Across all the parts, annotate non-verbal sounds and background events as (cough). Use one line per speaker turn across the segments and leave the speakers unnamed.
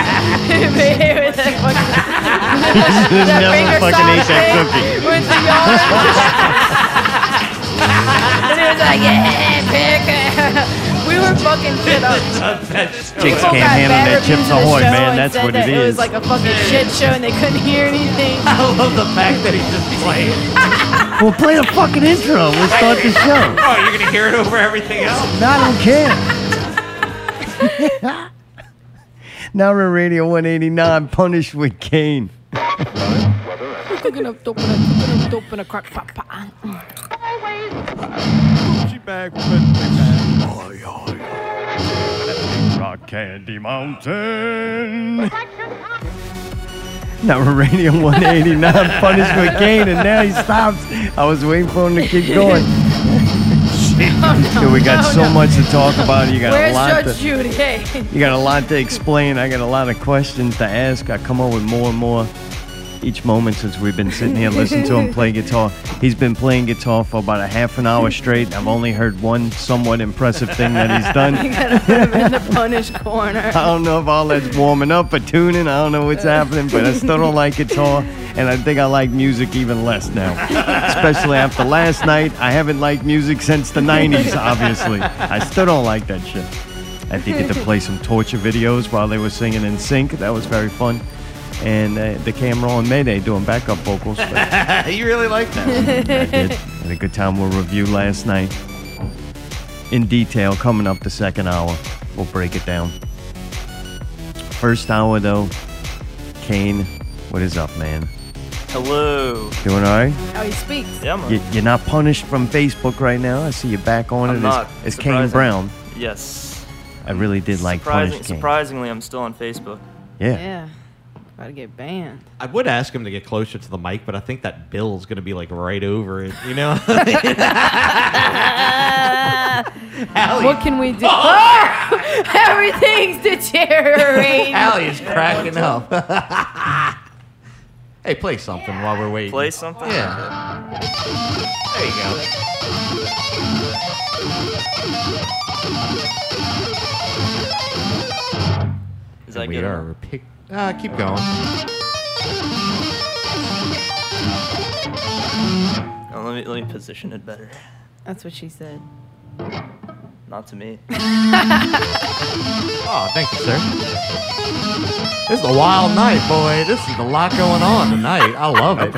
with the fucking,
There's never
finger
fucking
song
ate that cookie.
with the yarn. and he was like, yeah, pick it." We were fucking shit up.
Chicks
People
can't
got
handle
bad
that
reviews
Chips
of the
Ahoy,
show
man.
and
That's
said
what
that
it
It
is.
was like a fucking shit show and they couldn't hear anything.
(laughs) I love the fact that he just played.
Well, play the fucking intro. We'll start the
(laughs)
show.
Oh, you're gonna hear it over everything else. (laughs)
No, I don't care. (laughs) now we're Radio 189, punished with Kane.
(laughs) Cooking up, dope, and a- cooking up, dope, and a crock pot pot.
Rock Candy Mountain. Now we're Radio 189, punished with Kane, and now he stops. I was waiting for him to
(laughs)
keep going.
(laughs)
Dude, we got
no,
so
Oh, no.
much to talk about. You got a
Where's
lot
Judge
to.
Judy? (laughs) Hey,
You got a lot to explain. I got a lot of questions to ask. I come up with more and more each moment since we've been sitting here listening to
(laughs)
him play guitar. He's been playing guitar for about a half an hour straight. I've only heard one somewhat impressive thing that he's
(laughs)
done.
you gotta put him in the punish corner.
I don't know if all that's warming up or tuning. I don't know what's happening, but I still don't like guitar, and I think I like music even less now. Especially after last night. I haven't liked music since the 90s, obviously. I still don't like that shit. I did get to play some torture videos while they were singing in sync. That was very fun. And uh, the camera on Mayday doing backup vocals. but I
you really like (laughs) that?
did. Had a good time. We'll review last night in detail coming up the second hour. We'll break it down. First hour though, Kane, what is up, man?
Hello.
Doing all right?
How Oh, he speaks.
Yeah, man.
You, you're not punished from Facebook right now. I see you back on
I'm
it. It's-
not.
It's, Kane
Surprising.
Brown.
Yes.
I really did like
Surprising-
punish Kane.
surprisingly, I'm still on Facebook.
Yeah.
Yeah. About to get (laughs) banned.
I would ask him to get closer to the mic, but I think that bill's gonna be like right over it. You (laughs) know?
Ah.
Allie,
What can we do? (laughs) Everything's deteriorating.
Allie is cracking up. (laughs) hey, play something while we're waiting.
Play something?
Yeah. There you go.
Is that
we
good?
are.
enough?
We're pick- uh, keep going.
Oh, let, me, let me position it better.
That's what she said.
Not to me.
Oh, thank you, sir. This is a wild night, boy. This is a lot going on tonight. I love it.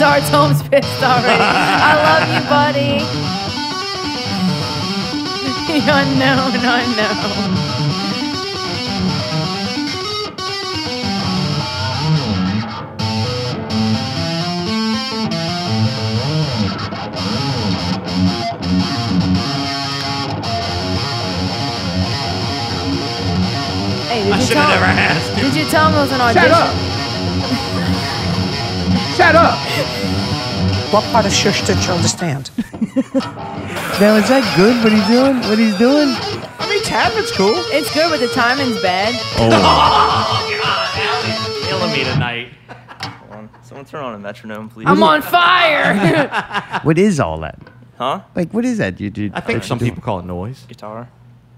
Darts Holmes pissed already. I love you, buddy. (laughs) unknown, unknown. Hey, did you
shoulda
tell
never asked
Did you tell him it was an audition?
Shut up!
What part of shush did you understand?
Now is that good? What he's doing? What he's doing?
I mean, tapping's cool.
It's good, but the timing's bad.
Oh,
Killing me tonight.
Hold on. Someone turn on a metronome, please.
I'm on (laughs) fire.
what is all that?
Huh?
Like, what is that? You, you,
I think some people call it noise.
Guitar?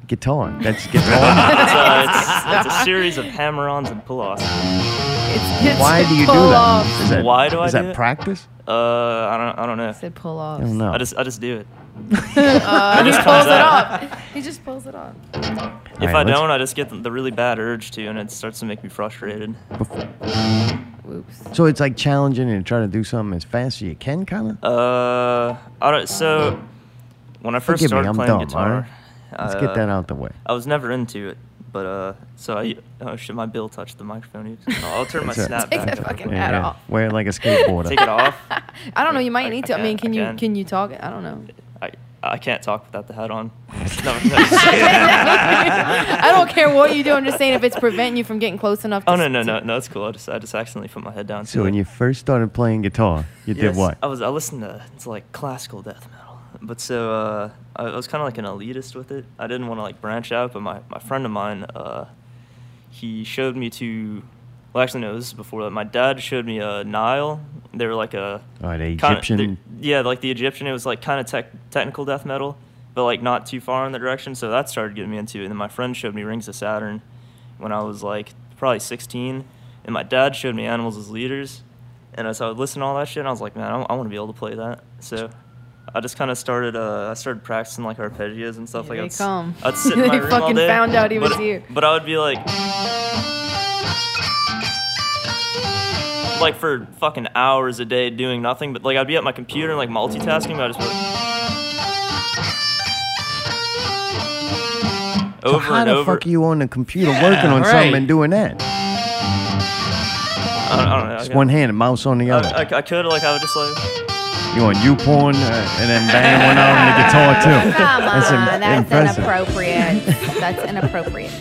guitar. That's guitar.
It's, uh, it's, it's a series of hammer ons and pull offs.
it's,
(laughs)
it's
Why do you do
pull
that?
Off.
Is that
Why do I
is
do
that
it?
practice?
Uh, I don't, I don't know.
Said pull off.
I don't know.
I just, I just do
(laughs)
it.
he just
comes
pulls Uh, it off. He just pulls it off.
If
right,
I
let's-
don't, I just get the, the really bad urge to, and it starts to make me frustrated.
Whoops. (laughs)
So it's like challenging and trying to do something as fast as you can, kind of.
Uh, I don't, so when I first
Forgive me,
started
I'm
playing
dumb,
guitar,
alright? Let's get
uh,
that out the way.
I was never into it, but uh, so I oh shit, my bill touched the microphone. "Oh, I'll, I'll turn my
That's it.
snap
Take
back.
that
up.
fucking
Yeah,
hat
yeah.
off.
Wear it like a skateboarder.
Take it off.
(laughs) I don't know. You might
I-
need
I
to. I, mean,
can't-
can
I
you
can't.
can you talk? I don't know.
I, I can't talk without the hat
(laughs)
on. No, no,
(laughs) I don't care what you do. I'm just saying if it's preventing you from getting close enough. To
oh no, no,
to-
no, no, it's cool. I just I just accidentally put my head down.
so when you first started playing guitar, you did
Yes,
what?
I was I listened to it's like classical death metal, but so uh, I, I was kind of like an elitist with it. I didn't want to like branch out, but my, my friend of mine, uh, he showed me to. Well, actually, no, this is before that. My dad showed me uh, Nile. They were like a
Oh, the
kinda-
Egyptian-
they're- yeah, like the Egyptian. It was like kind of tech, technical death metal, but like not too far in the direction. So that started getting me into it. And then my friend showed me Rings of Saturn when I was like probably 16, and my dad showed me Animals as Leaders, and as I would listen to all that shit, and I was like, man, I, want to be able to play that. So. I just kind of started. Uh, I started practicing like arpeggios and stuff
Here
like
they
that.
come.
I'd
(laughs)
sit in my
They
room all
fucking
day,
found out he was
but-
you.
But I would be like, like for fucking hours a day doing nothing. But like I'd be at my computer and like multitasking, but I just be like,
So
over
how
and
the
over.
fuck are you on the computer working on something
right.
and doing that?
I don't, I don't know.
Just
I-
one hand, mouse on the
I,
other.
I, I could like I would just like
you on you porn uh, and then banging one out on the guitar too.
Come on,
That's im-
that's
impressive.
inappropriate. That's inappropriate.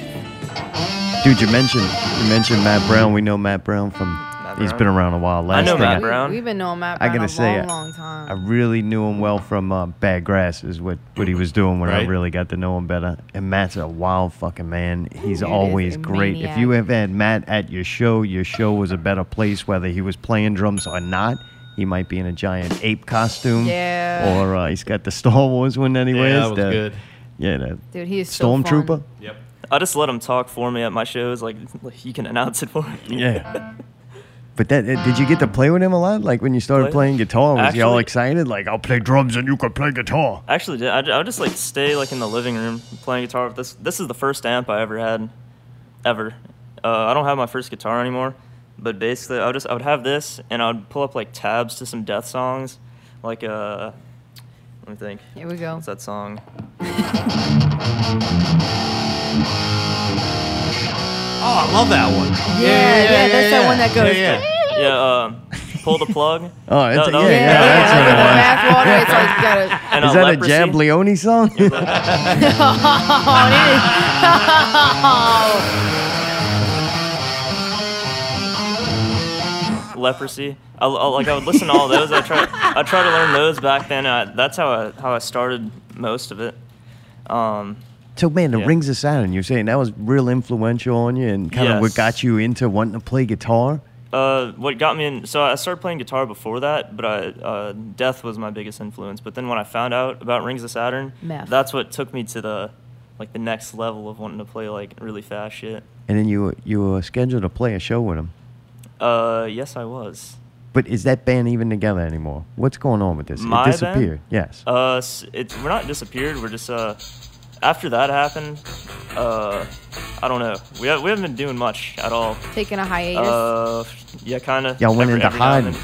Dude, you mentioned you mentioned Matt Brown. We know Matt Brown from. He's
Brown?
been around a while. Last
know
thing
Matt
I,
Brown. Brown?
We, have been knowing Matt
I
Brown
gotta
a
say,
long, long
I
time.
really knew him well from uh, Bad Grass is what, what he was doing when I
Right.
really got to know him better. And Matt's a wild fucking man. He's
Dude is
always
a
great. If
maniac.
you have had Matt at your show, your show was a better place, whether he was playing drums or not. He might be in a giant ape costume.
Yeah.
Or uh, he's got the Star Wars one that he
Yeah,
wears.
that was
the-
good.
Yeah, the
Dude, he is so fun.
Stormtrooper.
Yep.
I just let him talk for me at my shows. Like, (laughs) like you can announce it for me.
Yeah. But that uh, did you get to play with him a lot? Like when you started
Play-
playing guitar, was y'all
Actually-
excited? Like I'll play drums and you can play guitar.
I Actually, did. I, I would just like stay like in the living room playing guitar. With this this is the first amp I ever had, ever. Uh, I don't have my first guitar anymore, but basically I would just I would have this and I would pull up like tabs to some death songs, like uh, let me think.
Here we go.
What's that song?
Oh, I love that one.
Yeah, yeah, that's that one that goes.
(laughs)
Yeah, yeah.
Yeah, uh, pull the
(laughs)
plug.
Oh, it's
That-
a-
that was-
yeah,
Yeah,
that's
like
what
with
it was.
the bath water, it's like you gotta.
And
Is that
leprosy.
a Jab Leone song?
Oh,
(laughs)
it is.
leprosy. I, I- like I would listen to all those. I try I try to learn those back then. I, that's how I how I started most of it. Um,
(laughs) so man, the
Yeah.
Rings of Saturn. You're saying that was real influential on you and kind of what
Yes.
got you into wanting to play guitar.
uh, what got me in? So I started playing guitar before that, but I, uh, Death was my biggest influence. But then when I found out about Rings of Saturn,
Meth.
that's what took me to the like the next level of wanting to play like really fast shit.
And then you were- you were scheduled to play a show with him.
Uh, yes, I was.
But is that band even together anymore? What's going on with this?
My
it
band?
disappeared. Yes.
Uh, s- it's we're not disappeared. We're just uh, after that happened, uh, I don't know. We ha- we haven't been doing much at all.
Taking a hiatus.
Uh, yeah, kind of.
Y'all went into hiding.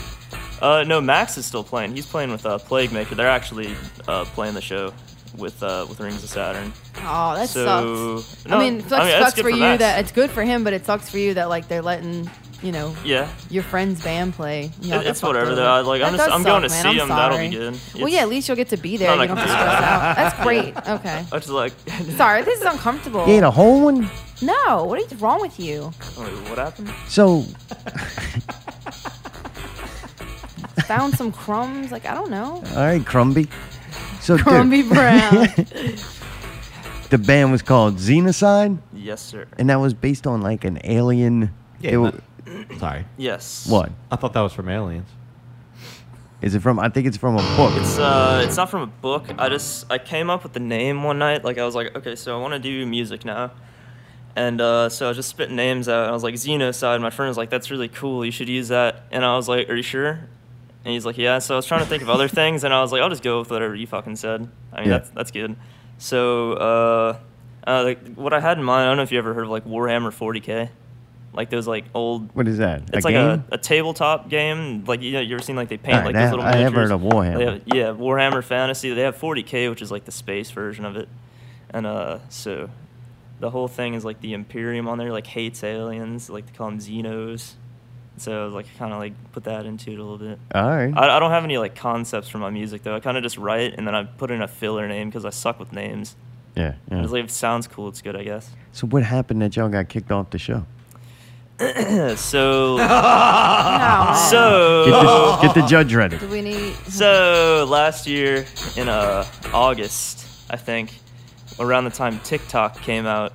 Uh, no, Max is still playing. He's playing with uh, Plague Maker. They're actually uh, playing the show with uh, with Rings of Saturn.
oh, that
so-
sucks.
no,
I mean, sucks,
I mean, that's
sucks
good for
for you
Max.
that it's good for him, but it sucks for you that like they're letting you know
Yeah,
your friend's band play. You
It- it's whatever, though. I- like, I'm just- I'm going to see him. That'll be good.
Well,
It's-
yeah, at least you'll get to be there.
I'm
You
not
don't have
gonna
to stress
(laughs)
out. That's great. Okay.
I was like, (laughs)
Sorry, this is uncomfortable.
you ate a whole one.
No, what is wrong with you?
Wait, what happened?
So
Found some crumbs. Like I don't know.
all right, Crumby. So dude,
Crumbie Brown.
the band was called Xenocide.
Yes, sir.
and that was based on like an alien.
Yeah,
it wa-
but- Sorry.
Yes.
what
I thought that was from Aliens.
is it from? I think it's from a book.
It's uh, it's not from a book. I just I came up with the name one night. Like I was like, okay, so I want to do music now, and uh, so I was just spitting names out. And I was like, Xenocide. My friend was like, that's really cool. You should use that. And I was like, are you sure? And he's like, yeah. So I was trying to think of other things, and I was like, I'll just go with whatever you fucking said. I mean,
Yeah.
that's that's good. So uh, uh, like what I had in mind. I don't know if you ever heard of like Warhammer 40k, like those like old.
what is that?
It's
a
like
game?
A, a tabletop game. Like you know, you ever seen like they paint
Alright,
like
that-
those little.
I have heard
miniatures?
of Warhammer.
They have- yeah, Warhammer Fantasy. They have 40k, which is like the space version of it, and uh, so the whole thing is like the Imperium on there like hates aliens, like they call them Xenos. So like kind of like put that into it a little bit.
All right.
I, I don't have any like concepts for my music though. I kind of just write and then I put in a filler name because I suck with names.
yeah. yeah.
I just like, if it sounds cool, it's good, I guess.
so what happened that y'all got kicked off the show?
Yeah, so
no.
so
Get
Uh,
the, get the judge ready.
Do we need?
So last year in uh, August, I think, around the time TikTok came out,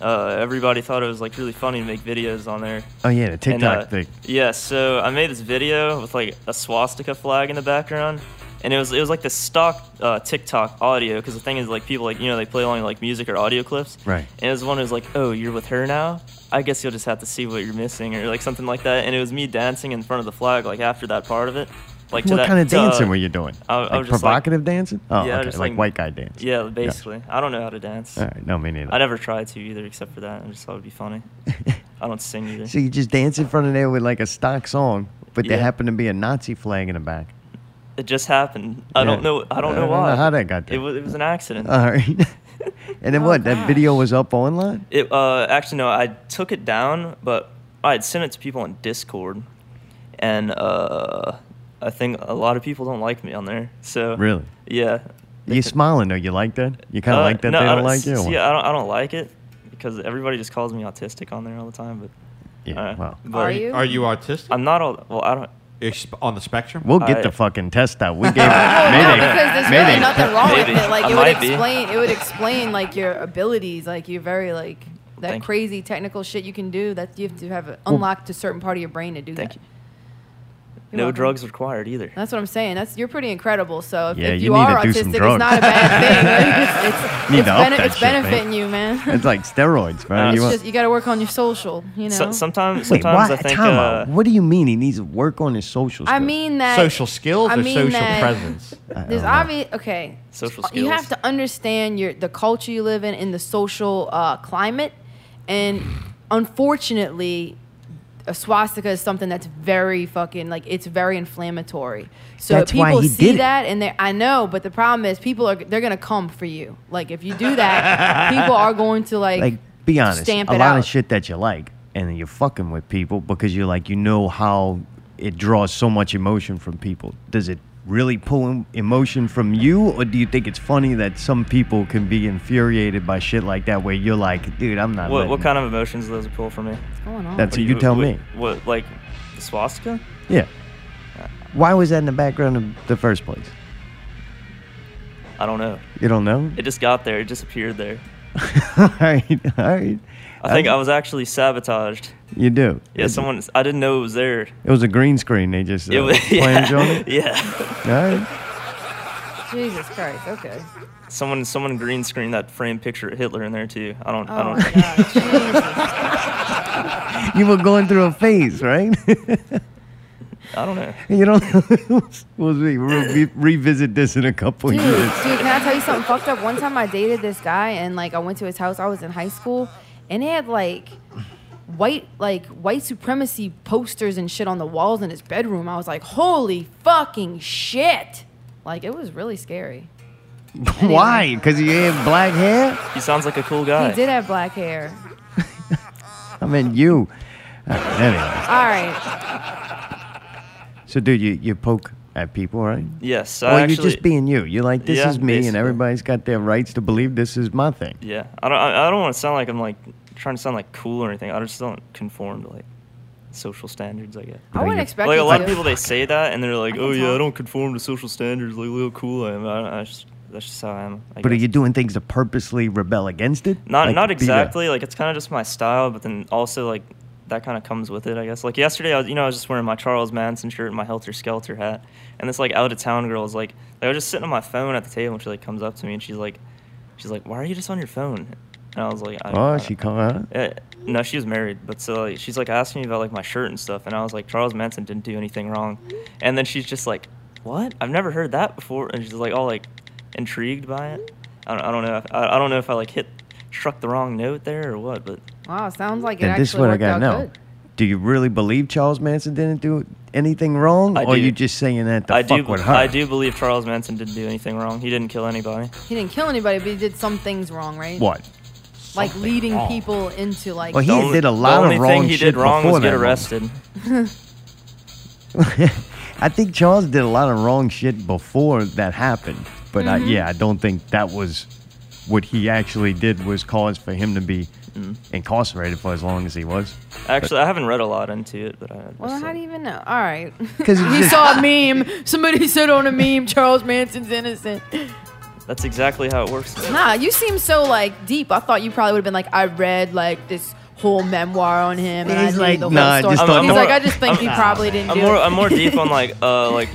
uh, everybody thought it was like really funny to make videos on there.
Oh yeah, the
And,
TikTok
uh,
thing.
Yeah, so I made this video with like a swastika flag in the background, and it was it was like the stock uh, TikTok audio because the thing is like people like you know they play along like music or audio clips.
Right.
And it was one that was like, oh, you're with her now. I guess you'll just have to see what you're missing or like something like that. And it was me dancing in front of the flag like after that part of it. Like to
What
that,
kind of
to, uh,
dancing were you doing?
I- I
like
was just like-
provocative dancing? Oh,
Yeah,
okay,
just
like,
like-
white guy dancing.
Yeah, basically. I don't know how to dance.
All right, no, me neither.
I
(laughs)
never tried to either, except for that. I just thought it'd be funny. I don't sing either.
So you just dance in front of there with like a stock song, but there
Yeah.
happened to be a Nazi flag in the back.
It just happened. I
Yeah.
don't know. I don't know
I don't
why.
know how that got there.
It was, it was an accident. (laughs)
All right. (laughs) and then what? That video was up online?
Oh, It uh, actually no, I took it down, but I had sent it to people on Discord, and uh, I think a lot of people don't like me on there. So
Really?
yeah.
You smiling though? You like that? You kind of
Uh,
like that
no,
they
I
don't like you? or what?
See, I don't. I don't like it because everybody just calls me autistic on there all the time. But
Yeah,
alright.
well.
But
Are you?
Are you autistic?
I'm not all. Well, I don't.
Is- on the spectrum?
We'll get
I-
the fucking test out.
(laughs)
We gave
No,
Mayday.
because there's
Mayday.
really nothing wrong
Maybe.
with it. Like
I
it
might
would
be.
explain, it would explain like your abilities. Like you're very like that
Thank you.
crazy technical shit you can do. That you have to have it unlocked a certain part of your brain to do
Thank
that.
you.
You're
no
welcome.
drugs required either.
Oh,
That's what I'm saying. That's you're pretty incredible. So if,
Yeah,
if
you
you,
need to
are
do some
autistic, it's
drugs.
not a bad thing.
(laughs)
Like, it's it's,
Need
it's,
to up
bene-
that
it's
shit, man.
benefiting you, man.
It's like steroids, man.
Uh,
you
it's
want-
Just you got to work on your social. You know.
So, sometimes,
Wait,
sometimes
why-
I think.
time
Uh,
out. What do you mean he needs to work on his social skills?
I mean
Uh,
that
social skills
I
or
mean
social
that-
presence?
I don't
There's
know.
obvious okay.
Social
You
skills.
have to understand your the culture you live in and the social uh, climate, and unfortunately, a swastika is something that's very fucking like it's very inflammatory. So
That's why
people
he
see
did it.
that and they I know, but the problem is people are they're gonna come for you. Like if you
(laughs)
do that, people are going to like
like be honest
stamp
a
it
lot
out.
of shit that you like and then you're fucking with people because you're like you know how it draws so much emotion from people does it really pull em- emotion from you or do you think it's funny that some people can be infuriated by shit like that where you're like dude i'm not
what,
letting
what
it."
kind of emotions does it pull from me?
Going on.
that's
What
what
do
you tell
what-
me
What, like the swastika?
yeah Uh, why was that in the background in the first place
I don't know.
you don't know
It just got there. It just appeared there.
(laughs) all right all right
I think I was actually sabotaged.
you do
Yeah, someone. I didn't know it was there.
it was a green screen they just uh,
It was, (laughs)
playing on
yeah,
it
yeah.
all right
Jesus Christ. Okay.
Someone, someone green screened that framed picture of Hitler in there too. I don't. I
Oh
don't.
my God. Jesus.
you were going through a phase right (laughs)
I don't know.
You know, we'll, we'll re- re- revisit this in a couple
Dude,
years.
dude, can I tell you something fucked up? One time I dated this guy and like I went to his house. I was in high school and he had like white like white supremacy posters and shit on the walls in his bedroom. I was like, "Holy fucking shit." Like it was really scary.
Why? Because he had black hair?
He sounds like a cool guy.
He did have black hair.
I mean, you. Uh, Anyway,
All right.
so dude, you, you poke at people, right?
Yes.
or
I actually,
you're just being you. You're like, this
Yeah,
is me, and
basically.
everybody's got their rights to believe this is my thing.
Yeah. I don't. I, I don't want to sound like I'm like trying to sound like cool or anything. I just don't conform to like social standards. I guess.
I wouldn't expect
Like
you
a lot
to.
of people, they say that and they're like,
can
"Oh yeah, I
talk.
don't conform to social standards. Like, look how cool I am." I, don't- I just, that's just how I am. I
But are
guess.
you doing things to purposely rebel against it?
Not
Like,
not
be the-
exactly. Like it's kind of just my style, but then also like that kind of comes with it, I guess. Like yesterday, I was, you know, I was just wearing my Charles Manson shirt and my Helter Skelter hat, and this like out of town girl is like, like, I was just sitting on my phone at the table, and she like comes up to me and she's like, she's like, why are you just on your phone? And I was like, I,
Oh,
I-
she come out.
Eh, no, she was married, but so like, she's like asking me about like my shirt and stuff, and I was like, Charles Manson didn't do anything wrong, and then she's just like, "What? I've never heard that before," and she's like all like intrigued by it. I don't, I don't know. If, I, I don't know if I like hit struck the wrong note there or what, but
Wow, sounds like it
Then
actually
this is what I
worked
gotta
out
know.
good.
Do you really believe Charles Manson didn't do anything wrong,
I
or
do.
you just saying that to
I
fuck
do.
with her?
I do believe Charles Manson didn't do anything wrong. He didn't kill anybody.
He didn't kill anybody, but he did some things wrong, right?
What?
Like
Something
leading
wrong.
people into like
Well, he
The only-
did a lot
the only
of wrong
thing he
shit
did wrong
before
was get
that.
arrested.
I think Charles did a lot of wrong shit before that happened. But I,
Mm-hmm.
yeah, I don't think that was what he actually did was cause for him to be
Mm-hmm.
incarcerated for as long as he was.
Actually, I haven't read a lot into it, but I.
Well,
just,
how
like-
do you even know? All right.
'Cause it's
he
just-
saw a meme. Somebody said on a meme, Charles Manson's innocent.
That's exactly how it works.
Nah, you seem so like deep. I thought you probably would have been like, I read like this whole memoir on him. And
He's
I knew
like,
the
nah, I
whole story.
just
thought-
He's
I'm
like,
more-
I just think he probably didn't
I'm
do
more
it.
I'm more deep on like uh like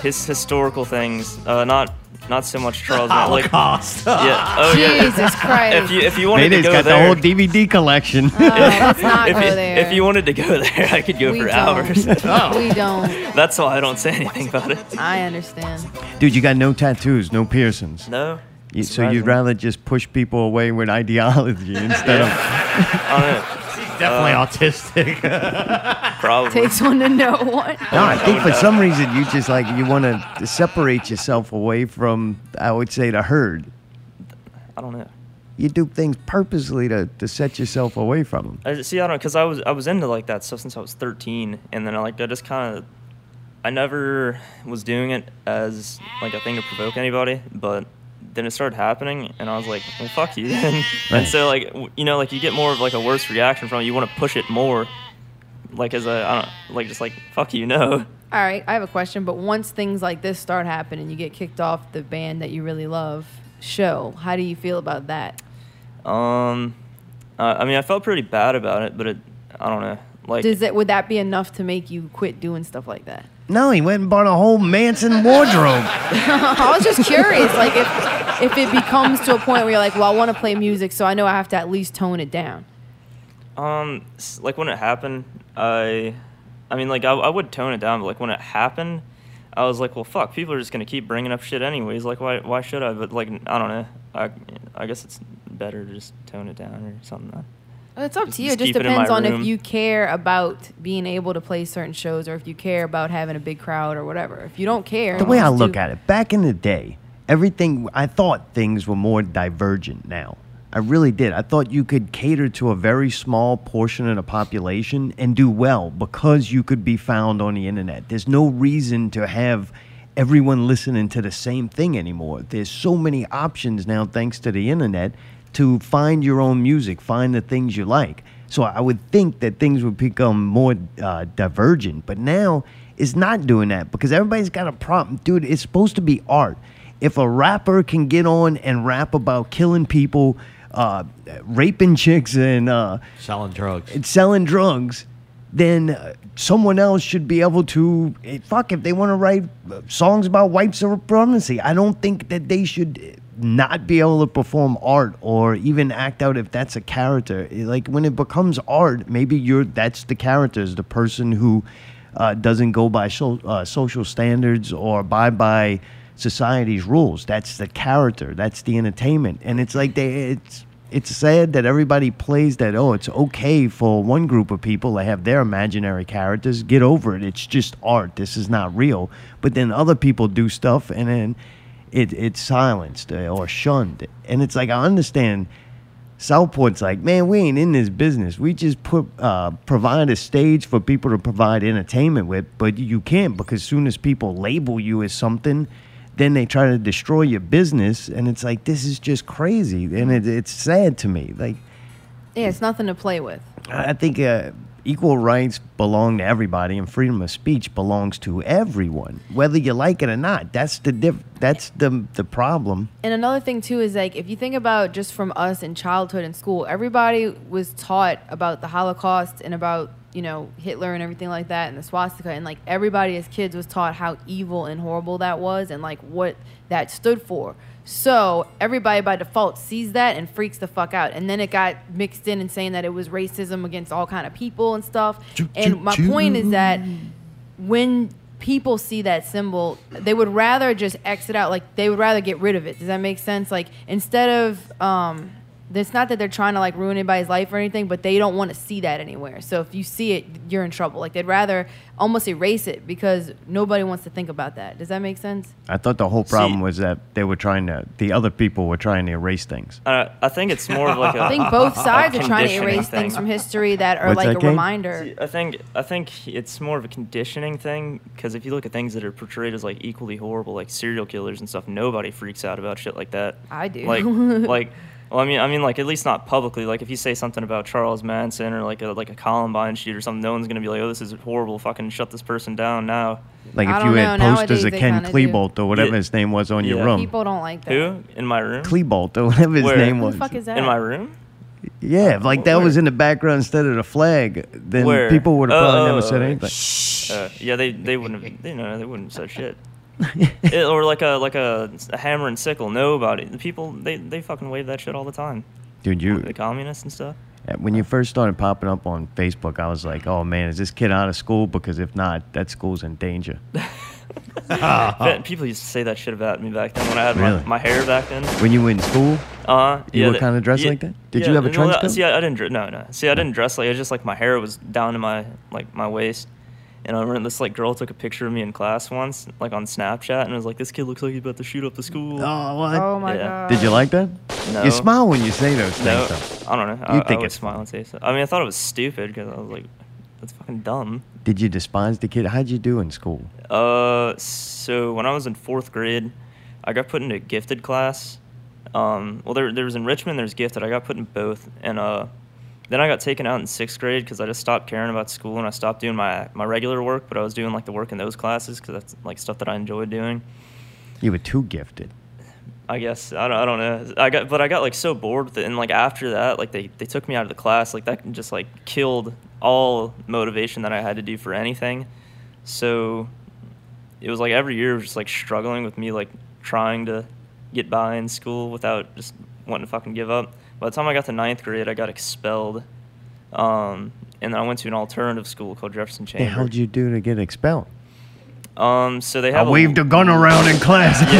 his historical things, uh, not not so
(laughs)
much Charles. Manson. Like,
Holocaust.
yeah, (laughs) oh yeah.
Jesus Christ.
If you if you wanted
Mayday's
to go
got
there,
the whole
(laughs)
DVD collection. (laughs)
let's not
if,
go
you,
Oh, there.
if you wanted to go there, (laughs) I could go
we
for
don't.
hours. (laughs)
(laughs) We don't.
That's why I don't say anything about
(laughs)
it.
I understand.
Dude, you got no tattoos, no piercings.
No.
You- so you'd rather just push people away
(laughs)
with (laughs) ideology instead of.
I don't know.
Definitely autistic.
Probably.
Takes one to know one.
No, I think
Oh,
for some reason you just like you want to separate yourself away from I would say the herd.
I don't know.
You do things purposely to, to set yourself away from them.
I, see, I don't know, cause I was I was into like that stuff since I was 13, and then I like I just kind of, I never was doing it as like a thing to provoke anybody, but then it started happening, and I was like, well, fuck you. (laughs) then.
Right.
And so like w- you know like you get more of like a worse reaction from it. You want to push it more, like as a I don't like just like fuck you no. (laughs)
All right, I have a question, but once things like this start happening, you get kicked off the band that you really love show. How do you feel about that?
Um, uh, I mean I felt pretty bad about it, but it I don't know like
Does it would that be enough to make you quit doing stuff like that?
No, he went and bought a whole Manson wardrobe.
I was just curious, like if if it becomes to a point where you're like, well, I want to play music, so I know I have to at least tone it down.
Um, s- like when it happened, I, I mean, like I, I would tone it down, but like when it happened, I was like, well, fuck, people are just gonna keep bringing up shit anyways. Like, why, why should I? But like, I don't know. I, I guess it's better to just tone it down or something.
Well, It's up to you.
Just
it just
keep it in my
depends on if
room.
you care about being able to play certain shows or if you care about having a big crowd or whatever. If you don't care,
The way I look at it, back in the day, everything I thought things were more divergent now. I really did. I thought you could cater to a very small portion of the population and do well because you could be found on the internet. There's no reason to have everyone listening to the same thing anymore. There's so many options now thanks to the internet to find your own music, find the things you like. So I would think that things would become more uh, divergent, but now it's not doing that because everybody's got a problem. Dude, it's supposed to be art. If a rapper can get on and rap about killing people, uh, raping chicks, and uh,
(laughs) Selling drugs. (laughs)
and selling drugs, then uh, someone else should be able to eh, fuck if they want to write uh, songs about white supremacy. I don't think that they should eh, not be able to perform art or even act out if that's a character. Eh, Like when it becomes art, maybe you're that's the character is the person who uh, doesn't go by so, uh, social standards or abide by society's rules. That's the character. That's the entertainment. And it's like they it's it's sad that everybody plays that oh it's okay for one group of people to have their imaginary characters get over it it's just art this is not real but then other people do stuff and then it it's silenced uh, or shunned and it's like i understand Southport's like, man, we ain't in this business. We just put uh, provide a stage for people to provide entertainment with, but you can't because soon as people label you as something, then they try to destroy your business, and it's like this is just crazy, and it, it's sad to me. Like,
Yeah, it's nothing to play with.
I I think uh, equal rights belong to everybody, and freedom of speech belongs to everyone, whether you like it or not. That's the diff- That's the the problem.
And another thing too is like if you think about just from us in childhood and school, everybody was taught about the Holocaust and about you know Hitler and everything like that and the swastika and like everybody as kids was taught how evil and horrible that was and like what that stood for. So everybody by default sees that and freaks the fuck out. And then it got mixed in and saying that it was racism against all kind of people and stuff. And my point is that when people see that symbol, they would rather just exit out. Like they would rather get rid of it. Does that make sense? Like instead of, um, it's not that they're trying to like ruin anybody's life or anything, but they don't want to see that anywhere. So if you see it, you're in trouble. Like they'd rather almost erase it because nobody wants to think about that. Does that make sense?
I thought the whole problem
See-
was that they were trying to the other people were trying to erase things.
Uh, I think it's more of like a. (laughs)
I think both sides are trying to
conditioning
erase
thing.
things from history that are
What's
like
that,
a
Kate?
reminder.
I think I think it's more of a conditioning thing because if you look at things that are portrayed as like equally horrible, like serial killers and stuff, nobody freaks out about shit like that.
I do. (laughs)
Like, like, well, I mean, I mean, like at least not publicly. Like, if you say something about Charles Manson or like a like a Columbine shoot or something, no one's gonna be like, "Oh, this is horrible. Fucking shut this person down now."
Like
I
if
don't
you had
know.
posters
Nowadays
of
they
Ken
kinda do.
Klebold or whatever
Yeah.
his name was on your
Yeah.
room.
People don't like that.
Who in my room?
Klebold or whatever his
Where?
name
Who the
was.
Who the fuck is that?
in my (laughs) room?
Yeah, if like that was in the background instead of the flag, then
Where?
people would have
Oh,
probably
oh,
never
oh,
said
oh.
anything.
(laughs)
Uh, yeah, they they wouldn't have. You know, they wouldn't have said shit. It- or like a like a, a hammer and sickle. Nobody. The people they, they fucking wave that shit all the time.
Dude, you uh,
The communists and stuff.
when you first started popping up on Facebook, I was like, "Oh man, is this kid out of school? Because if not, that school's
(laughs)
in danger."
Ah,
That- People used to say that shit about me back then when I had
Really?
my, my hair back then.
When you were in school,
Uh,
You
yeah,
were
that-
kinda dressed
yeah,
like that? Did you have a
no,
trench
that-
coat?
See, I, I didn't. dr- No, no. See, I didn't dress like. It was just like my hair was down to my like my waist. And I remember this like girl took a picture of me in class once, like on Snapchat, and was like, "This kid looks like he's about to shoot up the school."
oh,
Oh my
Yeah.
god.
Did you like that?
No.
You smile when you say those
no,
things. Though.
I don't know.
You
I,
think
I would
it's-
smile and say so. I mean, I thought it was stupid because I was like, "That's fucking dumb."
Did you despise the kid? How'd you do in school?
Uh, so when I was in fourth grade, I got put into a gifted class. Um, well, there, there was enrichment, there's gifted. I got put in both, and uh, then I got taken out in sixth grade because I just stopped caring about school and I stopped doing my my regular work, but I was doing like the work in those classes because that's like stuff that I enjoyed doing.
You were too gifted.
I guess I don't, I don't know. I got but I got like so bored with it, and like after that, like they, they took me out of the class. Like that just like killed all motivation that I had to do for anything. So it was like every year was just like struggling with me like trying to get by in school without just wanting to fucking give up. By the time I got to ninth grade, I got expelled, um, and then I went to an alternative school called Jefferson
Hey,
Chamber.
how'd you do to get expelled?
Um, so they
I
have a-
waved a gun around in class.
Shut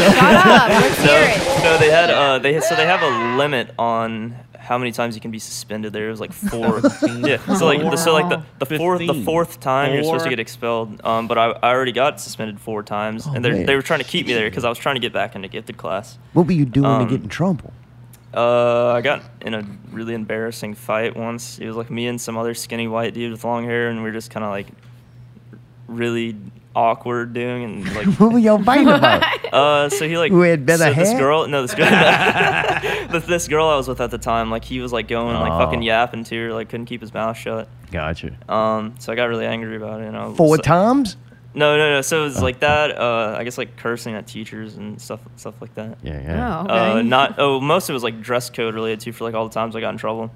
up. Let's hear it.
No, they had uh, they so they have a limit on how many times you can be suspended. There was like four. yeah. So like the, so like the, the fourth the
Fifteen.
fourth time you're supposed to
Four.
get expelled. Um, but I, I already got suspended four times, and they
man.
they were trying to keep me there because I was trying to get back into gifted class.
What were you doing
Um,
to get in trouble? (laughs)
Uh, I got in a really embarrassing fight once. It was like me and some other skinny white dude with long hair, and we were just kind of like really awkward doing and like
(laughs) What were y'all fighting about?
Uh, so he like
Who had better
so This
hair?
girl, no, this girl,
(laughs)
this, this girl I was with at the time, like he was like going like fucking
Oh.
yapping to her, like couldn't keep his mouth shut.
gotcha.
Um, so I got really angry about it. And I was,
Four
so-
times?
No, no, no. So it was
Oh.
like that. Uh, I guess like cursing at teachers and stuff, stuff like that.
Yeah, yeah.
Oh, okay.
Uh, not. Oh, most of it was like dress code related to for like all the times I got in trouble.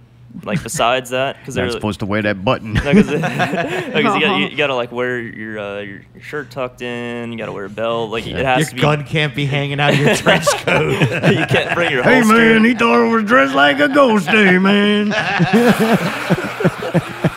Like besides that, because
You're
they're
not supposed to wear that
(laughs)
button.
because
(laughs)
you, gotta- you, you gotta like wear your uh, your your shirt tucked in. You gotta wear a belt. Like it has
Your
to be.
gun can't be hanging out of
(laughs)
your trench coat.
(laughs) you can't
(laughs)
bring your
hey
holster.
man, he thought I was dressed like a ghost day, man.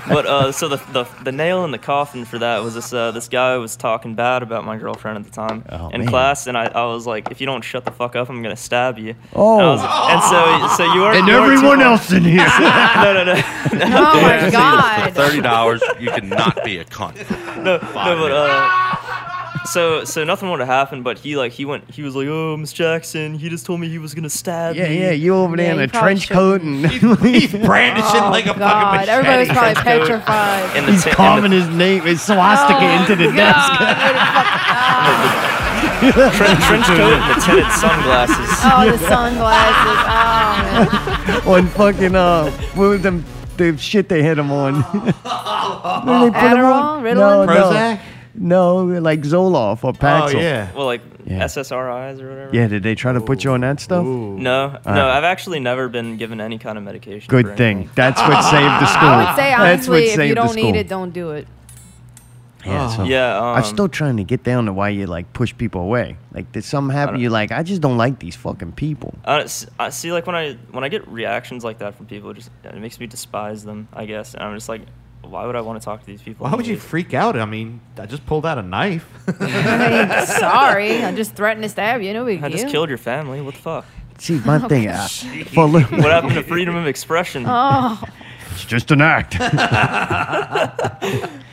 but uh, so the, the the nail in the coffin for that was this uh, this guy was talking bad about my girlfriend at the time
Oh,
in
man.
class, and I, I was like, if you don't shut the fuck up, I'm gonna stab you.
Oh.
and, I was- and so so you are
and
you are too
everyone
far-
else in here.
(laughs) No,
(laughs)
no, no. (laughs)
oh my
For
god.
thirty dollars, you cannot be a cunt. For no,
no, but uh, so so nothing would have happened. But he like he went he was like, oh, Miss Jackson, he just told me he was gonna stab
yeah,
me.
yeah, you over there
Yeah,
in
you
a
probably
trench coat and (laughs)
He's brandishing like a fucking
God,
machete.
everybody was probably
Trench coat. (laughs)
petrified.
In the
he's
tin- in the-
carving his name, his swastika
Oh,
into the desk.
tren- trench coat and the tinted sunglasses.
Oh, the sunglasses.
(laughs)
Oh,
on fucking uh, what was them the shit they hit him on? What did they put him on?
Adderall?
No,
Ritalin?
Prozac?
No, no, like Zoloft or
Oh
Paxil.
yeah.
Well, like
Yeah.
SSRIs or whatever.
Yeah, did they try to put you on that stuff?
No, no, I've actually never been given any kind of medication. for
Good
anything.
thing. That's what saved the school.
(laughs) I would say
That's what
honestly, if
saved the
you don't
school.
need it, don't do it. (laughs)
Yeah, so-
Yeah, um,
I'm still trying to get down to why you like push people away. Like, did something happen?
don't-
You're like, I just don't like these fucking people.
I don't s- I see, like when I when I get reactions like that from people, it just it makes me despise them. I guess, and I'm just like, why would I want to talk to these people?
Why would you
anyways?
freak out? I mean, I just pulled out a knife.
I mean, sorry, I just threatened to stab you. No big
I
deal.
just killed your family. What the fuck?
See,
(laughs)
my thing, uh, for a little-
What
(laughs)
happened to freedom of expression?
Oh,
It's just an act. (laughs)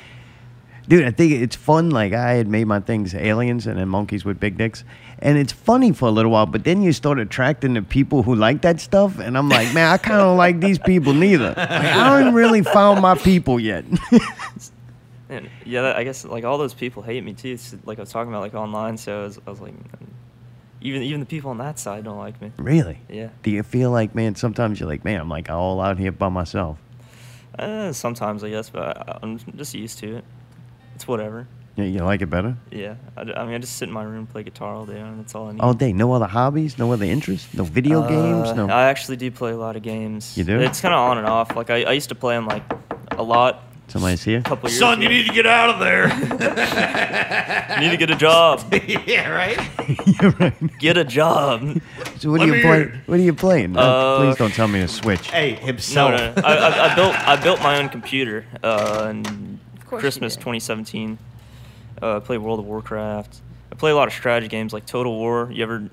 Dude, I think it's fun. Like I had made my things aliens and then monkeys with big dicks, and it's funny for a little while. But then you start attracting the people who like that stuff, and I'm like, man, I kind of (laughs) like these people neither. Like, I haven't really found my people yet. (laughs)
And yeah, that, I guess like all those people hate me too. so, like I was talking about like online, so I was, I was like, mm, even even the people on that side don't like me.
really?
Yeah.
Do you feel like, man? Sometimes you're like, man, I'm like all out here by myself.
Uh, sometimes I guess, but I, I'm just used to it. It's whatever.
You, you like it better
Yeah, I, d- I mean I just sit in my room, play guitar all day, and that's all I need.
all day. No other hobbies, no other interests, Oh, no video games,
Uh,
no.
I actually do play a lot of games.
You do?
It's kind of on and off. Like I, I used to play them like a lot.
Somebody's
(laughs)
here.
couple years
Son, you
ago.
need to get out of there.
You need to get a job.
(laughs) yeah, right?
Get a
(laughs)
job.
So what
Let
are
me
you playing?
hear it.
What are you playing? Uh,
Uh,
please don't tell me to switch.
Hey,
No,
himself.
no, no. I, I, I built I
(laughs)
built my own computer uh, in
course you
Christmas
did.
2017. Uh, I play World of Warcraft. I play a lot of strategy games like Total War. You ever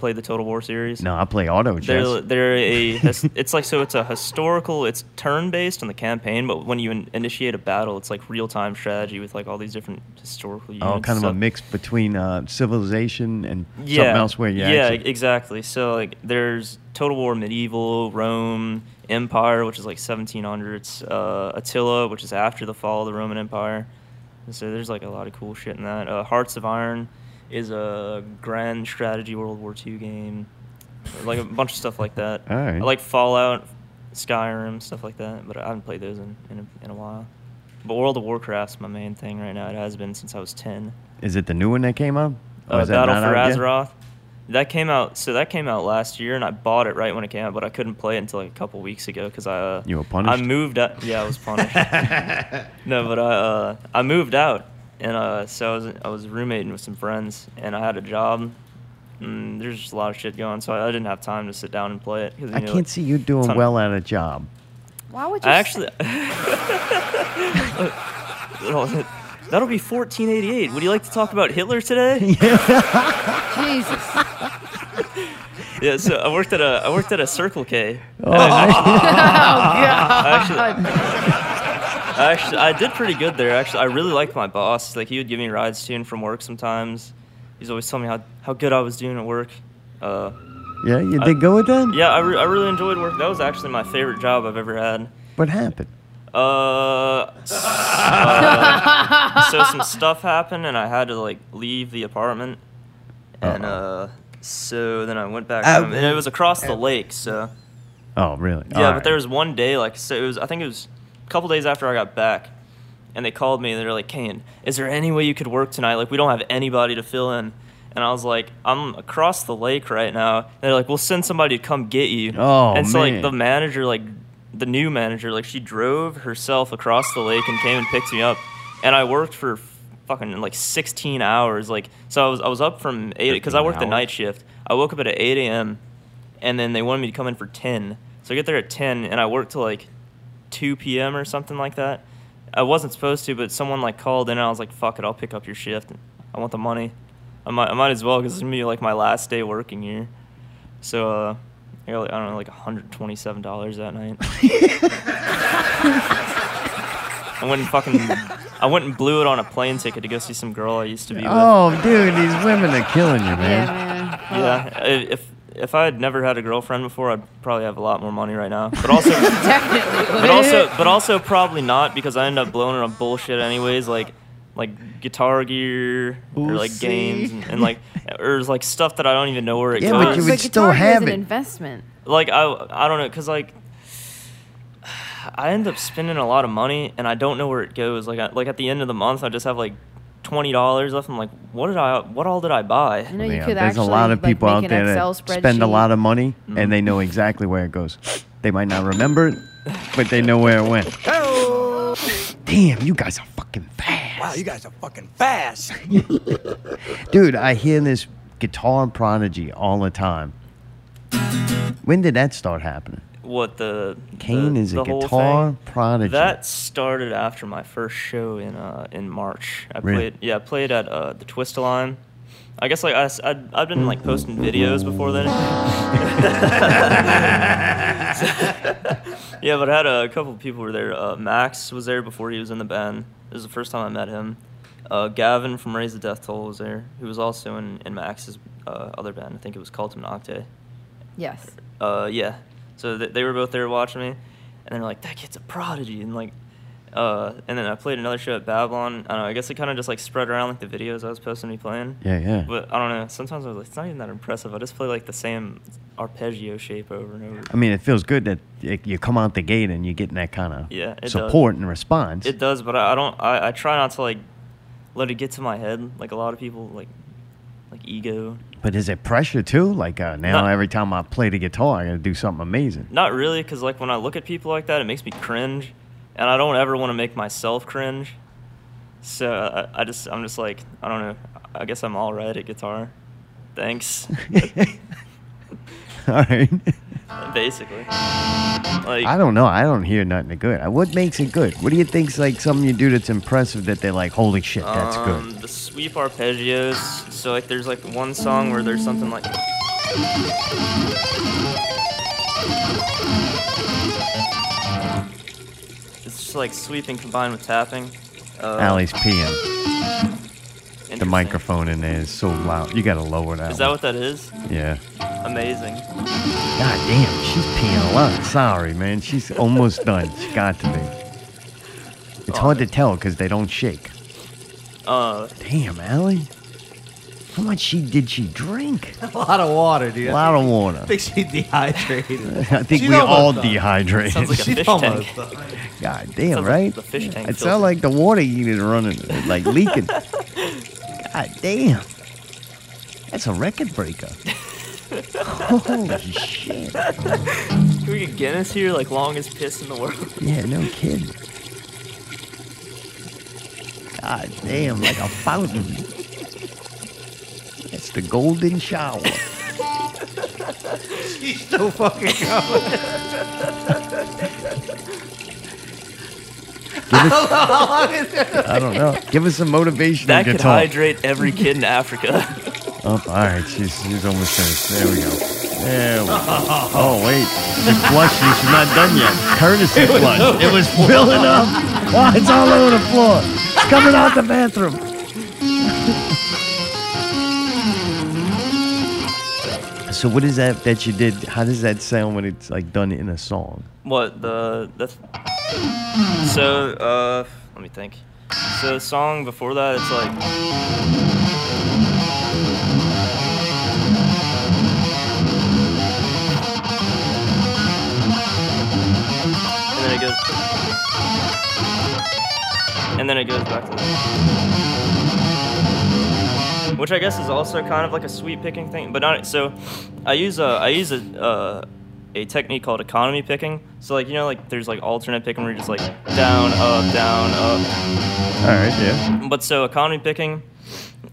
play the Total War series?
No, I play auto chess.
They're, they're a his- (laughs) it's like so it's a historical it's turn based on the campaign, but when you in, initiate a battle, it's like real time strategy with like all these different historical units.
Oh, kind of
So-
a mix between uh, civilization and
yeah,
something else where you
yeah
actually-
exactly. So like there's Total War medieval Rome Empire, which is like 1700s uh, Attila, which is after the fall of the Roman Empire. And so there's like a lot of cool shit in that. Uh, Hearts of Iron is a grand strategy World War II game, like a bunch of stuff like that.
All right.
I like Fallout, Skyrim, stuff like that, but I haven't played those in in a, in a while. But World of Warcraft's my main thing right now. It has been since I was 10
Is it the new one that came out? Or
uh,
is that
Battle
not
for
out yet?
Azeroth. That came out, so that came out last year, and I bought it right when it came out, but I couldn't play it until like a couple weeks ago because I uh,
You were
I
punished?
moved out. Yeah, I was
(laughs)
punished. no, but I uh, I moved out, and uh, so I was I was roommating with some friends, and I had a job. And there's just a lot of shit going, so I, I didn't have time to sit down and play it. 'cause, you
I
know,
can't
like,
see you doing
ton of-
well at
(laughs)
a job.
Why would you?
I
s-
actually. (laughs) That'll be 1488. Would you like to talk about Hitler
(laughs)
today?
Jesus.
Yeah, so I worked at a I worked at a Circle K.
Oh,
actually, actually, I did pretty good there. Actually, I really liked my boss. Like he would give me rides to and from work sometimes. He's always telling me how, how good I was doing at work. Uh,
(laughs) Yeah, you did go with that?
yeah, I, re- I really enjoyed work. That was actually my favorite job I've ever had.
What happened?
Uh, s- uh, so some stuff happened and I had to like leave the apartment. And uh, so then I went back
Uh,
home and it was across the lake. So
Oh, really?
yeah, but there was one day, like, so it was, I think it was a couple days after I got back, and they called me and they're like, Kane, is there any way you could work tonight? Like, we don't have anybody to fill in. And I was like, I'm across the lake right now. And they're like, we'll send somebody to come get you.
Oh,
And so,
man.
like, the manager, like, the new manager, like, she drove herself across the lake and came and picked me up. And I worked for fucking like 16 hours. Like, so I was, I was up from 8 because I
15
worked the
hours?
night shift. I woke up at 8 a.m and then they wanted me to come in for 10. So I get there at 10, and I work till like 2 p.m. or something like that. I wasn't supposed to, but someone like called in, and I was like, "Fuck it, I'll pick up your shift. I want the money. I might, I might as well because it's gonna be like my last day working here." So uh, I got, like, I don't know, like 127 dollars that night. I went and fucking, I went and blew it on a plane ticket to go see some girl I used to be with.
Oh, dude, these women are killing you,
Yeah,
man.
man.
Yeah, i- if if I had never had a girlfriend before, I'd probably have a lot more money right now. But also, but
(laughs)
also, but also probably not because I end up blowing it on bullshit anyways, like like Guitar Gear or like games and, and
(laughs)
like or it's, like stuff that I don't even know where it
Yeah,
goes.
but you would
But
still
guitar
have
is an
it.
investment.
like I I don't know because like. I end up spending a lot of money and I don't know where it goes. Like I, like at the end of the month, I just have like twenty dollars left. I'm like, what did I? What all did I buy?
You know, you
Yeah,
could
there's a
actually
lot of people
like,
out
make
there
an Excel
that spend a
spreadsheet. Mm-hmm.
lot of money and they know exactly where it goes. They might not remember it, but they know where it went. Damn, you guys are fucking fast.
Wow, you guys are fucking fast.
Dude, I hear this guitar prodigy all the time. When did that start happening?
what the
Kane
the-
is a
the whole
guitar
thing.
prodigy.
That started after my first show in uh, in March. I
Really?
played yeah, I played at uh, the Twist Line. I guess like I would I've been like posting videos before then. (laughs) yeah, but I had a couple people were there. Uh, Max was there before he was in the band. This is the first time I met him. Uh, Gavin from Raise the Death Toll was there. He was also in, in Max's uh, other band. I think it was called Him Octave.
Yes.
Uh, yeah. So th- they were both there watching me, and they're like, "That kid's a prodigy," and like, uh, and then I played another show at Babylon. I don't know. I guess it kind of just like spread around like the videos I was posting me playing.
yeah, yeah.
But I don't know. Sometimes I was like, it's not even that impressive. I just play like the same arpeggio shape over and over.
I mean, it feels good that it, you come out the gate and you're getting that kind of
Yeah, it does.
support and response.
It does, but I, I don't. I, I try not to like let it get to my head. Like a lot of people, like like ego.
but is it pressure too? Like uh, now,
No.
every time I play the guitar, I gotta do something amazing.
Not really, because like when I look at people like that, it makes me cringe. and I don't ever want to make myself cringe. So uh, I just I'm just like I don't know. I guess I'm all right at guitar. Thanks. (laughs)
(laughs) All right.
Basically. Like
I don't know. I don't hear nothing good. Uh, What makes it good? What do you think's like something you do that's impressive that they're like, holy shit, that's
um,
good?
The sweep arpeggios. So like there's like one song where there's something like It's just like sweeping combined with tapping. Uh,
Allie's peeing. The
interesting.
microphone in there is so loud. You gotta lower that.
Is that
one.
what that is?
Yeah.
Amazing.
God damn, she's peeing a lot. Sorry, man. She's almost done. She got to be. It's hard to tell because they don't shake.
Uh,
Damn, Allie. How much she did she drink?
A lot of water, dude.
A lot of water.
I think she
(laughs)
dehydrated.
(laughs) I think
She's
we
almost
all
done.
dehydrated.
Sounds like a
She's
fish
almost
tank.
done.
(laughs) God damn,
Sounds like
right?
the fish tank
It
filter.
sounds like the water unit is running, like
(laughs)
leaking. God damn. That's a
(laughs)
record breaker. Holy shit.
Can we get Guinness here? Like longest piss in the world.
Yeah, no kidding. God damn, like a fountain. That's the golden shower.
(laughs) She's still fucking going. (laughs)
I don't know. Give us some motivational
That could
guitar.
hydrate every kid in Africa.
Oh, all right, she's, she's almost finished. There we go. There we go. Oh, wait. She flushed and she's not done yet. Courtesy flush. It was filling up. Oh, it's all over the floor. It's coming out the bathroom. So what is that that you did? How does that sound when it's like done in a song?
What the that's so uh let me think. So the song before that it's like And then it goes And then it goes back to that. Which I guess is also kind of like a sweet picking thing, but not so I use a I use a uh, a technique called economy picking. So like you know like there's like alternate picking where you're just like down, up, down, up.
All right, yeah.
But so economy picking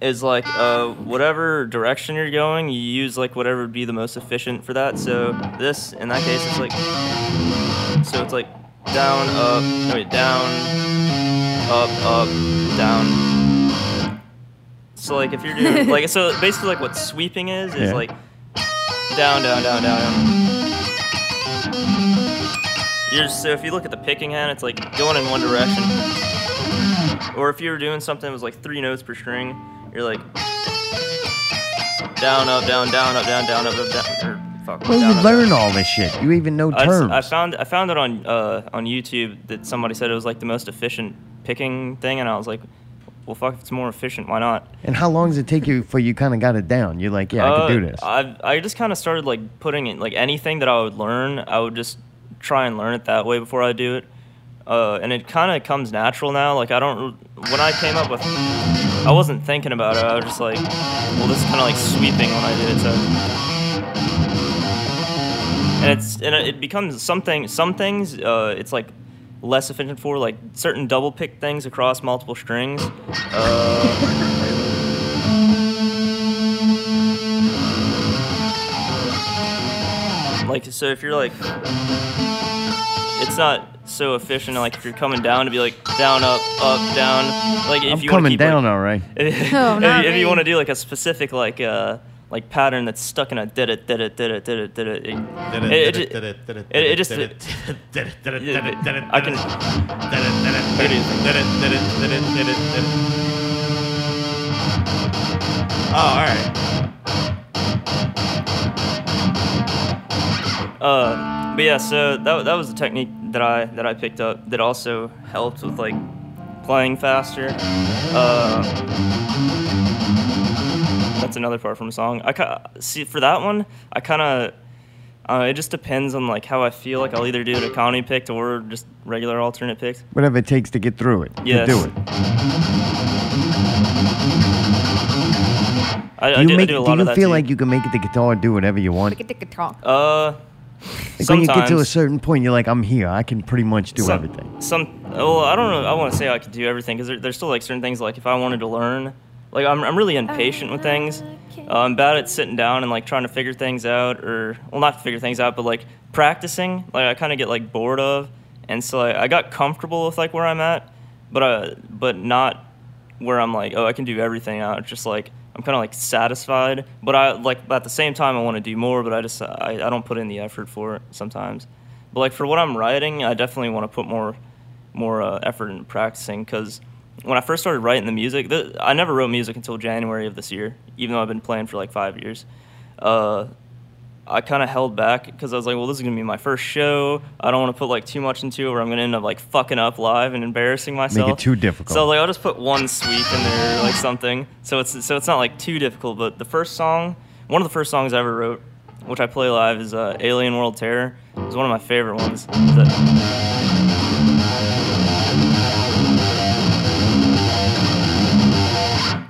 is like uh, whatever direction you're going, you use like whatever would be the most efficient for that. So this, in that case, it's like so it's like down, up, no, wait, down, up, up, down. So like if you're doing like so basically like what sweeping is is
Yeah.
like down, down, down, down, down. You're, so if you look at the picking hand, it's like going in one direction. Or if you were doing something that was like three notes per string, you're like down, up, down, down, up, down, down, up, up, down. Or, fuck,
Where
down,
you
up,
learn all this shit? You even know
I,
terms.
I found I found it on uh, on YouTube that somebody said it was like the most efficient picking thing, and I was like, well, fuck, if it's more efficient, why not?
and how long does it take you before you kind of got it down? You're like, yeah, I
Uh,
can do this.
I I just kind of started like putting it like anything that I would learn, I would just try and learn it that way before I do it, uh, and it kind of comes natural now. Like I don't when I came up with, I wasn't thinking about it. I was just like, well, this is kind of like sweeping when I did it. So. And it's and it becomes something. Some things uh, it's like less efficient for like certain double pick things across multiple strings. Uh, Like, so if you're like, it's not so efficient. Like, if you're coming down to be like down, up, up, down. Like, if
I'm
you wanna
coming
keep,
down,
Like,
all right.
if,
No,
if
Oh, not
you- if
me.
you want to do like a specific like uh like pattern that's stuck in a did it did it did it did it did it. It, it, it, it, it just. I can.
Oh, all right.
Uh, but yeah, so that, that was a technique that I that I picked up that also helped with like playing faster. Uh, that's another part from a song. I ca- see for that one, I kind of uh, it just depends on like how I feel. Like I'll either do an economy picked or just regular alternate picked.
Whatever it takes to get through it, you
Yes.
do it.
I, I
you
do, I
make,
do a lot
you
of that.
feel
too.
like you can make the guitar do whatever you want?
Look at the guitar.
Uh,
Like when you get to a
Sometimes.
certain point, you're like, I'm here. I can pretty much do
some,
everything.
Some, well, I don't know. I want to say I could do everything because there, there's still like certain things like if I wanted to learn, like I'm, I'm really impatient with things. Uh, I'm bad at sitting down and like trying to figure things out, or well, not figure things out, but like practicing. Like I kind of get like bored of, and so like, I got comfortable with like where I'm at, but uh, but not where I'm like, oh, I can do everything. I just like I'm kind of like satisfied, but I like but at the same time I want to do more, but I just I, I don't put in the effort for it sometimes. But like for what I'm writing, I definitely want to put more more uh, effort into practicing because when I first started writing the music, th- I never wrote music until January of this year, even though I've been playing for like five years. Uh, I kind of held back because I was like, well, this is gonna be my first show. I don't want to put like too much into it, where I'm gonna end up like fucking up live and embarrassing myself.
too difficult.
So like, I'll just put one sweep in there, or, like something. So it's so it's not like too difficult. But the first song, one of the first songs I ever wrote, which I play live, is uh, "Alien World Terror." It's one of my favorite ones. That-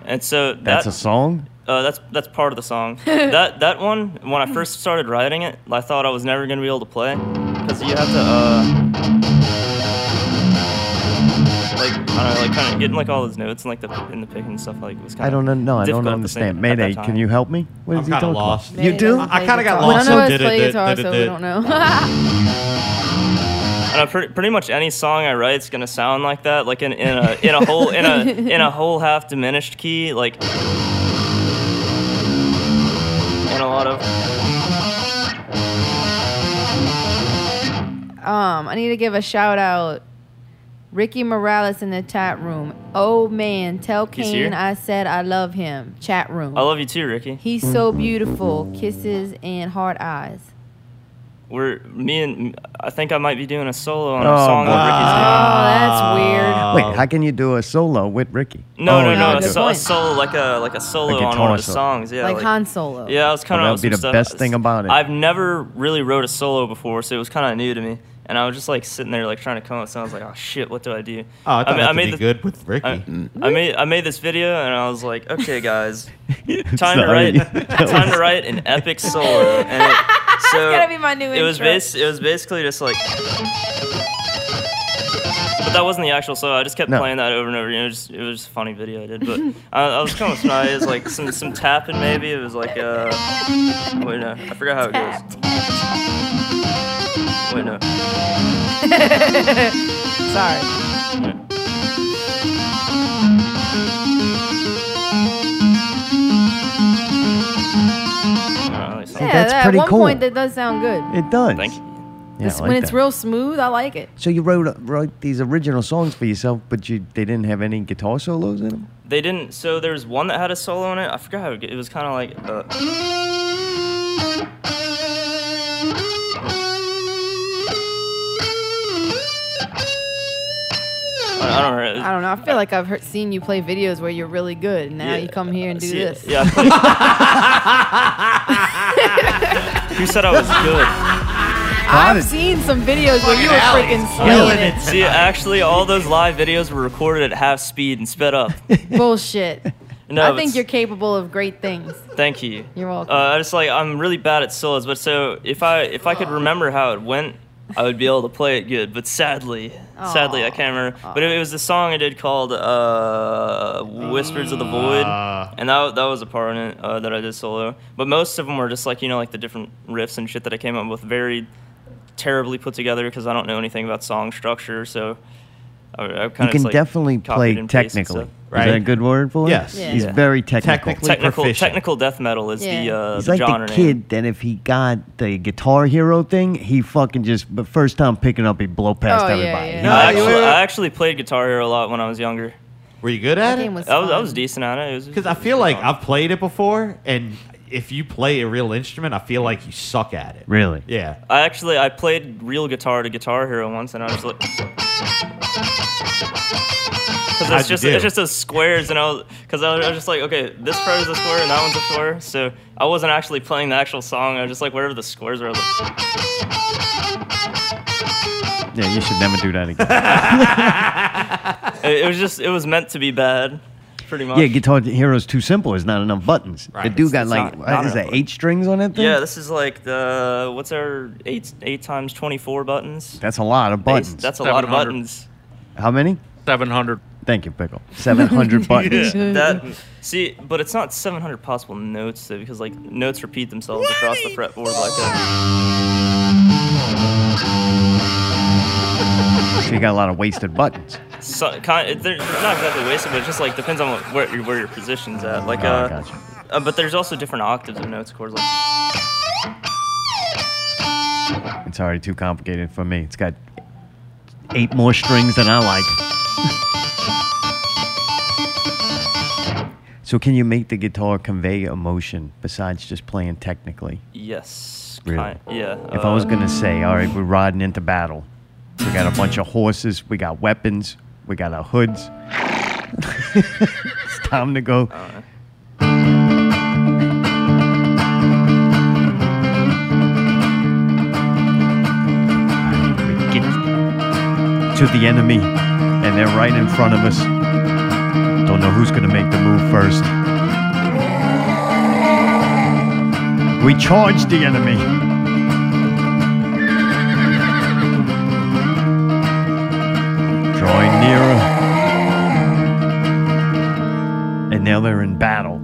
and so that,
That's a song?
uh, that's that's part of the song. that that one, when I first started writing it, I thought I was never gonna be able to play because you have to uh, like I don't know, like kind of getting like all those notes and like the in the pick and stuff like was kind
I don't know. No, I don't
difficult at the same-
understand.
at that
Mayday,
time.
can you help me? What
I'm
is he
kinda
talking about?
lost.
You do?
I kinda got
We don't
lost.
know
So
how to
did it,
play
did- (laughs)
guitar,
did it,
so we
did.
don't know. (laughs)
And I pretty, pretty much any song I write's gonna sound like that, like in, in a in a whole in a in a whole half diminished key, like in a lot of.
um, I need to give a shout out. Ricky Morales in the chat room. Oh man, tell
He's here?
Kane I said I love him. Chat room.
I love you too, Ricky.
He's so beautiful. Kisses and hard eyes.
We're me and I think I might be doing a solo on
Oh,
a song
boy.
with Ricky's name.
Oh, that's weird.
Um,
Wait, how can you do a solo with Ricky?
No,
Oh,
no,
you
no,
no,
a,
good
so, a
point.
solo like a like a solo on
A
one
guitar
of the
solo.
songs. Yeah,
like, Han Solo.
Yeah, I was kind
Well,
of
that would be the best thing about it.
I've never really wrote a solo before, so it was kind of new to me. And I was just like sitting there, like trying to come up. with something. I was like, "Oh shit, what do I do?"
Oh, I
ma-
thought that would be
this-
good with Ricky.
I,
Mm.
I made I made this video, and I was like, "Okay,
(laughs)
guys, (laughs) time to
Sorry. (laughs)
write (laughs) time to write an epic solo." And
(laughs)
it, so
gonna be my new
it was
intro.
bas- it was basically just like. But that wasn't the actual solo. I just kept
No.
playing that over and over. You know, just, it was just a funny video I did. But (laughs) I, I was coming with some ideas, like some some tapping maybe. It was like uh, wait no, I forgot how it goes. Wait no.
(laughs) Sorry.
I don't know, like something.
Yeah,
That's
that-
pretty
at one
cool.
point that does sound good.
It does.
Thank you.
Yeah, I
It's-
like
when it's
that.
real smooth, I like it.
So you wrote wrote these original songs for yourself, but you they didn't have any guitar solos in them.
They didn't. So there was one that had a solo in it. I forgot how it, it was. Kind of like. Uh, I I don't know.
I don't know. I feel like I've heard, seen you play videos where you're really good, and now you come here and do
See,
this. (laughs)
Yeah. (laughs) I played- Who said I was good?
I've seen some videos
(laughs)
where you were freaking slaying it.
See, actually, all those live videos were recorded at half speed and sped up.
Bullshit.
No,
I
but
think
s-
you're capable of great things.
Thank you.
You're welcome.
Uh, I just like I'm really bad at solos, but so if I if I could remember how it went, I would be able to play it good. But sadly, sadly I can't remember. But it, it was the song I did called uh, "Whispers of the Void,"
Ah.
and that that was a part in it uh, that I did solo. But most of them were just like you know like the different riffs and shit that I came up with, very terribly put together because I don't know anything about song structure. So I, I kind
You
of
can
like,
definitely
copied
play
and pasted
technically.
stuff.
Right.
Is that a good word for it?
Yes.
Yeah.
He's
Yeah.
very technical.
Technically
Technical,
proficient.
technical death metal is the
Yeah.
uh,
He's
the
like
genre
the
name.
kid that if he got the guitar hero thing, he fucking just but first time picking up, he'd blow past
Oh, yeah,
everybody.
yeah,
He
yeah.
I
you
actually,
were-
I actually played Guitar Hero a lot when I was younger.
Were you good
That
at
game
it?
was
I was, I was
fun.
decent at it. it. was-
Because I feel like I've played it before, and if you play a real instrument, I feel like you suck at it.
Really?
Yeah. (laughs)
I actually I played real guitar to Guitar Hero once, and I was like, because
How'd you
it's just
do?
it's just those squares, and I was because I was, I was just like, okay, this part is a square and that one's a square, so I wasn't actually playing the actual song. I was just like wherever the squares were. I was like,
Yeah,
(laughs)
you should never do that again.
it, it was just it was meant to be bad. pretty much.
Yeah, Guitar Hero's too simple. There's not enough buttons.
Right.
The dude got
It's
like,
not-
what
not
is that
enough
eight strings on that thing?
Yeah, this is like the what's our eight eight times twenty four buttons.
That's a lot of
Base-
buttons.
That's a lot of
700.
buttons.
How many?
700.
Thank
(laughs)
you, Pickle. 700 buttons.
That see, but it's not seven hundred possible notes though, because like notes repeat themselves across the fretboard like that.
So you got a lot of wasted buttons.
So, kind they're not exactly wasted, but it just like depends on what, where your where your position's at. Like
Oh,
uh,
gotcha.
uh, but there's also different octaves of notes, of course. Like
It's already too complicated for me. It's got eight more strings than I like. so, can you make the guitar convey emotion besides just playing technically?
yes,
Really?
kind- yeah.
If I was
uh,
going to say, all right, we're riding into battle, we got a bunch of horses, we got weapons, we got our hoods. (laughs) it's time to go. We get to the enemy, and they're right in front of us. Don't know who's going to make the move first. We charge the enemy. drawing nearer. And now they're in battle.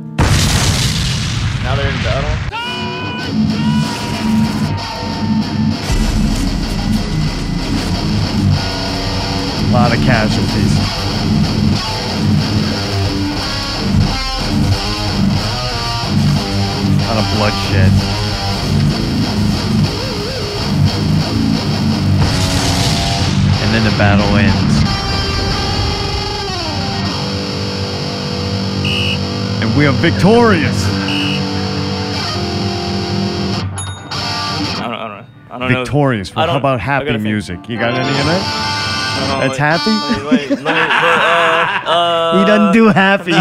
now they're in battle.
A lot of casualties. A lot of bloodshed. And then the battle ends. And we are victorious.
uh, I don't, I don't know. I don't know.
Victorious.
I
How
don't-
about
I gotta
happy
think.
music? You got any of that?
No, no,
That's
wait,
happy?
Wait, wait, let me- but, uh, uh,
(laughs) He doesn't do
(laughs)
happy.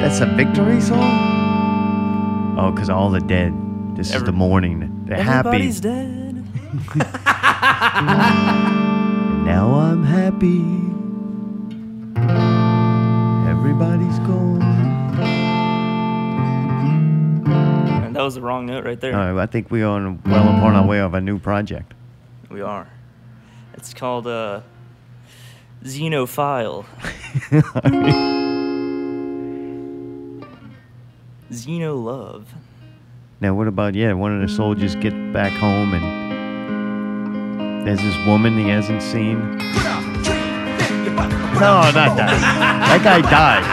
That's a victory song? Oh, because all the dead. This is
Every-
the morning. They're happy.
Everybody's dead.
And now I'm happy. Everybody's gone.
And that was the wrong note right there.
All right, I think we are well upon
Mm-hmm.
our way of a new project.
We are. It's called uh, Xenophile. Xeno love.
Now, what about, yeah, one of the soldiers get
Mm-hmm.
back home and there's this woman he hasn't seen. No, not that. That guy died.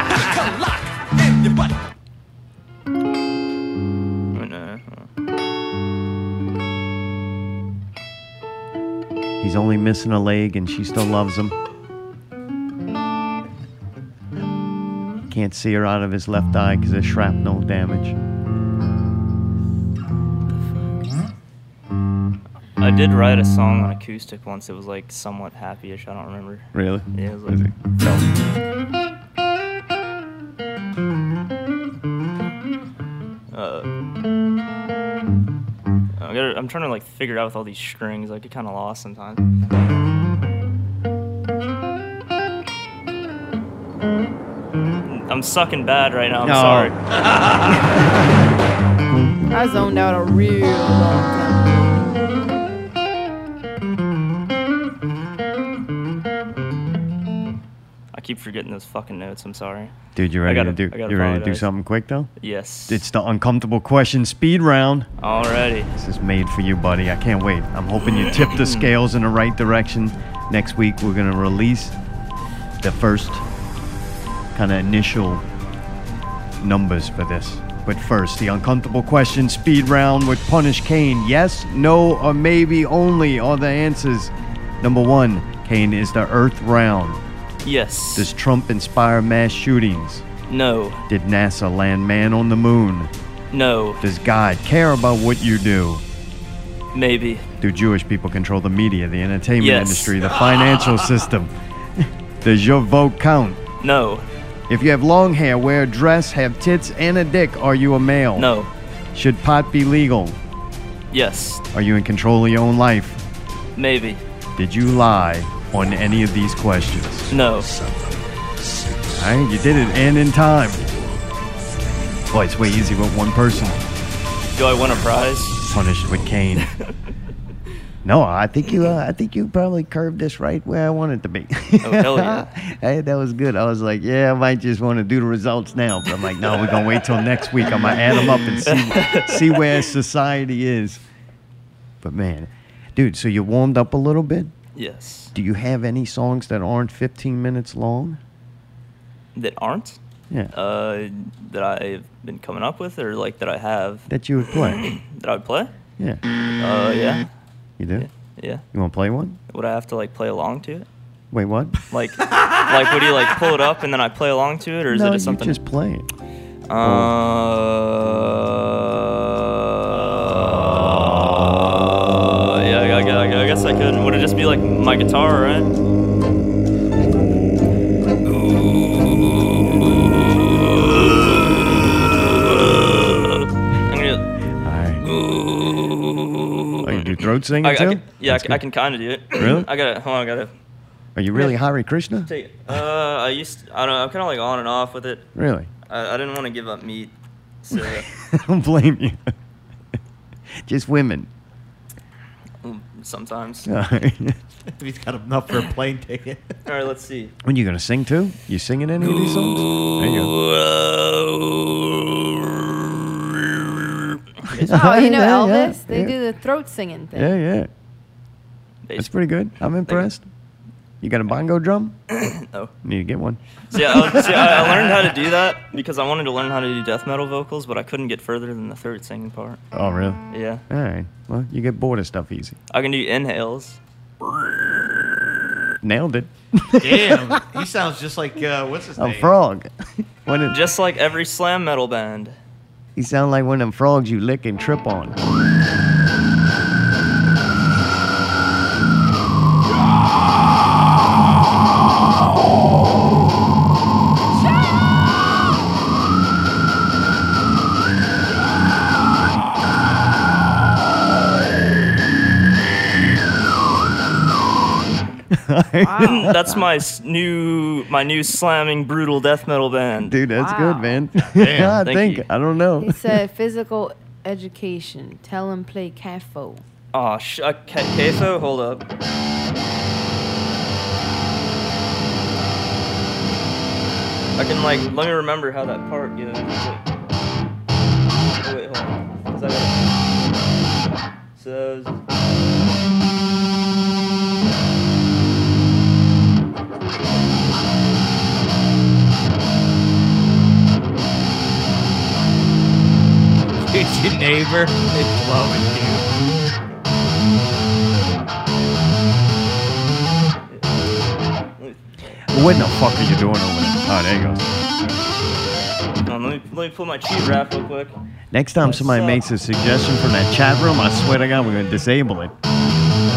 Wait, no, no.
He's only missing a leg and she still loves him. Can't see her out of his left eye because of shrapnel damage.
I did write a song on acoustic once. It was like somewhat happy-ish. I don't remember.
Really?
Yeah, it was like, uh, I gotta, I'm trying to like figure out with all these strings. I get kind of lost sometimes. I'm sucking bad right now. I'm
No.
sorry.
(laughs) I zoned out a real long time.
I keep forgetting those fucking notes. I'm sorry.
Dude, you ready
gotta-
to
I
do
gotta
you ready to do
apologize.
something quick though?
Yes.
It's the uncomfortable question speed round.
already.
This is made for you, buddy. I can't wait. I'm hoping you tip the scales in the right direction. Next week, we're going to release the first kind of initial numbers for this. But first, the uncomfortable question speed round with Punish Kane. Yes, no, or maybe only are the answers. Number one, Kane is the Earth round.
Yes.
Does Trump inspire mass shootings?
no.
Did NASA land man on the moon?
No.
Does God care about what you do?
Maybe.
Do Jewish people control the media, the entertainment
Yes.
industry,
(laughs)
the financial system? Does your vote count?
No.
If you have long hair, wear a dress, have tits, and a dick, are you a male?
No.
Should pot be legal?
Yes.
Are you in control of your own life?
Maybe.
Did you lie? on any of these questions?
No.
All right, you did it, and in time. Boy, it's way easy with one person
Do I win a prize?
punished with cane.
(laughs)
No, I think you. Uh, I think you probably curved this right where I want it to be.
Oh, hell yeah.
(laughs) hey, that was good. I was like, yeah, I might just want to do the results now, but I'm like, no, we're gonna wait till next week. I'm gonna add them up and
(laughs)
see see where society is. But man, dude, so you warmed up a little bit.
Yes.
Do you have any songs that aren't 15 minutes long?
That aren't?
Yeah,
Uh, that I've been coming up with or like that I have
that you
(clears throat)
would play.
that I would play?
Yeah,
Uh, yeah.
you do.
Yeah.
You want to play one?
Would I have to like play along to it?
Wait, what?
Like, (laughs) like would you like pull it up and then I play along to it or is
no,
it just
you
something?
just play it.
Uh, yeah, I, gu- I, gu- I guess I could. Would it just be like my guitar, right? I'm gonna-
All right. Oh, you do throat singing
I, I
too?
can, yeah, I,
That's
can- I
good.
can kind of do it.
Really?
I gotta. Hold on, I gotta
Are you really Hari Krishna?
take. it. Uh, I used. I don't know. I'm kind of like on and off with it.
Really? (laughs)
I, I didn't want to give up meat, so
I don't blame you. (laughs) Just women. (laughs)
sometimes.
All right.
He's got enough for a plane ticket.
All right, let's see.
when you gonna sing too? You singing any of these songs? There you go.
Oh, you
(laughs)
know
Yeah, yeah,
Elvis? They
yeah.
do the throat singing thing.
Yeah, yeah. That's
Bass.
pretty good. I'm impressed. You got a bongo drum?
No.
Need to get one.
See, I, oh, see, I, I learned how to do that because I wanted to learn how to do death metal vocals, but I couldn't get further than the third singing part.
Oh, really?
Yeah,
All right. Well, you get bored of stuff easy.
I can do inhales.
Nailed it.
Damn, he sounds just like uh, what's his
A
name?
frog. (laughs) One of-
Just like every slam metal band.
You sound like one of them frogs you lick and trip on.
(laughs) That's my s- new my new slamming brutal death metal band.
Dude, that's
Wow.
good, man. (laughs) I
thank
think.
you.
I don't know. (laughs)
He said physical education. Tell him play CAFO.
Oh, sh- uh, K- Kefo, hold up. I can like let me remember how that part goes. Wait, oh, wait hold on. 'Cause I gotta- So.
It's (laughs) your neighbor. It's loving you.
What in the fuck are you doing over there? Oh, there you go.
Hold on, let me let me pull my cheat wrap real quick.
Next time
What's
somebody
up?
makes a suggestion from that chat room, I swear to God, we're going to disable it.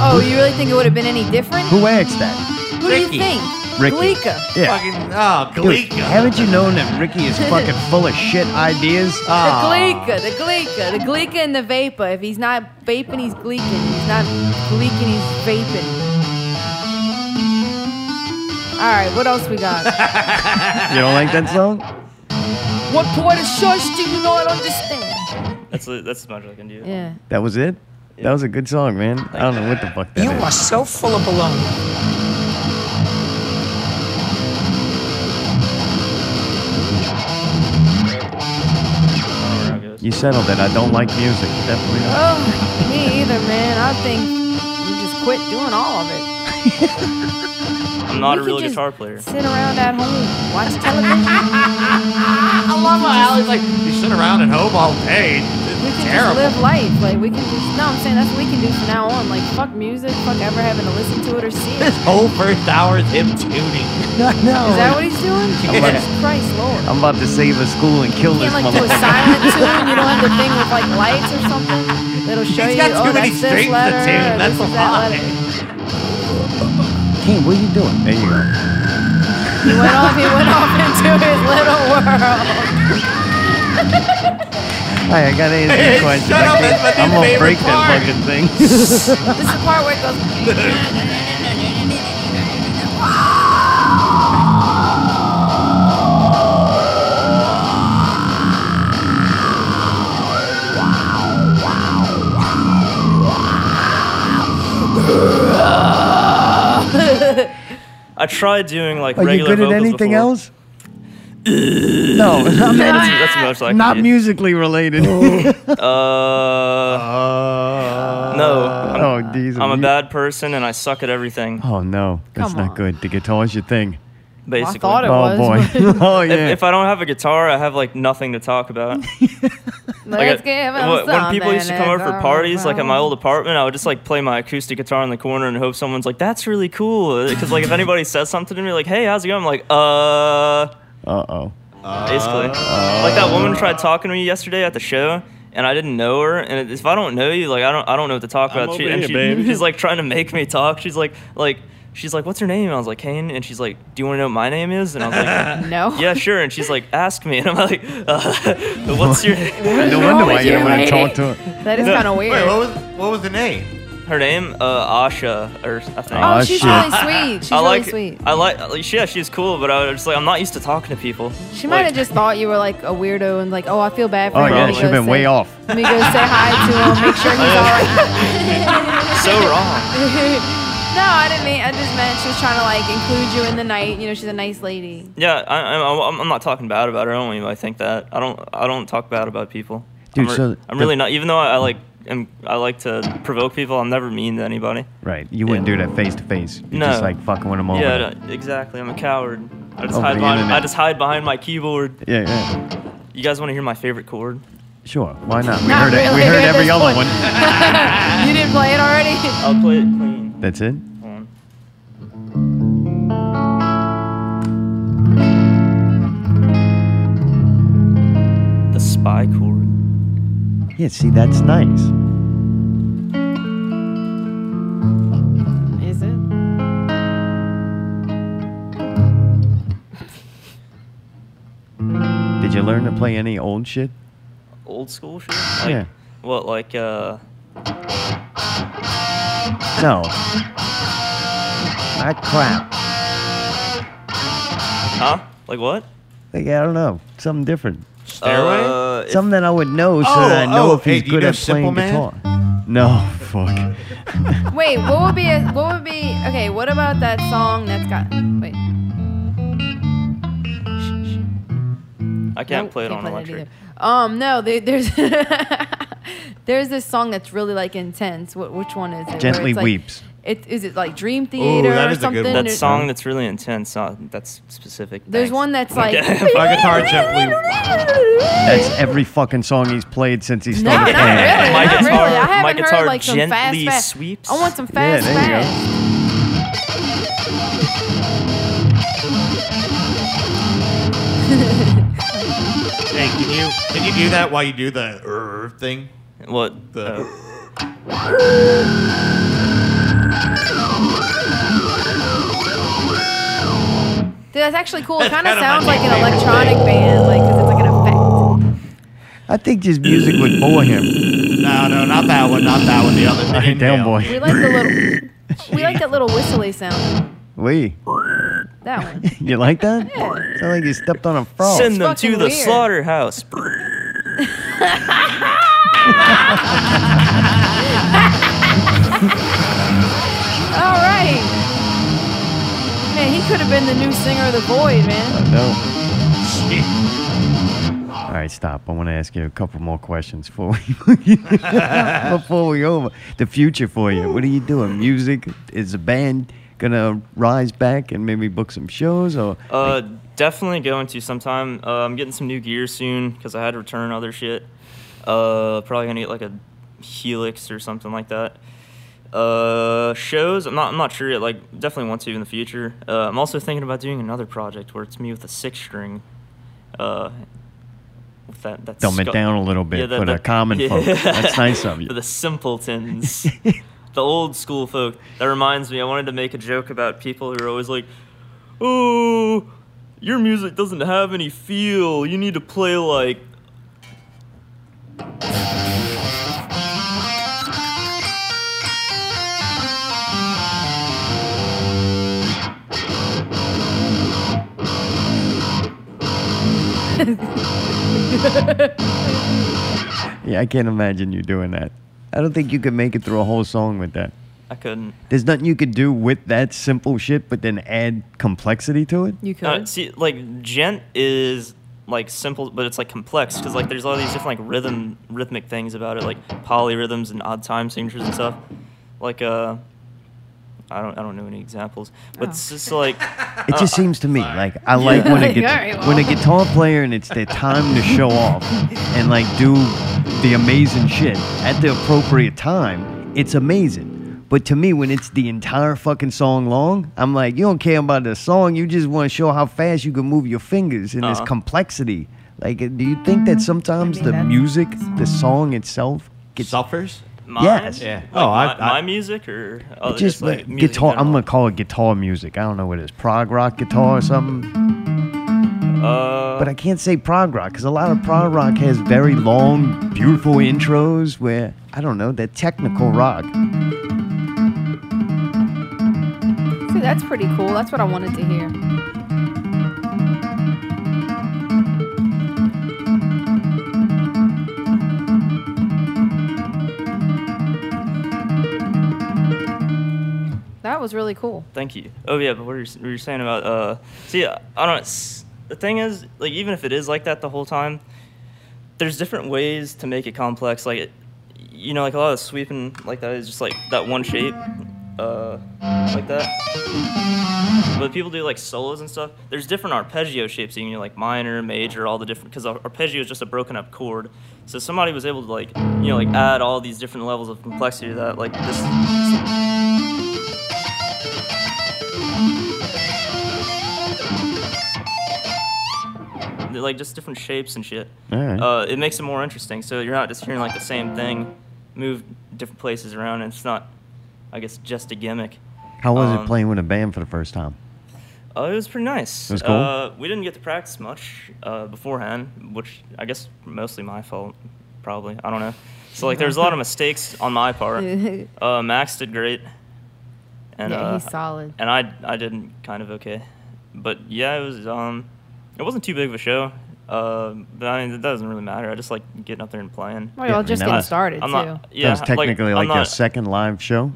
Oh, you really think it would have been any different?
Who asked that?
Who do you
Ricky.
think?
Ricky.
Glika.
Yeah.
Fucking oh,
Dude,
Gleeka.
haven't you known that Ricky
(laughs)
is fucking full of shit ideas?
The
Ah.
Glika, the Glika, the Glika and the vapor. If he's not vaping, he's gleeking. If he's not gleeking, he's vaping. All right, what else we got?
(laughs) You don't like that song?
(laughs)
(laughs)
what part of church do you not understand?
That's that's as much as I can do.
Yeah.
That was it? That was a good song, man. I don't know what the fuck that
You
is.
are so full of baloney.
There it goes.
You settled it. I don't like music. Definitely not.
Oh, me either, man. I think you just quit doing all of it.
I'm not a
You could
real
just
guitar player.
Sit around at home, watch television.
I love how Allie's like you sit around and hope all day.
We
It's
can just
terrible.
live life. Like we can just. No, I'm saying that's what we can do from now on. Like fuck music, fuck ever having to listen to it or see (laughs) it.
This whole first hour is him tuning.
Is that what he's (laughs) doing?
Yeah.
Jesus Christ, Lord.
I'm about to save a school and kill
You
this
can't like do a
motherfucker.
silent tune. You don't have the thing with like lights or something that'll show
He's
you.
got
oh,
too many
that's this
strings to tune.
letter. or
That's
this
a
is that letter.
lie.
King, what are you
(laughs)
doing? There you go.
He went off. He went off into his little
(laughs)
world.
Hey, I gotta answer
Hey,
your question.
shut
I
up,
can't-
that's my
I'm
new
gonna
favorite
break
part.
that fucking thing.
This is the part where it goes.
I tried doing like
Are you
regular
good at
vocals
anything
before.
(laughs)
else? no, I mean,
That's, that's much like
not
it.
musically related.
Uh, no. I'm,
(laughs) oh, Diesel.
I'm a
you-
bad person and I suck at everything.
Oh no, that's
Come
not
on.
good. The guitar's your thing.
Basically,
thought it
oh
was, (laughs)
boy. (laughs) oh
if,
yeah.
if I don't have a guitar, I have like nothing to talk
(laughs)
about.
Let's
I-
give 'em
uh, when- when people
something
used to come over
to
for parties, like at my
go
old apartment, I would just like play my acoustic guitar in the corner and hope someone's like, "That's really cool." Because like if anybody says something to me, like, "Hey, how's it going?" I'm like, "Uh."
uh oh.
basically.
Oh.
like that woman tried talking to me yesterday at the show, and I didn't know her. And if I don't know you, like I don't, I don't know what to talk about. she,
over
and
here,
she- (laughs)
babe.
she's like trying to make me talk. She's like, like she's like, what's her name? And I was like, Kane. And she's like, do you want to know what my name is? And I
(laughs)
was like,
No.
yeah, sure. And she's like, ask me. (laughs) And I'm like, uh, (laughs)
(laughs)
what's your name?
No
wrong
wonder
with
why you
you,
didn't want to
lady?
talk
(laughs)
to her.
That is kind of weird.
Wait, what was what was the name?
her name? Uh, Asha or I think.
oh,
Aw,
she's
shit.
really sweet. She's
I like,
really sweet.
I like, like, yeah, she's cool, but I was just like, I'm not used to talking to people.
She might have just thought you were like a weirdo and like, oh, I feel bad for
Oh
her.
yeah,
Let me
she'd have
go
been
say-
way off.
Let me go say hi to him, make sure he's all right.
just so wrong.
(laughs) No, I didn't mean. I just meant she was trying to like include you in the night. You know, she's a nice lady.
Yeah, I, I, I'm- I'm not talking bad about her. I don't even like, think that. I don't. I don't talk bad about people.
Dude,
I'm, re-
so
I'm
the-
really not. Even though I, I like, am, I like to provoke people. I'm never mean to anybody.
Right. You wouldn't do that face to face. You
No.
just like fucking with them over.
yeah,
there.
no, exactly. I'm a coward. I just
Over
hide
the
behind.
internet.
I just hide behind my keyboard.
yeah, yeah.
You guys want to hear my favorite chord?
Sure. Why not? We
Not
heard it. We
really
heard
at
every
this
other
point.
one.
You didn't play it already.
I'll play it clean.
That's it.
Hold on. The spy chord.
Yeah. See, that's nice.
Is it?
Did you learn to play any old shit?
Old school shit. Like,
Yeah.
What like uh.
No. That crap.
Huh? Like what?
Like, I don't know. Something different.
Stairway?
Uh, if-
Something that I would know so
Oh,
that I know
oh,
if he's
hey, do you
good
know
at playing
Simple Man?
guitar. No, fuck.
Wait, what would be? A, what would be? Okay, what about that song that's got? Wait,
I can't
nope,
play it on
that
electric.
either. Um, no, there, there's (laughs) there's this song that's really like intense. What? Which one is it? Where
Gently
it's, like,
Weeps.
It is it like Dream Theater
that
or
is a good
something?
one.
That
There's-
song that's really intense. Uh, that's specific.
There's
Thanks.
one that's like. (laughs)
My guitar gently.
That's every fucking song he's played since he
No, not
started
really.
playing.
My
not
guitar-
really. I
my
haven't
guitar
heard like some fast,
gently
fast.
sweeps.
I want some
Yeah,
fast,
there you go.
fast.
Hey, can you can you do that while you do the er thing?
What?
The-
uh,
Dude, that's actually cool. It kind of sounds like an electronic band, like 'cause it's like an effect.
I think just music would bore him.
No, no, not that one, not that one. The other. the
Hey,
inhale.
down boy.
We like the
(laughs)
little, we like that little whistly sound.
Wee.
That one.
You like that? Sound like you stepped on a frog.
Send them to
fucking
the
weird.
slaughterhouse.
All right. Man, he could have been the new singer of the Void, man.
No. All right, stop. I want to ask you a couple more questions before we (laughs) before we over the future for you. What are you doing? Music is the band gonna rise back and maybe book some shows or (laughs)
Uh, definitely going to sometime. Uh, I'm getting some new gear soon because I had to return other shit. Uh, probably gonna get like a Helix or something like that. Uh, shows. I'm not. I'm not sure yet. Like, definitely want to in the future. Uh, I'm also thinking about doing another project where it's me with a six string. Uh, with that. that
dumb
scu-
it down a little bit
Yeah, that-
for the
that- (laughs)
common
yeah.
folk? That's nice of
(laughs)
you.
For the simpletons, the old school folk. That reminds me, I wanted to make a joke about people who are always like, "Oh, your music doesn't have any feel. You need to play like."
Yeah, I can't imagine you doing that. I don't think you could make it through a whole song with that.
I couldn't.
There's nothing you could do with that simple shit, but then add complexity to it.
You could.
Uh, see, like gent is like simple, but it's like complex because like there's all these different like rhythm, rhythmic things about it, like polyrhythms and odd time signatures and stuff. Like uh, I don't I don't know any examples, but it's just like
It just seems to me like I like
Yeah.
when a
All
guitar,
right,
when a
well.
guitar player and it's their time to show off and like do the amazing shit at the appropriate time. It's amazing. But to me, when it's the entire fucking song long, I'm like, you don't care about the song. You just want to show how fast you can move your fingers in this
Uh-huh.
complexity. Like, do you think that sometimes
Mm-hmm. mean,
the
that's-
music, the song itself, gets
Suffers?
mine.
Yes.
Yeah.
Like,
Oh, I-
my,
I-
my music or oh,
just
like,
like
music in
guitar? I'm
general?
gonna call it guitar music. I don't know what it is, prog rock guitar or something.
Uh,
But I can't say prog rock because a lot of prog rock has very long, beautiful intros where I don't know they're technical rock.
See, that's pretty cool. That's what I wanted to hear. That was really (laughs) cool.
Thank you. Oh yeah, but what you're, what you're saying about uh, see, I don't. s- The thing is, like, even if it is like that the whole time, there's different ways to make it complex. Like, it, you know, like a lot of sweeping like that is just like that one shape, uh, like that. But people do like solos and stuff. There's different arpeggio shapes. You can do like minor, major, all the different. Because arpeggio is just a broken up chord. So somebody was able to like, you know, like add all these different levels of complexity to that. Like this. They're, like just different shapes and shit.
Alright.
Uh, it makes it more interesting. So you're not just hearing like the same thing, move different places around, and it's not, I guess, just a gimmick.
How was it
Um,
playing with a band for the first time?
Uh, it was pretty nice.
It was cool?
Uh, we didn't get to practice much uh, beforehand, which I guess mostly my fault, probably. I don't know. So like, there was a
(laughs)
lot of mistakes on my part. Uh, Max did great. And,
yeah,
uh,
he's solid.
and I I did kind of okay, but yeah, it was um, it wasn't too big of a show. Uh, but I mean, it doesn't really matter. I just like getting up there and playing.
Well,
Yeah,
y'all
I mean,
just
that
getting
was-
started
I'm
too.
not. Yeah,
that was technically
I'm
like, your
not-
second live show.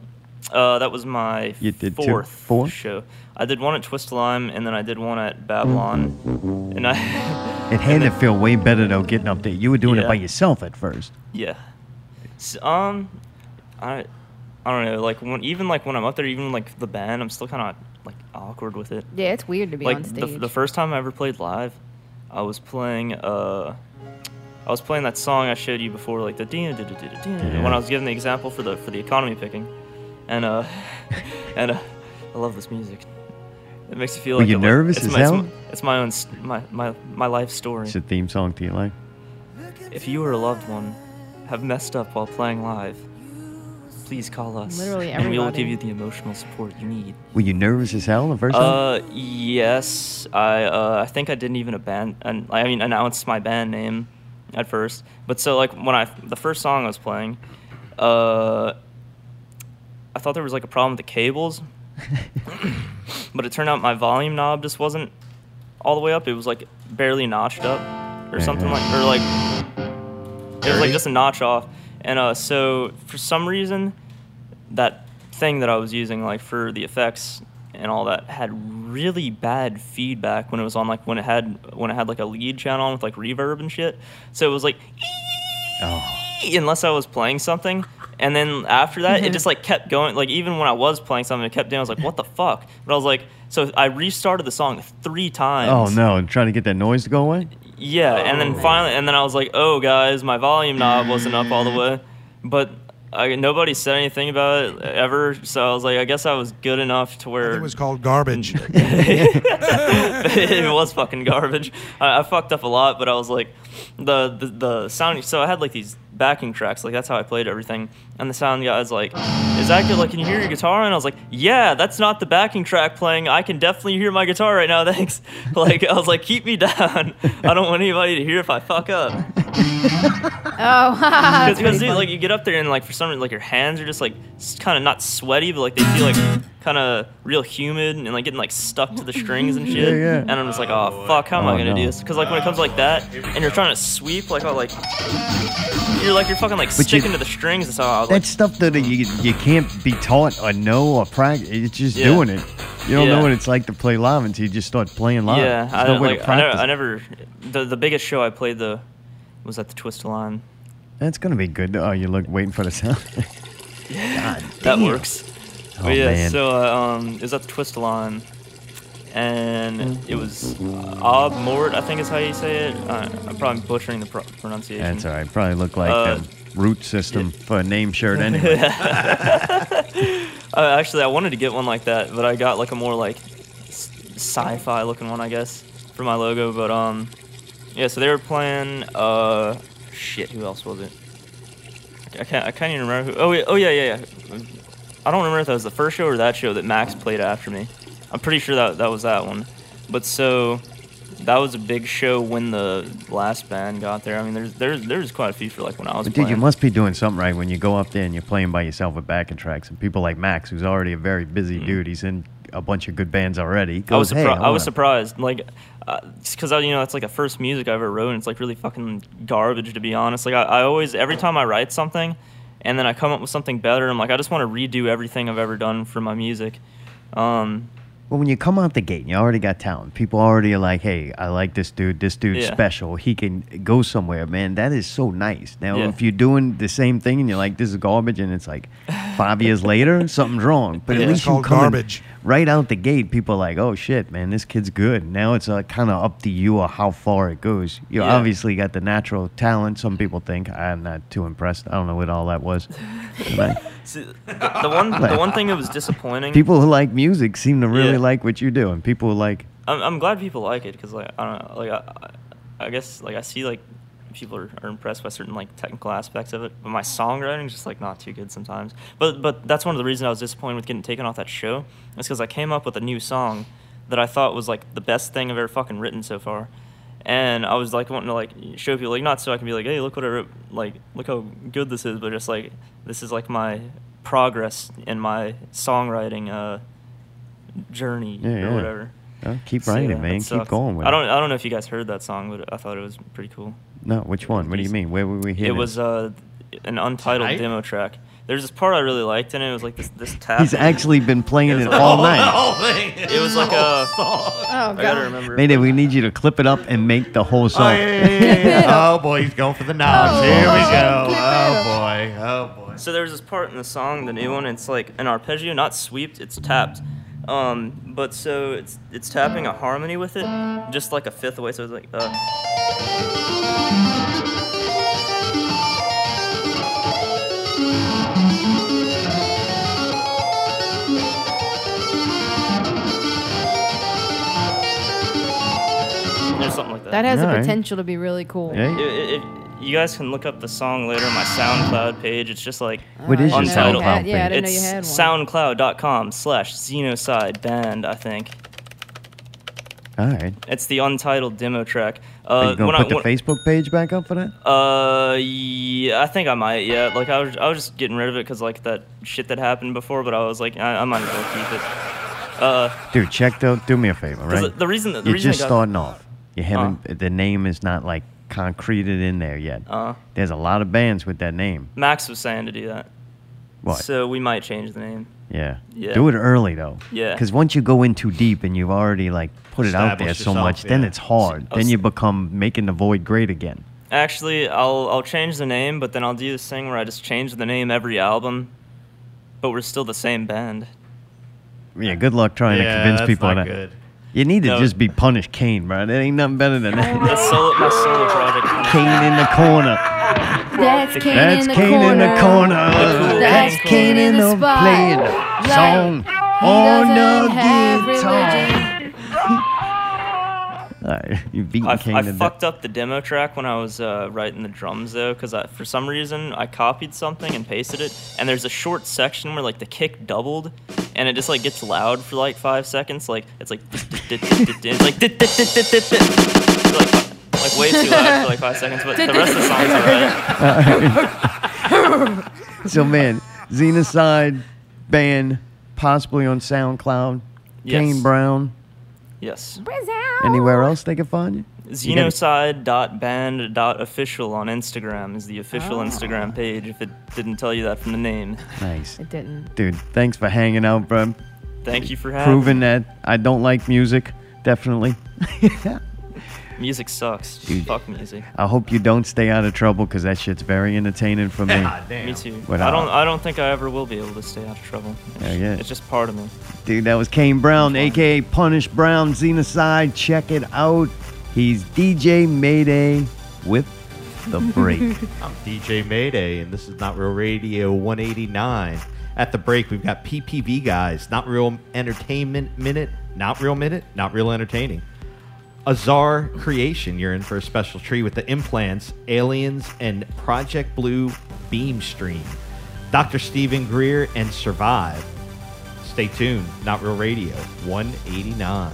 Uh, that was my
You did two-
fourth
four?
show. I did one at Twist Lime, and then I did one at Babylon, and I. (laughs)
It had to feel way better though getting up there. You were doing it
Yeah.
by yourself at first.
Yeah. S um, I, I don't know. Like when even like when I'm up there, even like the band, I'm still kind of like awkward with it.
yeah, it's weird to be
like
on
the-
stage.
The, first time I ever played live, I was playing uh, I was playing that song I showed you before, like the dina dina dina dina. When I was giving the example for the for the economy picking, and uh, (laughs) and uh, I love this music. It makes you feel
Were
like
you
it-
nervous
it's
as
my, it's
hell?
my- It's my own s- my my my life story.
It's a theme song to you, like.
If you or a loved one have messed up while playing live, please call us.
Literally
and we will
everybody.
give you the emotional support you need.
Were you nervous as hell the first time?
Uh, yes. I uh, I think I didn't even aban- and I mean announce my band name at first. But so like when I the first song I was playing, uh, I thought there was like a problem with the cables, but it turned out my volume knob just wasn't all the way up. It was like barely notched up or something like or like it was like just a notch off. And uh, so for some reason, that thing that I was using like for the effects and all that had really bad feedback when it was on like when it had when it had like a lead channel on with like reverb and shit. So it was like
Oh,
unless I was playing something. And then after that, it just like kept going. Like even when I was playing something, it kept doing. I was like, "What the fuck?" But I was like, so I restarted the song three
oh
times.
no! I'm trying to get that noise to go
(laughs)
away.
Yeah, and then finally, and then I was like, "Oh, guys, my volume knob wasn't up all the way," but I, nobody said anything about it ever. So I was like, "I guess I was good enough to where
It was called garbage.
(laughs) it was fucking garbage." I, I fucked up a lot, but I was like, the the, the sound. So I had like these backing tracks, like that's how I played everything. And the sound guy's like, "Is that good? Like, can you hear your guitar?" And I was like, "Yeah, that's not the backing track playing. I can definitely hear my guitar right now. (laughs) Thanks." Like I was like, "Keep me down. (laughs) I don't want anybody to hear if I fuck up." (laughs)
oh, (laughs)
Because like you get up there and like for some reason like your hands are just like kind of not sweaty, but like they feel like kind of real humid and like getting like stuck to the strings and shit.
Yeah, yeah.
And I'm just like, oh, fuck, how am
Oh,
I gonna
no.
do this? Because like when it comes like that, and you're trying to sweep, like all like you're like you're fucking like
you-
sticking to the strings. And so I was like,
That's stuff that you, you can't be taught or know or practice. It's just
Yeah.
doing it. You don't
Yeah.
know what it's like to play live until you just start playing live.
yeah,
There's
I,
no way
like,
to
I, never,
practice.
I never. The the biggest show I played though was at the Twist Line.
That's gonna be good. Oh, you look waiting for the sound. (laughs)
That works.
Oh,
but yeah,
man.
so uh, um, it was at the Twist Line, and it was uh, Ob Mort, I think is how you say it. Uh, I'm probably butchering the pro- pronunciation.
That's all right. Probably look like
Uh,
the root system for a
(laughs)
name shirt anyway.
Uh, actually, I wanted to get one like that, but I got like a more like s- sci-fi looking one, I guess, for my logo. But um, yeah. So they were playing. Uh, shit. Who else was it? I can't. I can't even remember who. Oh, yeah, oh yeah, yeah, yeah. I don't remember if that was the first show or that show that Max played after me. I'm pretty sure that that was that one. But so that was a big show when the last band got there. I mean, there's there's there's quite a few for like when I was.
But dude,
playing.
you must be doing something right when you go up there and you're playing by yourself with backing tracks and people like Max, who's already a very busy dude. He's in a bunch of good bands already.
Mm. I was
goes, Oh, "Hey,
surprised. I was
wanna-"
surprised, like, because I you know it's like the first music I ever wrote, and it's like really fucking garbage to be honest. Like I, I always every time I write something, and then I come up with something better. I'm like I just want to redo everything I've ever done for my music. Um,
Well, when you come out the gate and you already got talent, people already are like, hey, I like this dude. This dude's
Yeah.
special. He can go somewhere, man. That is so nice. Now,
Yeah.
if you're doing the same thing and you're like, this is garbage, and it's like five years
(laughs)
later, something's wrong. But
Yeah.
at
It's
least you
called
come in
garbage.
right out the gate, people are like, oh shit, man, this kid's good. Now it's uh, kind of up to you or how far it goes. You
Yeah.
obviously got the natural talent. Some people think I'm not too impressed. I don't know what all that
(laughs)
was. But I-
see, the, the
(laughs)
one the one thing that was disappointing.
people who like music seem to really
Yeah.
like what you do, and people who like
I'm, I'm glad people like it because like I don't know, like I, I I guess like I see like people are, are impressed by certain like technical aspects of it, but my songwriting's just like not too good sometimes. But but that's one of the reasons I was disappointed with getting taken off that show. Is because I came up with a new song that I thought was like the best thing I've ever fucking written so far. And I was like wanting to like show people like not so I can be like hey look what I wrote like look how good this is but just like this is like my progress in my songwriting uh journey
Yeah,
or
yeah.
whatever.
Oh, keep
So,
writing,
yeah,
man.
that
Keep
sucks.
going with
I
it.
don't. I don't know if you guys heard that song, but I thought it was pretty cool.
No, which one? What do you mean? Where were we
it
hitting?
was uh, an untitled
Tonight?
demo track. There's this part I really liked, and it was like this this tap.
He's actually been playing
was
it
like-
Oh,
all
The
night.
whole thing. It was like a.
Oh
I gotta
god.
remember.
Mayday, we need you to clip it up and make the whole song.
Oh, (laughs)
(laughs) Uh,
oh boy, he's going for the knobs. Here we go. Oh boy. Oh boy.
So there's this part in the song, the new one. It's like an arpeggio, not sweeped. It's tapped. Um, but so it's it's tapping a harmony with it, just like a fifth away. So it's like uh. Or something like that.
That has the
Alright.
potential to be really cool.
Yeah.
It- it- it- you guys can look up the song later on my SoundCloud page. It's just like
What is your
Untitled.
SoundCloud
Yeah, I
page?
didn't know you
it's
had one.
soundcloud.com slash xenocide band, I think.
All right.
It's the untitled demo track.
Are
Uh,
you gonna
when
put
I,
the Facebook page back up for that?
Uh, yeah, I think I might. Yeah, like I was, I was just getting rid of it because like that shit that happened before. But I was like, I, I might as well keep it. Uh,
Dude, check though. Do me a favor,
'Cause
right?
the- the reason that- the
you're
reason I
just
got- Uh.
starting off. You haven't. The name is not like concreted in there yet.
Uh.
There's a lot of bands with that name.
Max was saying to do that,
What?
so we might change the name.
yeah.
Yeah.
Do it early though.
Yeah.
Because once you go in too deep and you've already like put it out there
Established
so much,
yourself,
then
yeah.
it's hard.
I
Then
was-
you become making the void great again.
Actually, I'll I'll change the name, but then I'll do this thing where I just change the name every album, but we're still the same band.
Yeah, good luck trying to
Yeah,
convince
that's
people
not
of that.
good.
You need to
No.
just be punished, Kane, bro. There ain't nothing better than
(laughs)
that.
That's solo, my solo project.
Kane in the corner.
That's Kane
That's
in the
Kane
corner.
in the corner.
cool.
That's Kane in the spot.
playing the
Like,
song
He
on
doesn't have
the guitar.
religion.
All right, (laughs) you beat
I,
Kane
I
to death.
fucked up the demo track when I was uh, writing the drums though, because for some reason I copied something and pasted it, and there's a short section where like the kick doubled, and it just like gets loud for like five seconds, like it's like (laughs) it's like like like way too loud for like five seconds, but the rest of the song's alright.
So man, Xenocide band possibly on SoundCloud.
Yes.
(laughs) Kane Brown.
Yes.
Anywhere else they can find you?
(laughs)
You gotta-
Xenoside.band.official on Instagram is the official Instagram page if it didn't tell you that from the name.
Nice.
It didn't.
Dude, thanks for hanging out, bro.
Thank you for having
Proving that I don't like music, definitely.
Music sucks.
Dude.
Fuck music.
I hope you don't stay out of trouble because that shit's very entertaining for me.
Me too.
But
I
I'll-
don't. I don't think I ever will be able to stay out of trouble. It's,
Yeah, yeah.
it's just part of me.
Dude, that was Kane Brown, aka Punish Brown, Xenocide. Check it out. He's DJ Mayday with the break.
I'm DJ Mayday, and this is Not Real Radio 189. At the break, we've got PPV guys, Not Real Entertainment Minute, Not Real Minute, Not Real Entertaining. Azar Creation, you're in for a special treat with the implants, aliens, and Project Blue Beam Stream. Dr. Stephen Greer and Survive. Stay tuned, Not Real Radio 189.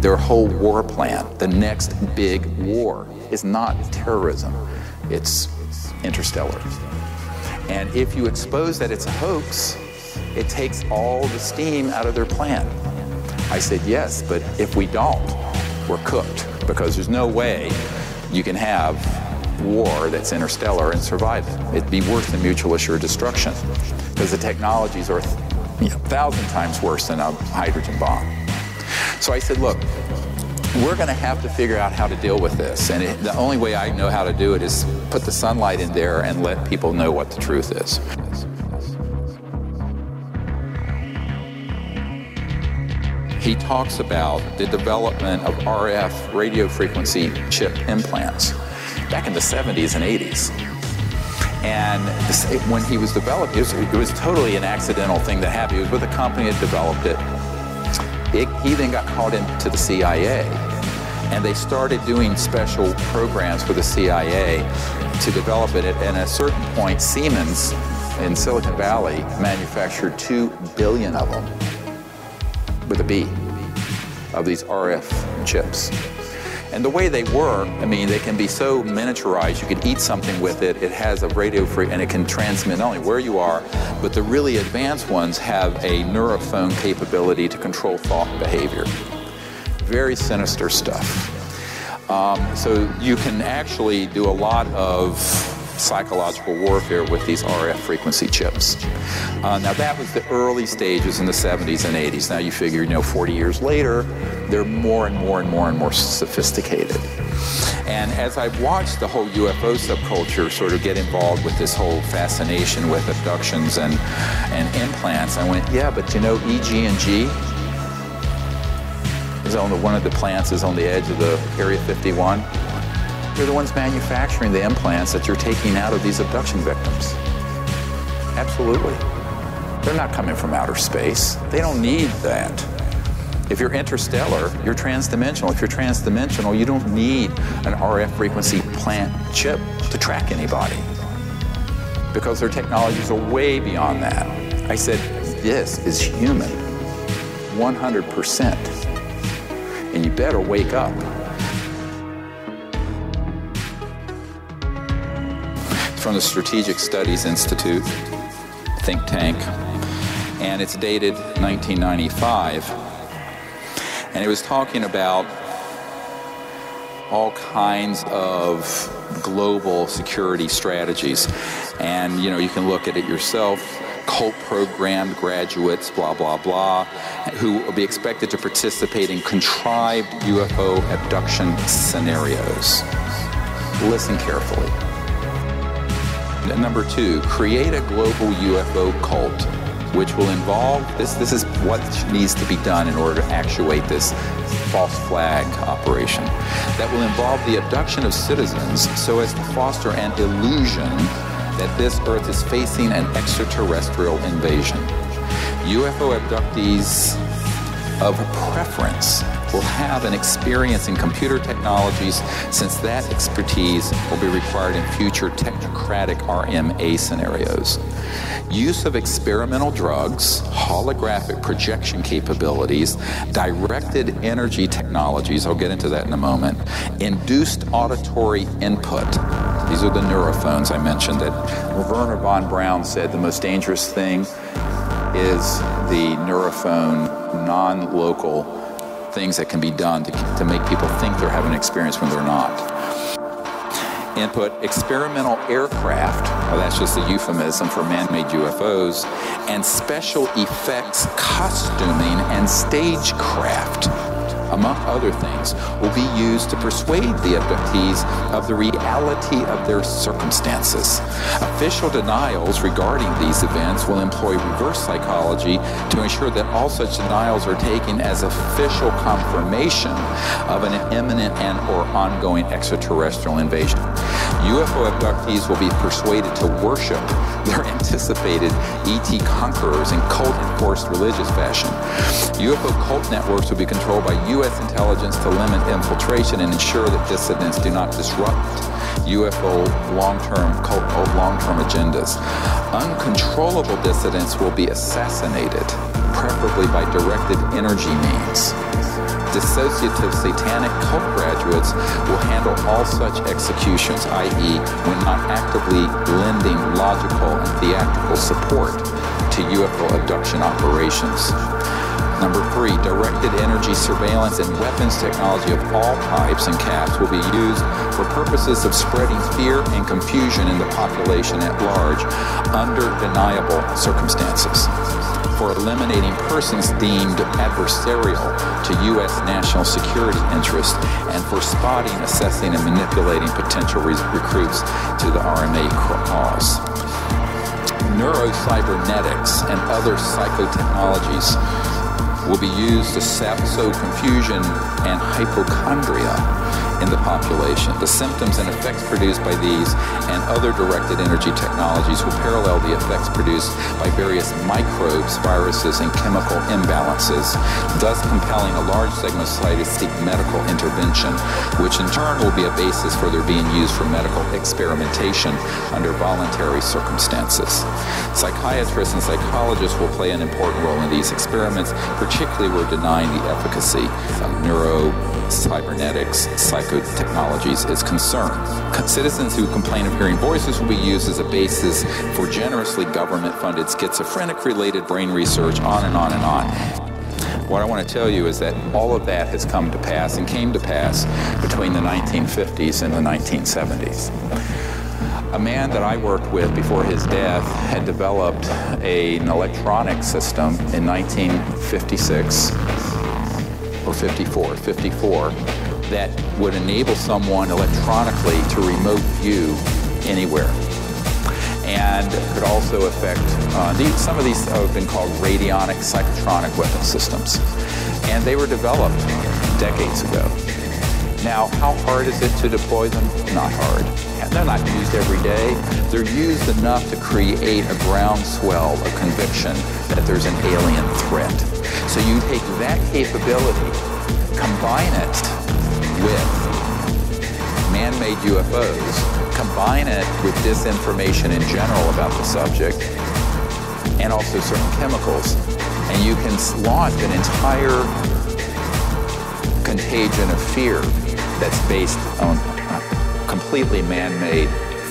Their whole war plan, the next big war, is not terrorism, it's interstellar. And if you expose that it's a hoax, it takes all the steam out of their plan. I said, yes, but if we don't, we're cooked because there's no way you can have war that's interstellar and survive it. It'd be worse than mutual assured destruction because the technologies are you know, a thousand times worse than a hydrogen bomb. So I said, look, we're going to have to figure out how to deal with this. And it, the only way I know how to do it is put the sunlight in there and let people know what the truth is. He talks about the development of RF radio frequency chip implants back in the 70s and 80s. And this- when he was developed, it was, it was totally an accidental thing that happened. He was with a company that developed it. It, he then got called into the CIA, and they started doing special programs for the CIA to develop it. And at a certain point, Siemens in Silicon Valley manufactured two billion of them with a B of these RF chips. And the way they work, I mean, they can be so miniaturized. You could eat something with it. It has a radio free, and it can transmit not only where you are, but the really advanced ones have a neurophone capability to control thought and behavior. Very sinister stuff. Um, so you can actually do a lot of psychological warfare with these RF frequency chips. Uh, now that was the early stages in the 70s and 80s. Now you figure, you know, 40 years later, they're more and more and more and more sophisticated. And as I've watched the whole UFO subculture sort of get involved with this whole fascination with abductions and, and implants, I went, yeah, but you know, EG and G, is on the one of the plants is on the edge of the Area 51. They're the ones manufacturing the implants that you're taking out of these abduction victims. Absolutely. They're not coming from outer space. They don't need that. If you're interstellar, you're transdimensional. If you're transdimensional, you don't need an RF frequency plant chip to track anybody because their technologies are way beyond that. I said, this is human, 100% and you better wake up. It's from the Strategic Studies Institute, think tank, and it's dated 1995. And it was talking about all kinds of global security strategies. And you know, you can look at it yourself. Cult programmed graduates, blah, blah, blah, who will be expected to participate in contrived UFO abduction scenarios. Listen carefully. Number two, create a global UFO cult, which will involve this. This is what needs to be done in order to actuate this false flag operation. That will involve the abduction of citizens so as to foster an illusion that this Earth is facing an extraterrestrial invasion. UFO abductees of preference will have an experience in computer technologies since that expertise will be required in future technocratic RMA scenarios. Use of experimental drugs, holographic projection capabilities, directed energy technologies, I'll get into that in a moment, induced auditory input. These are the neurophones I mentioned that Werner von Braun said the most dangerous thing is the neurophone non-local things that can be done to, to make people think they're having an experience when they're not input experimental aircraft, well, that's just a euphemism for man made UFOs, and special effects costuming and stagecraft, among other things, will be used to persuade the abductees of the reality of their circumstances. Official denials regarding these events will employ reverse psychology to ensure that all such denials are taken as official confirmation of an imminent and or ongoing extraterrestrial invasion. UFO abductees will be persuaded to worship their (laughs) anticipated ET conquerors in cult enforced religious fashion. UFO cult networks will be controlled by U.S. intelligence to limit infiltration and ensure that dissidents do not disrupt UFO long-term cult of long-term agendas. Uncontrollable dissidents will be assassinated, preferably by directed energy means. Dissociative satanic cult graduates will handle all such executions, i.e., when not actively lending logical and theatrical support to UFO abduction operations. Number three, directed energy surveillance and weapons technology of all types and caps will be used for purposes of spreading fear and confusion in the population at large under deniable circumstances. For eliminating persons deemed adversarial to U.S. national security interests and for spotting, assessing, and manipulating potential re- recruits to the RMA cause. Neurocybernetics and other psychotechnologies will be used to sap- sow confusion and hypochondria in the population. The symptoms and effects produced by these and other directed energy technologies will parallel the effects produced by various microbes, viruses, and chemical imbalances, thus compelling a large segment of society to seek medical intervention, which in turn will be a basis for their being used for medical experimentation under voluntary circumstances. Psychiatrists and psychologists will play an important role in these experiments, particularly where denying the efficacy of neuro cybernetics, psychotechnologies is concerned. Citizens who complain of hearing voices will be used as a basis for generously government funded schizophrenic related brain research, on and on and on. What I want to tell you is that all of that has come to pass and came to pass between the 1950s and the 1970s. A man that I worked with before his death had developed a- an electronic system in 1956 or 54, 54, that would enable someone electronically to remote view anywhere. And could also affect, uh, these, some of these have been called radionic psychotronic weapon systems. And they were developed decades ago. Now, how hard is it to deploy them? Not hard. And they're not used every day. They're used enough to create a groundswell of conviction that there's an alien threat. So you take that capability, combine it with man-made UFOs, combine it with disinformation in general about the subject, and also certain chemicals, and you can s- launch an entire contagion of fear that's based on completely man-made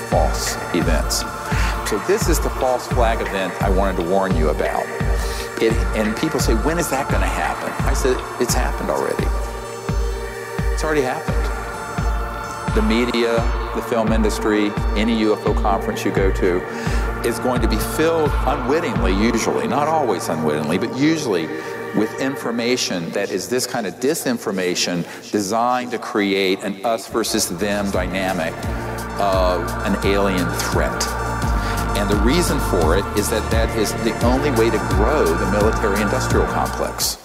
false events. So this is the false flag event I wanted to warn you about. It, and people say, when is that going to happen? I said, it's happened already. It's already happened. The media, the film industry, any UFO conference you go to is going to be filled unwittingly, usually, not always unwittingly, but usually with information that is this kind of disinformation designed to create an us versus them dynamic of an alien threat. And the reason for it is that that is the only way to grow the military industrial complex.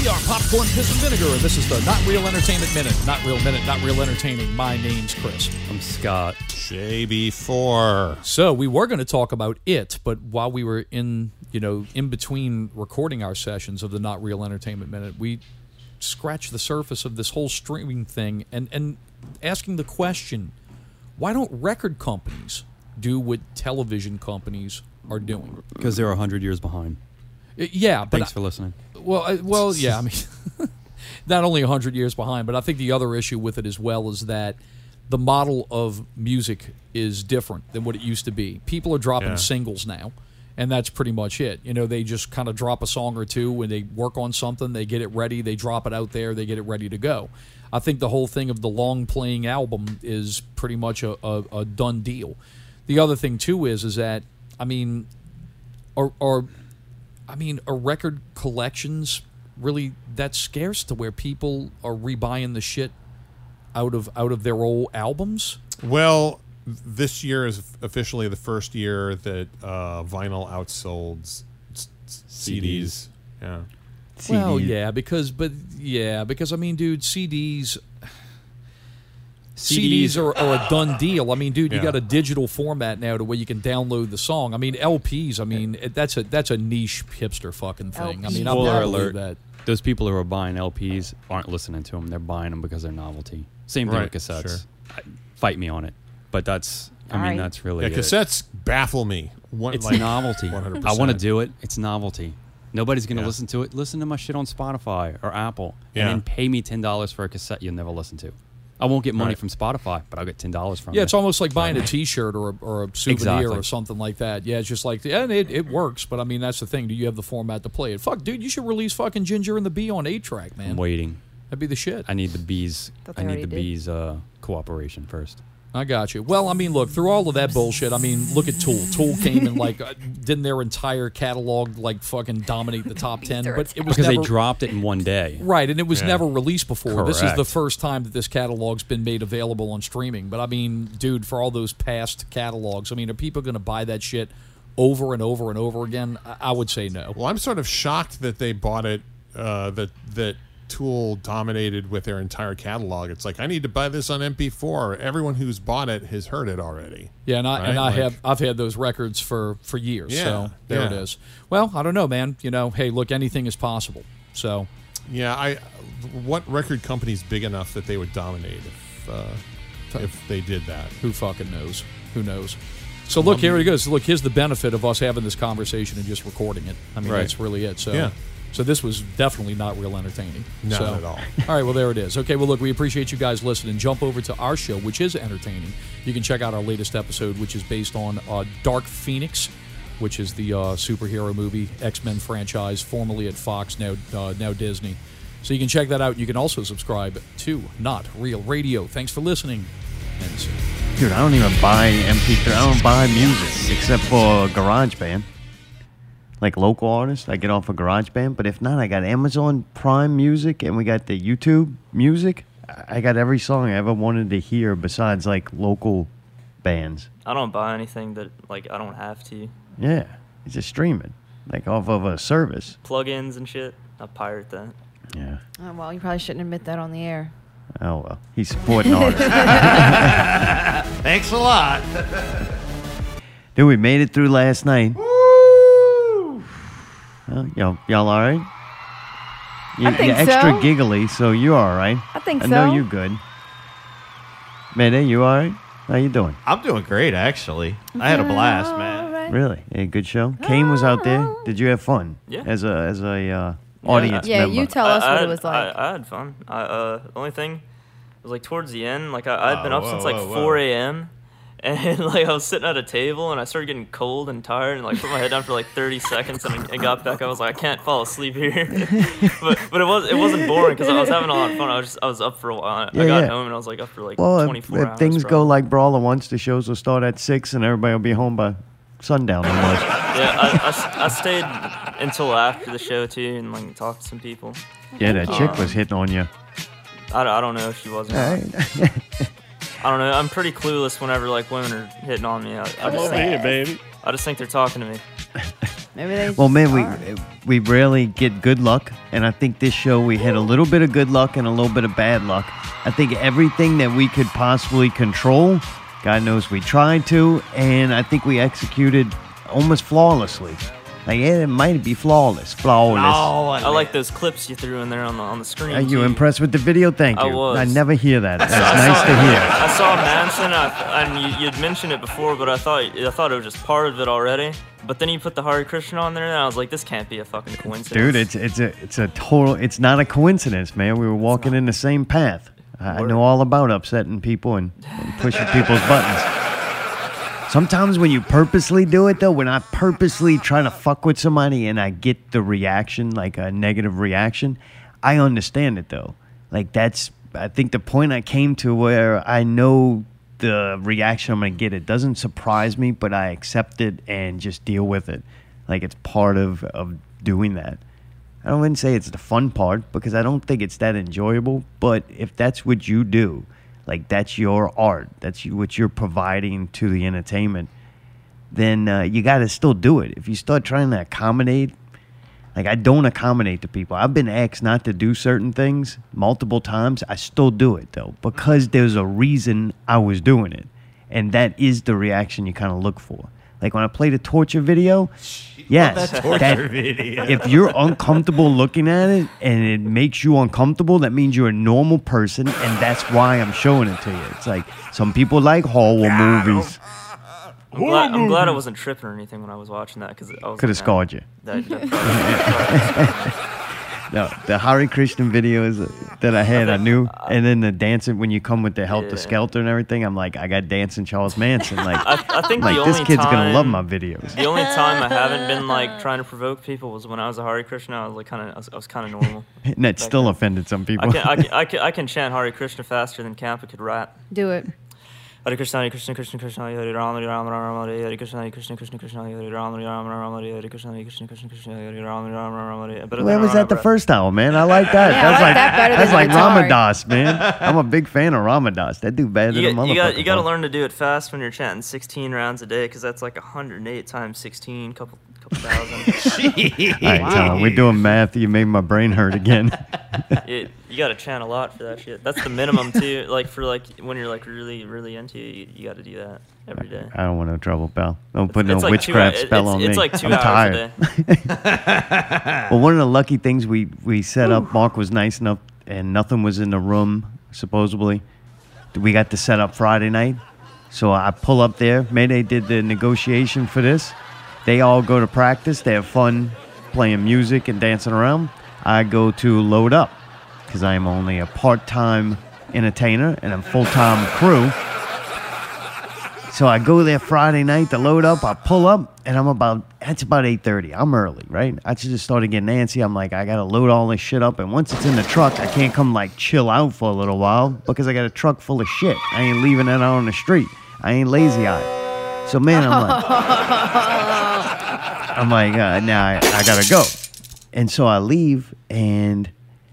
We are popcorn, piss, and vinegar, and this is the Not Real Entertainment Minute. Not Real Minute, Not Real Entertaining. My name's Chris.
I'm Scott.
JB4. So we were going to talk about it, but while we were in, you know, in between recording our sessions of the Not Real Entertainment Minute, we scratched the surface of this whole streaming thing and, and asking the question why don't record companies do what television companies are doing?
Because they're 100 years behind.
Uh, Yeah, but
Thanks for listening.
well, I, well, yeah. I mean, not only hundred years behind, but I think the other issue with it as well is that the model of music is different than what it used to be. People are dropping
Yeah.
singles now, and that's pretty much it. You know, they just kind of drop a song or two when they work on something, they get it ready, they drop it out there, they get it ready to go. I think the whole thing of the long playing album is pretty much a, a, a done deal. The other thing too is is that I mean, are are I mean, are record collections really that scarce to where people are rebuying the shit out of out of their old albums?
Well, this year is officially the first year that uh, vinyl outsold s- s- CDs. Yeah.
Well, yeah, because but yeah, because I mean, dude, CDs. CDs are, are a done deal. I mean, dude, you
Yeah.
got a digital format now to where you can download the song. I mean, LPs. I mean, it- that's a that's a niche hipster fucking thing. I mean, I'm
Spoiler
not
alert.
alert. that.
Those people who are buying LPs aren't listening to them. They're buying them because they're novelty. Same thing
Right,
with cassettes.
sure.
I- fight me on it. But that's, I mean,
Alright.
that's really
Yeah,
it.
cassettes baffle me. What-
it's
like, (laughs)
novelty.
100%.
I want to do it. It's novelty. Nobody's going to
Yeah.
listen to it. Listen to my shit on Spotify or Apple
Yeah.
and then pay me $10 for a cassette you'll never listen to. I won't get money
Right.
from Spotify, but I'll get $10 from
Yeah,
it.
it's almost like buying a T-shirt or a, or a souvenir
Exactly.
or something like that. Yeah, it's just like, yeah, and it, it works. But I mean, that's the thing. Do you have the format to play it? Fuck, dude, you should release fucking Ginger and the Bee on eight track, man.
I'm waiting.
That'd be the shit.
I need the bees.
Thought they
I need
already
the
did.
bees uh, cooperation first.
I got you. Well, I mean, look through all of that bullshit. I mean, look at Tool. Tool came and like uh, didn't their entire catalog like fucking dominate the top ten? But it was
because
never-
they dropped it in one day.
Right, and it was
Yeah.
never released before. This is the
Correct.
first time that this catalog's been made available on streaming. But I mean, dude, for all those past catalogs, I mean, are people going to buy that shit over and over and over again? I, I would say no.
Well, I'm sort of shocked that they bought it. Uh, that that Tool dominated with their entire catalog. It's like I need to buy this on MP4. Everyone who's bought it has heard it already.
Yeah, and I and I
Right, like-
have I've had those records for for years.
Yeah,
so there it
yeah.
is. Well, I don't know, man. You know, hey, look, anything is possible. So
Yeah, I. What record company's big enough that they would dominate if uh, if they did that?
Who fucking knows? Who knows? So look, here it goes. Look, here's the benefit of us having this conversation and just recording it. I mean,
Right.
that's really it. So,
Yeah.
so this was definitely not real entertaining.
Not
So-
at all.
(laughs) all right, well there it is. Okay, well look, we appreciate you guys listening. Jump over to our show, which is entertaining. You can check out our latest episode, which is based on uh, Dark Phoenix, which is the uh, superhero movie X Men franchise, formerly at Fox, now uh, now Disney. So you can check that out. You can also subscribe to Not Real Radio. Thanks for listening. And see you.
Dude, I don't even buy MP3. I don't buy music except for GarageBand. Like local artists, I get off of GarageBand. But if not, I got Amazon Prime Music and we got the YouTube Music. I- I got every song I ever wanted to hear besides like local bands.
I don't buy anything that like I don't have to.
Yeah, it's just streaming, like off of a service.
Plugins and shit. I pirate that.
Yeah.
Oh, well, you probably shouldn't admit that on the air.
Oh well, he's supporting (laughs) artists.
Thanks a lot.
Dude, we made it through last night. Woo! y'all, y'all all right? You,
I think
you're extra
so.
giggly, so you all right?
I think
I know
so.
you good. Mayday, you all right? How you doing?
I'm doing great, actually. I had a blast, man.
Really? A good show. Kane was out
Oh.
there. Did you have fun?
Yeah.
As a as a uh, audience member.
I- I had- I, I had fun. I, uh, the only thing was like towards the end, like I, I'd been
Oh,
up since
whoa,
like
whoa, whoa.
4 a.m. (laughs) And like I was sitting at a table and I started getting cold and tired and like put my head down for like 30 seconds and I, I got back. I was like, I can't fall asleep here. (laughs) but but it was it wasn't boring because I was having a lot of fun. I was just, I was up for a while. I
Yeah,
got
yeah.
home and I was like up for like
well, if,
24
if
hours.
things
probably.
go like Brawl at once, the shows will start at six, and everybody will be home by sundown almost.
Yeah, I, I s- I stayed until after the show too and like talked to some people.
yeah, that chick
Um,
was hitting on you.
I, don't- I don't know if she was. Or
(laughs)
not. I don't know. I'm pretty clueless whenever like women are hitting on me. I, I
Come
just
over
think,
here, baby.
I just think they're talking to me.
Maybe they.
Well, man,
just
we
are.
we rarely get good luck, and I think this show we had a little bit of good luck and a little bit of bad luck. I think everything that we could possibly control, God knows we tried to, and I think we executed almost flawlessly. Like yeah, it might be flawless, flawless.
Oh,
I
(laughs)
like those clips you threw in there on the on the screen.
Are you
too.
impressed with the video? Thank you.
I was.
never
(laughs)
hear that. That's
I saw-
nice to hear.
I saw Manson, I, and you, you'd mentioned it before, but I thought I thought it was just part of it already. But then you put the Hare Krishna on there, and I was like, this can't be a fucking coincidence.
Dude, it's it's a it's a total it's not a coincidence, man. We were walking in the same path. I I know all about upsetting people and, and pushing people's buttons. Sometimes when you purposely do it though, when I purposely try to fuck with somebody and I get the reaction, like a negative reaction, I understand it though. Like that's I think the point I came to where I know the reaction I'm gonna get. It doesn't surprise me, but I accept it and just deal with it. Like it's part of, of doing that. I don't even say it's the fun part because I don't think it's that enjoyable, but if that's what you do, like that's your art, that's you, what you're providing to the entertainment, then uh, you got to still do it. If you start trying to accommodate, like I don't accommodate to people. I've been asked not to do certain things multiple times. I still do it though because there's a reason I was doing it. And that is the reaction you kind of look for. Like when I played a torture video, yes,
that torture
that-
video.
if you're uncomfortable looking at it and it makes you uncomfortable, that means you're a normal person, and that's why I'm showing it to you. It's like some people like horror movies.
I'm glad, I'm glad I wasn't tripping or anything when I was watching that because I was
Coulda
like,
scarred you.
That,
(laughs)
that
no, the Hare Krishna videos that I had, I knew, and then the dancing when you come with the helter skelter and everything, I'm like, I got dancing Charles Manson. Like,
I, I think (laughs)
like
the
this
only
kid's gonna
time-
love my videos. (laughs)
The only time I haven't been like trying to provoke people was when I was a Hare Krishna. I was like kind of I was, I was kind of
(laughs)
normal.
And that still offended some people.
I can,
(laughs)
I, can, I, can, I can chant Hare Krishna faster than Kappa could rap.
Do it.
Hare Krishna, Hare Krishna, Krishna Krishna, Hare Rama, Hare Rama, Rama Rama, Hare Krishna, Hare Krishna, Krishna Krishna, Hare Rama, Hare Rama, Rama Rama, Hare Krishna, Hare Krishna, Krishna Krishna, Hare Rama, Rama Rama, Hare Better
Where
than
was that the first hour, man? I like
(laughs)
that.
Yeah, I
that's
like
like
that better
that's
than
like
the guitar.
Ramadas, man. I'm a big fan of Ramadas. That dude better
You
than a
got, you, got,
motherfucker.
you got to learn to do it fast when you're chanting 16 rounds a day because that's like 108 times 16, couple couple
(laughs)
thousand.
All right, Tom, we're doing math. You made my brain hurt again. (laughs)
It, you got to chant a lot for that shit. That's the minimum too. Like for like when you're like really really into it, you, you got to do that every day.
I don't want no trouble, pal. Don't put
It's-
no
it's like two
witchcraft
hou-
spell
it's-
on me.
it's like two
I'm
hours
(laughs)
a
tired. well, one of the lucky things we we set up, Mark was nice enough, and nothing was in the room supposedly. We got to set up Friday night, so I pull up there. Mayday did the negotiation for this. They all go to practice. They have fun playing music and dancing around. I go to load up because I am only a part-time entertainer and a full-time crew. So I go there Friday night to load up. I pull up, and I'm about that's about eight thirty. I'm early, right? I just started getting antsy. I'm like, I gotta load all this shit up, and once it's in the truck, I can't come like chill out for a little while because I got a truck full of shit. I ain't leaving that out on the street. I ain't lazy eye. So man, I'm like, I'm like, uh, now I, I gotta go. And so I leave and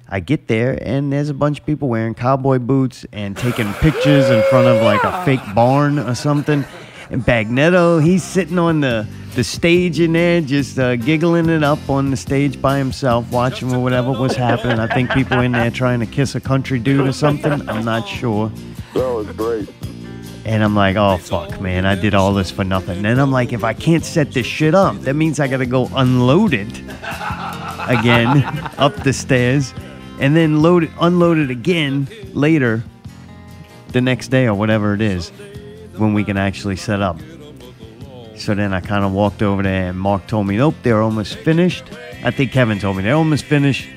I get there and there's a bunch of people wearing cowboy boots and taking pictures in front of like a fake barn or something. And Bagnetto, he's sitting on the, the stage in there, just uh, giggling it up on the stage by himself, watching whatever was happening. I think people in there trying to kiss a country dude or something. I'm not sure.
That was great.
And I'm like, oh fuck, man, I did all this for nothing. And I'm like, if I can't set this shit up, that means I gotta go unload it again up the stairs, and then load it, unload it again later, the next day or whatever it is, when we can actually set up. So then I kind of walked over there, and Mark told me, nope, they're almost finished. I think Kevin told me they're almost finished.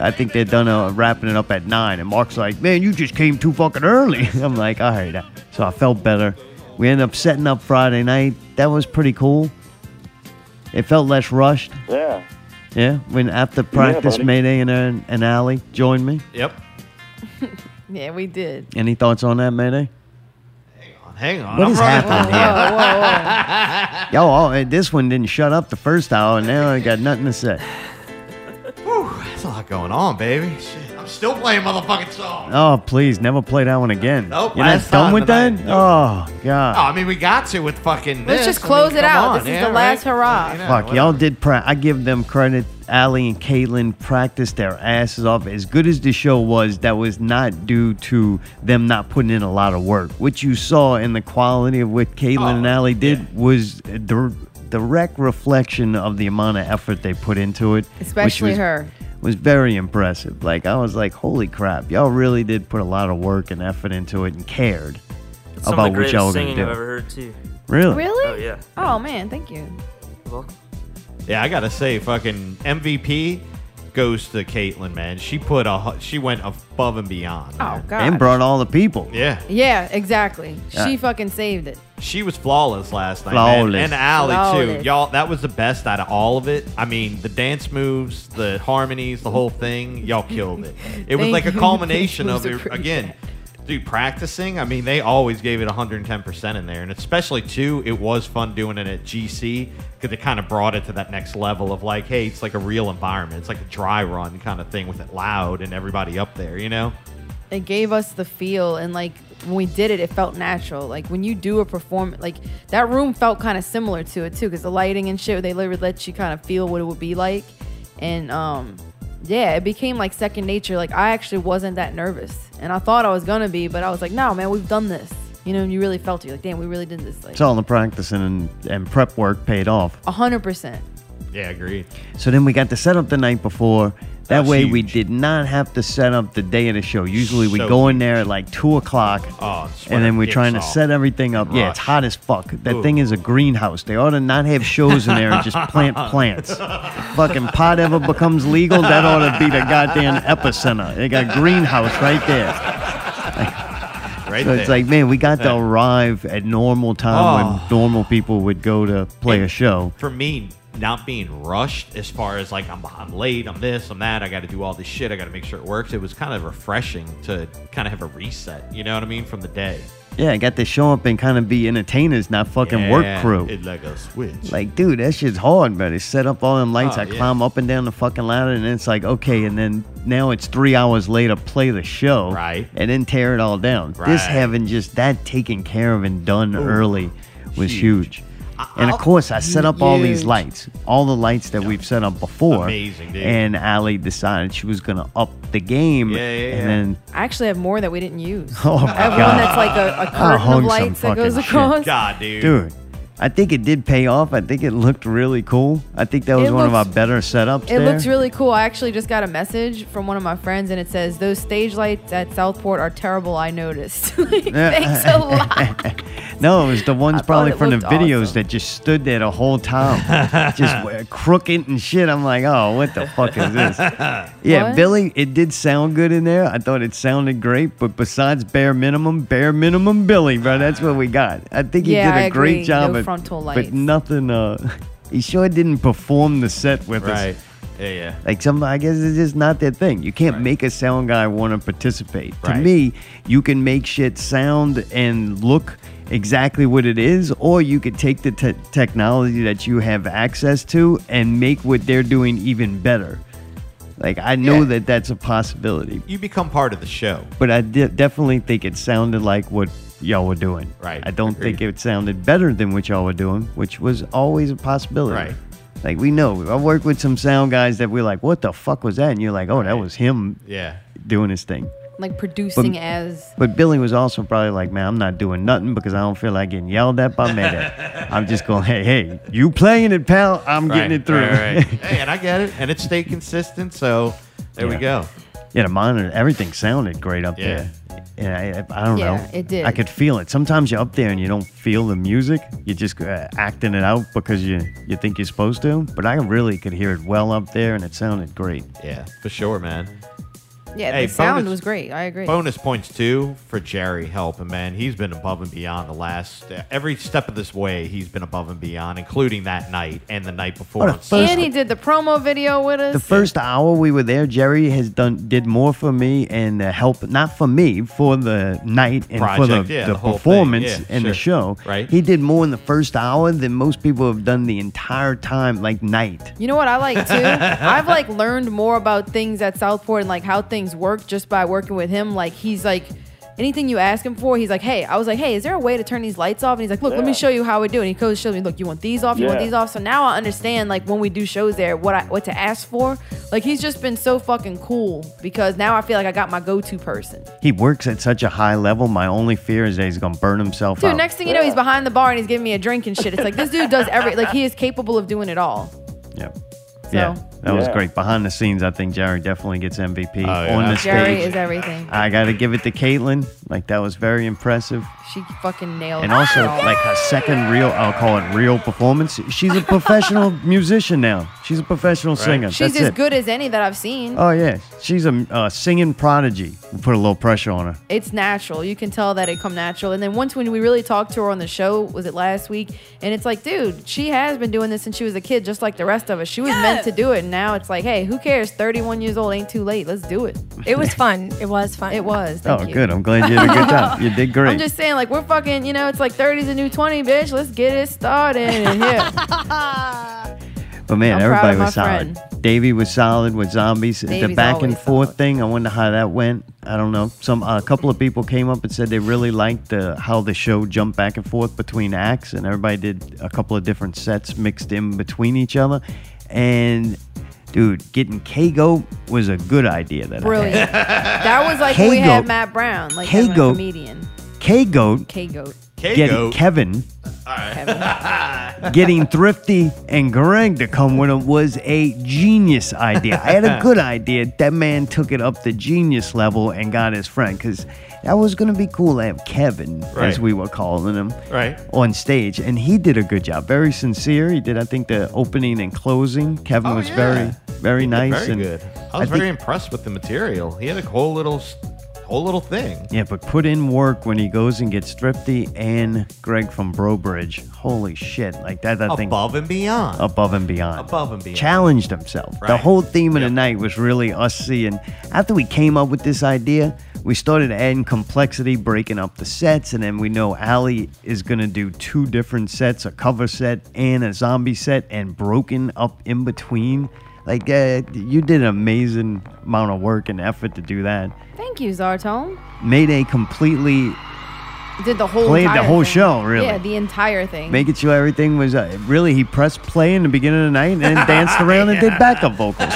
I think they're done uh, wrapping it up at nine. And Mark's like, man, you just came too fucking early. (laughs) I'm like, all right. So I felt better. We ended up setting up Friday night. That was pretty cool. It felt less rushed.
Yeah.
Yeah, when after practice,
buddy.
Mayday and, and, and Allie joined me.
Yep.
Yeah, we did.
Any thoughts on that, Mayday?
Hang on.
What
I'm
is
running-
happening
(laughs) Whoa,
here?
whoa,
(laughs)
whoa.
Yo, all, eh, this one didn't shut up the first hour, and now I got nothing to say.
That's a lot going on, baby. Shit, I'm I'm still playing motherfucking song.
Oh, please, never play that one again.
Nope,
You're not
last
done
time
with that?
tonight.
Oh,
Oh,
God.
I mean, we got to with fucking.
Let's
this.
just
I
close
mean,
it
come
out.
on,
this is
yeah,
the last
right?
hurrah.
Fuck, y'all did. Pra- I give them credit. Allie and Caitlin practiced their asses off. As good as the show was, that was not due to them not putting in a lot of work. What you saw and the quality of what Caitlin
Oh,
and Allie did was a dir- direct reflection of the amount of effort they put into it. which
Especially
was-
her.
Oh,
was very impressive. Like I was like, holy crap, y'all really did put a lot of work and effort into it and cared
It's some
about
of the
what y'all
greatest
were gonna
singing
do.
I've ever heard too.
Really?
Really?
Oh yeah.
Oh man, thank you.
Yeah, I gotta say, fucking MVP goes to Caitlyn, man. She put a hu- she went above and beyond.
Oh god.
And brought all the people.
Yeah,
yeah, exactly.
Yeah.
She fucking saved it.
she was flawless last night. man.
Flawless.
and Allie too,
Flawless.
y'all. That was the best out of all of it. I mean, the dance moves, the harmonies, the whole thing. Y'all killed it. It was
Thank
like a
you. (laughs)
culmination of
Moves are
it
pretty
again. Dude, practicing. I mean, they always gave it 110% in there. And especially, too, it was fun doing it at GC because it kind of brought it to that next level of like, hey, it's like a real environment. It's like a dry run kind of thing with it loud and everybody up there, you know?
It gave us the feel and like when we did it, it felt natural. Like when you do a performance, like that room felt kind of similar to it too, because the lighting and shit, they literally let you kind of feel what it would be like, and um, yeah, it became like second nature. Like I actually wasn't that nervous, and I thought I was gonna be, but I was like, no, man, we've done this, you know. And you really felt it. You're like, damn, we really did this. Like
It's all the practicing and, and prep work paid off.
hundred percent.
Yeah, agreed.
So then we got to set up the night before. That
That's
way we did not have to set up the day of the show. Usually we
So
go in there at like two o'clock,
Oh,
and then we're
gets
trying to
off.
set everything up. Yeah, it's
Rush.
hot as fuck. That
Ooh.
thing is a greenhouse. They ought to not have shows in there and just
(laughs)
plant plants. Fucking pot ever becomes legal, that ought to be the goddamn epicenter. They got greenhouse right there.
Right
so
there.
it's like, man, we got to
Yeah.
arrive at normal time
Oh.
when normal people would go to play a show.
for me not being rushed as far as like I'm, I'm late i'm this i'm that i gotta do all this shit i gotta make sure it works it was kind of refreshing to kind of have a reset you know what i mean from the day
Yeah, I got to show up and kind of be entertainers, not fucking work
Yeah,
crew.
it like a switch
Like, dude, that shit's hard, man. They set up all them lights.
Oh,
I
yeah.
climb up and down the fucking ladder, and it's like, okay, and then now it's three hours later, play the show. Right. And then tear it all down.
Right.
This having just that taken care of and done
Ooh,
early was huge. And of course, I set up all these
Huge.
lights, all the lights that we've set up before.
Amazing, dude.
And Allie decided she was going to up the game.
Yeah, yeah,
And
yeah.
then (laughs)
I actually have more that we didn't use.
Oh my
I have
God.
one that's like a, a
I hung
curtain of
some
lights that
fucking
goes
shit.
across.
God, dude.
Dude, I think it did pay off. I think it looked really cool. I think that was
It
one of our
looks-
better setups.
It
there.
looks really cool. I actually just got a message from one of my friends, and it says, "Those stage lights at Southport are terrible. I noticed. (laughs) Like,
Yeah.
Thanks a lot.
No, it was the ones probably
it
from the
looked
videos that just stood there the whole
(laughs)
time, just w- crooked and shit. I'm like, oh, what the fuck is
(laughs)
this? Yeah,
What?
Billy, it did sound good in there. I thought it sounded great, but besides bare minimum, bare minimum Billy, bro, that's what we got. I think he
Yeah,
did a
I
great
agree.
job,
No
at-
frontal
but
lights.
nothing. Uh, (laughs) he sure didn't perform the set with us.
right yeah yeah
Like some, I guess it's just not their thing. You can't make a sound guy want to participate. To
Right.
me, you can make shit sound and look exactly what it is, or you could take the te- technology that you have access to and make what they're doing even better. Like I know
Yeah.
that that's a possibility,
you become part of the show
but I de- definitely think it sounded like what y'all were doing.
Right.
I don't think it sounded better than what y'all were doing, which was always a possibility.
Right.
Like we know, I work with some sound guys that we're like, "What the fuck was that?" And you're like, "Oh, that was him
yeah
doing his thing."
like producing
But-
as
But Billy was also probably like, "Man, I'm not doing nothing because I don't feel like getting yelled at by
(laughs)
Medak. I'm just going, hey, hey, you playing it, pal? I'm
Right,
getting it through."
right,
(laughs)
right. hey and i get it and it stayed consistent so there we
Yeah.
go
Yeah, the monitor, everything sounded great up
Yeah.
there. And I, I don't
Yeah,
know.
it did.
I could feel it. Sometimes you're up there and you don't feel the music. You're just uh, acting it out because you you think you're supposed to. But I really could hear it well up there, and it sounded great.
yeah for sure man
yeah.
Hey,
the sound
bonus-
was great. I agree.
Bonus points too for Jerry helping, man. He's been above and beyond the last uh, every step of this way. He's been above and beyond, including that night and the night before.
What a
on
first-
and he did the promo video with us.
The first hour we were there, Jerry has done did more for me and uh, help not for me for the night and for
Project,
the,
yeah,
the,
the whole thing,
performance
yeah,
and the show.
sure, right.
He did more in the first hour than most people have done the entire time, like night. (laughs)
You know what I like too? I've like learned more about things at Southport and like how things things work just by working with him. Like he's like anything you ask him for, he's like, hey, I was like, hey, is there a way to turn these lights off? And he's like, look, let me
Yeah.
show you how we do. it. And he goes, shows me, look, you want these off, you want
Yeah.
these off. So now I understand like when we do shows there, what I what to ask for. Like he's just been so fucking cool because now I feel like I got my go to person.
He works at such a high level. My only fear is that he's gonna burn himself
Dude,
out.
next thing you know, he's behind the bar and he's giving me a drink and shit. It's like this dude does every like he is capable of doing it all.
Yep.
So
Yeah, that was
Yeah. Oh,
great. Behind the scenes, I think Jerry definitely gets MVP
yeah.
on the
Jerry
stage.
is everything.
I got to give it to Caitlin. Like that was very impressive.
she fucking nailed
And
it.
also, like her second real, I'll call it real performance. She's a
(laughs)
professional musician now. She's a professional singer.
she's
That's
as
it.
good as any that I've seen.
Oh yeah, she's a uh, singing prodigy. We put a little pressure on her.
it's natural. You can tell that it come natural. And then once when we really talked to her on the show, was it last week? And it's like, dude, she has been doing this since she was a kid, just like the rest of us. She was meant to do it. And now it's like, hey, who cares? 31 years old ain't too late. Let's do it.
(laughs) It was fun. It was fun.
It was.
(laughs)
Thank
Oh,
you.
good. I'm glad you did a good job. You
(laughs)
did great.
I'm just saying, like, we're fucking, you know, it's like 30's a new 20, bitch. Let's get it started. And yeah.
(laughs) But man,
I'm proud
everybody
of my
was solid. Davey was solid with zombies. the
Davey's
back and
always
forth thing, I wonder how that went. I don't know. Some a couple of people came up and said they really liked the how the show jumped back and forth between acts, and everybody did a couple of different sets mixed in between each other. And dude, getting Kago was a good idea. That I
Brilliant.
had.
that was like when we had
K-Goat.
Matt Brown, like
K-Goat.
having a comedian.
Kago
K Goat.
getting Kevin.
Kevin.
Getting Thrifty and Greg to come with him was a genius idea. I had a
(laughs)
good idea. That man took it up the genius level and got his friend because that was going to be cool to have Kevin,
Right.
as we were calling him,
Right.
on stage. And he did a good job. Very sincere. He did, I think, the opening and closing. Kevin
Oh,
was very, very nice.
Very
and
good. I was
think-
very impressed with the material. He had a whole little, s- whole little thing.
Yeah, but put in work when he goes and gets Thrifty and Greg from Brobridge. Holy shit. Like that, that thing.
Above and beyond.
Above and beyond.
Above and beyond.
Challenged himself. The
Right.
whole theme of the night was really us seeing. After we came up with this idea, we started adding complexity, breaking up the sets, and then we know Allie is going to do two different sets a cover set and a zombie set, and broken up in between. Like, uh, you did an amazing amount of work and effort to do that.
Thank you, Zartone.
Made a completely
Did the whole
Played the
entire
whole
thing.
show, really.
Yeah, the entire thing.
Making sure everything was uh, really, he pressed play in the beginning of the night and then
(laughs)
danced around and did backup vocals.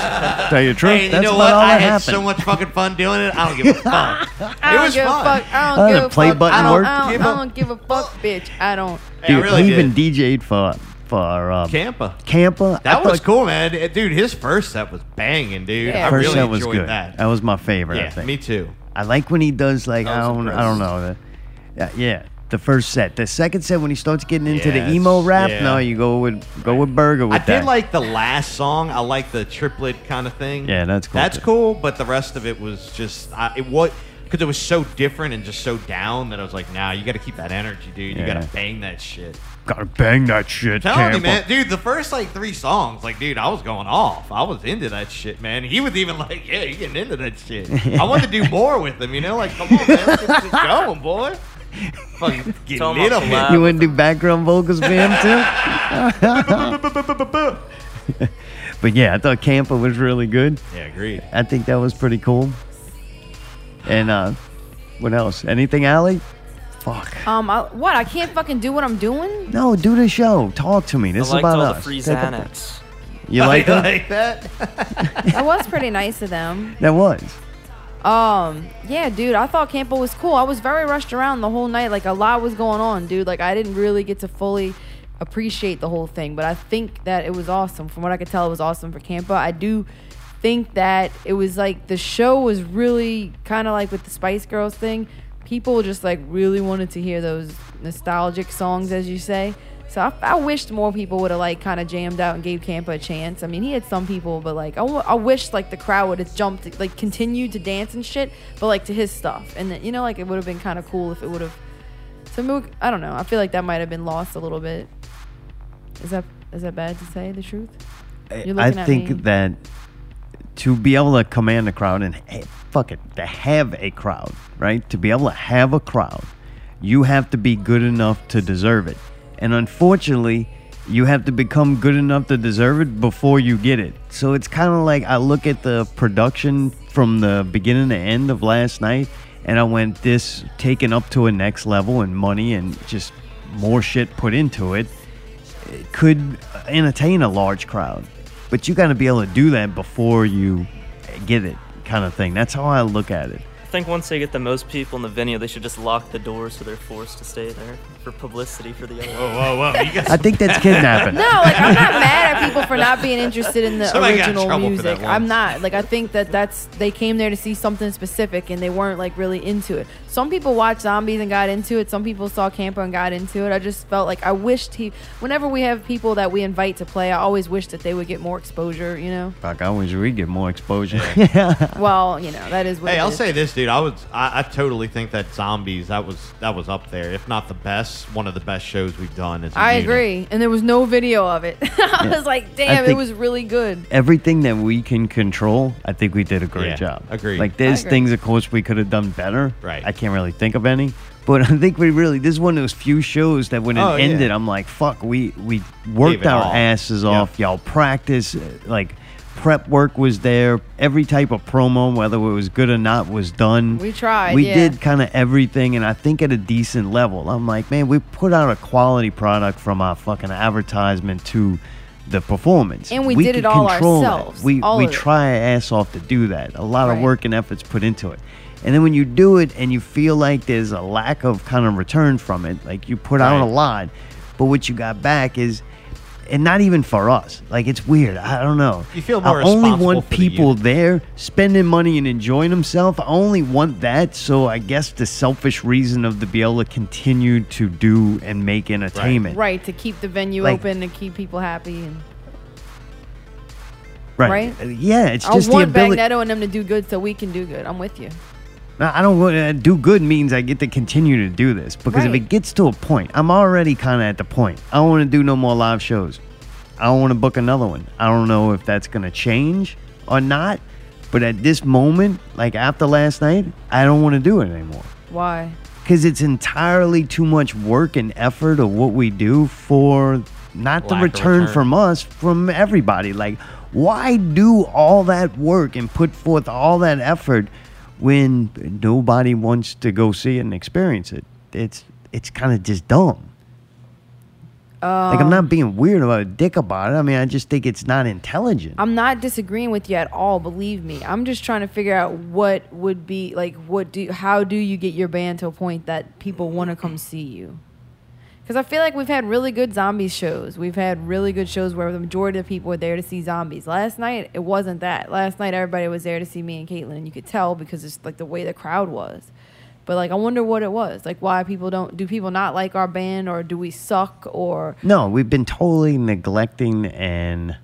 Tell you the truth,
Hey, you
that's
know
about
what?
all
I
that
had
happened.
so much fucking fun doing it. I don't
(laughs)
give a fuck.
I don't
was
give
fun.
a fuck. I
Oh,
don't
the
give a
play
fuck.
button
I don't,
worked?
I
Give
don't, I don't give a fuck, bitch. I don't.
Dude,
I really
he even DJ'd for for um,
Campa.
Campa. I
That was
thought
cool, man. Eh, Dude, his first set was banging, dude. I
First
really
set was
enjoyed
good.
that.
was my favorite. I
Yeah,
think.
me too.
I like when he does like I, don't I don't know. The, yeah, yeah, the first set, the second set when he starts getting into
Yes,
the emo rap.
yeah.
No, you go with go with Burger with
I
that.
did like the last song. I like the triplet kind of thing.
Yeah, that's cool,
That's
too.
cool, but the rest of it was just I, it was because it was so different and just so down that I was like, nah, you got to keep that energy, dude. You got
Yeah.
to bang that shit.
Gotta bang that shit,
Telling you,
Campa.
man, dude, the first like three songs, like, dude, I was going off. I was into that shit, man. He was even (laughs) like, yeah, you're getting into that
(laughs)
shit. I wanted to do more with him, you know? Like, come on, man, let's get it going, boy. Fucking get
Tell him
lit
I'm
up here.
You wouldn't do background vocals for him too? but yeah, I thought Camper was really good.
(laughs) Yeah, agreed.
I think that was pretty cool. And uh what else? Anything, Allie? Fuck.
Um, I, what? I can't fucking do what I'm
(laughs)
doing?
No, do the show. Talk to me. This is
liked
about
all the
us.
free
Take a-
Xanax.
You
(laughs)
(laughs)
like
I
that?
like
that?
that was pretty nice of them.
That was.
Um, yeah, dude, I thought Campo was cool. I was very rushed around the whole night. Like a lot was going on, dude. Like I didn't really get to fully appreciate the whole thing, but I think that it was awesome. From what I could tell, it was awesome for Campo. I do think that it was like the show was really kind of like with the Spice Girls thing. People just like really wanted to hear those nostalgic songs, as you say. So I, I wished more people would have like kind of jammed out and gave Campa a chance. I mean, he had some people, but like I, w- I wish like the crowd would have jumped, like continued to dance and shit, but like to his stuff. And then, you know, like it would have been kind of cool if it would have. So Mook, I don't know. I feel like that might have been lost a little bit. Is that is that bad to say the truth? You're
I
looking at
think
me.
that to be able to command a crowd and ha- fuck it, to have a crowd, right? To be able to have a crowd, you have to be good enough to deserve it. And unfortunately, you have to become good enough to deserve it before you get it. So it's kind of like I look at the production from the beginning to end of last night, and I went this taken up to a next level and money and just more shit put into it it could entertain a large crowd. But you got to be able to do that before you get it, kind of thing. That's how I look at it.
I think once they get the most people in the venue, they should just lock the doors so they're forced to stay there for publicity for the other. Whoa,
whoa, whoa! You
I think that's kidnapping.
No, like I'm not mad at people for not being interested in the
Somebody got in
original
trouble for that
music.
once.
I'm not. Like I think that that's they came there to see something specific and they weren't like really into it. Some people watched zombies and got into it. Some people saw Camper and got into it. I just felt like I wished he. Whenever we have people that we invite to play, I always wish that they would get more exposure. You know.
Fuck, I wish we get more exposure.
Well, you know that is what.
Hey,
it
I'll
is.
say this, dude. I was I, I totally think that zombies that was that was up there, if not the best, one of the best shows we've done. As a
I
unit.
agree, and there was no video of it. (laughs) I was like, damn, it
think-
was really good.
Everything that we can control, I think we did a great
Yeah,
job.
agreed.
Like there's
I agree.
things, of course, we could have done better.
Right.
I can't really think of any, but (laughs) I think we really this is one of those few shows that when it
Oh, yeah.
ended, I'm like, fuck, we we worked
it
our
all.
asses
Yeah.
off. Y'all practice uh, like. Prep work was there. Every type of promo, whether it was good or not, was done.
We tried,
We
yeah.
did kind of everything, and I think at a decent level. I'm like, man, we put out a quality product from our fucking advertisement to the performance.
And we
could
did it all
control that.
ourselves,
We
all
we
of it.
try our ass off to do that. A lot of
Right.
work and efforts put into it. And then when you do it and you feel like there's a lack of kind of return from it, like you put out a
Right.
lot, but what you got back is and not even for us. Like it's weird. I don't know.
You feel more
I only
responsible
want
for the
people there spending money and enjoying themselves. I only want that. So I guess the selfish reason of to be able to continue to do and make entertainment.
Right to keep the venue
Like-
open and keep people happy. And,
Right.
Right?
Yeah, it's
I
just the
want
ability.
Magneto and them to do good so we can do good. I'm with you.
No, I don't want to do good means I get to continue to do this because if
Right.
it gets to a point, I'm already kind of at the point. I don't want to do no more live shows. I don't want to book another one. I don't know if that's going to change or not, but at this moment, like after last night, I don't want to do it anymore
Why?
because it's entirely too much work and effort of what we do for not the
Lack of
return,
return.
from us from everybody like why do all that work and put forth all that effort when nobody wants to go see it and experience it it's it's kind of just dumb like
Um.
i'm not being weird about a dick about it i mean i just think it's not intelligent
I'm not disagreeing with you at all. Believe me. I'm just trying to figure out what would be like. What do? How do you get your band to a point that people want to come see you? Because I feel like we've had really good zombie shows. We've had really good shows where the majority of people were there to see zombies. Last night, it wasn't that. Last night, everybody was there to see me and Caitlin, and you could tell because it's like the way the crowd was. But like, I wonder what it was. Like, why people don't? Do people not like our band, or do we suck, or
No, we've been totally neglecting and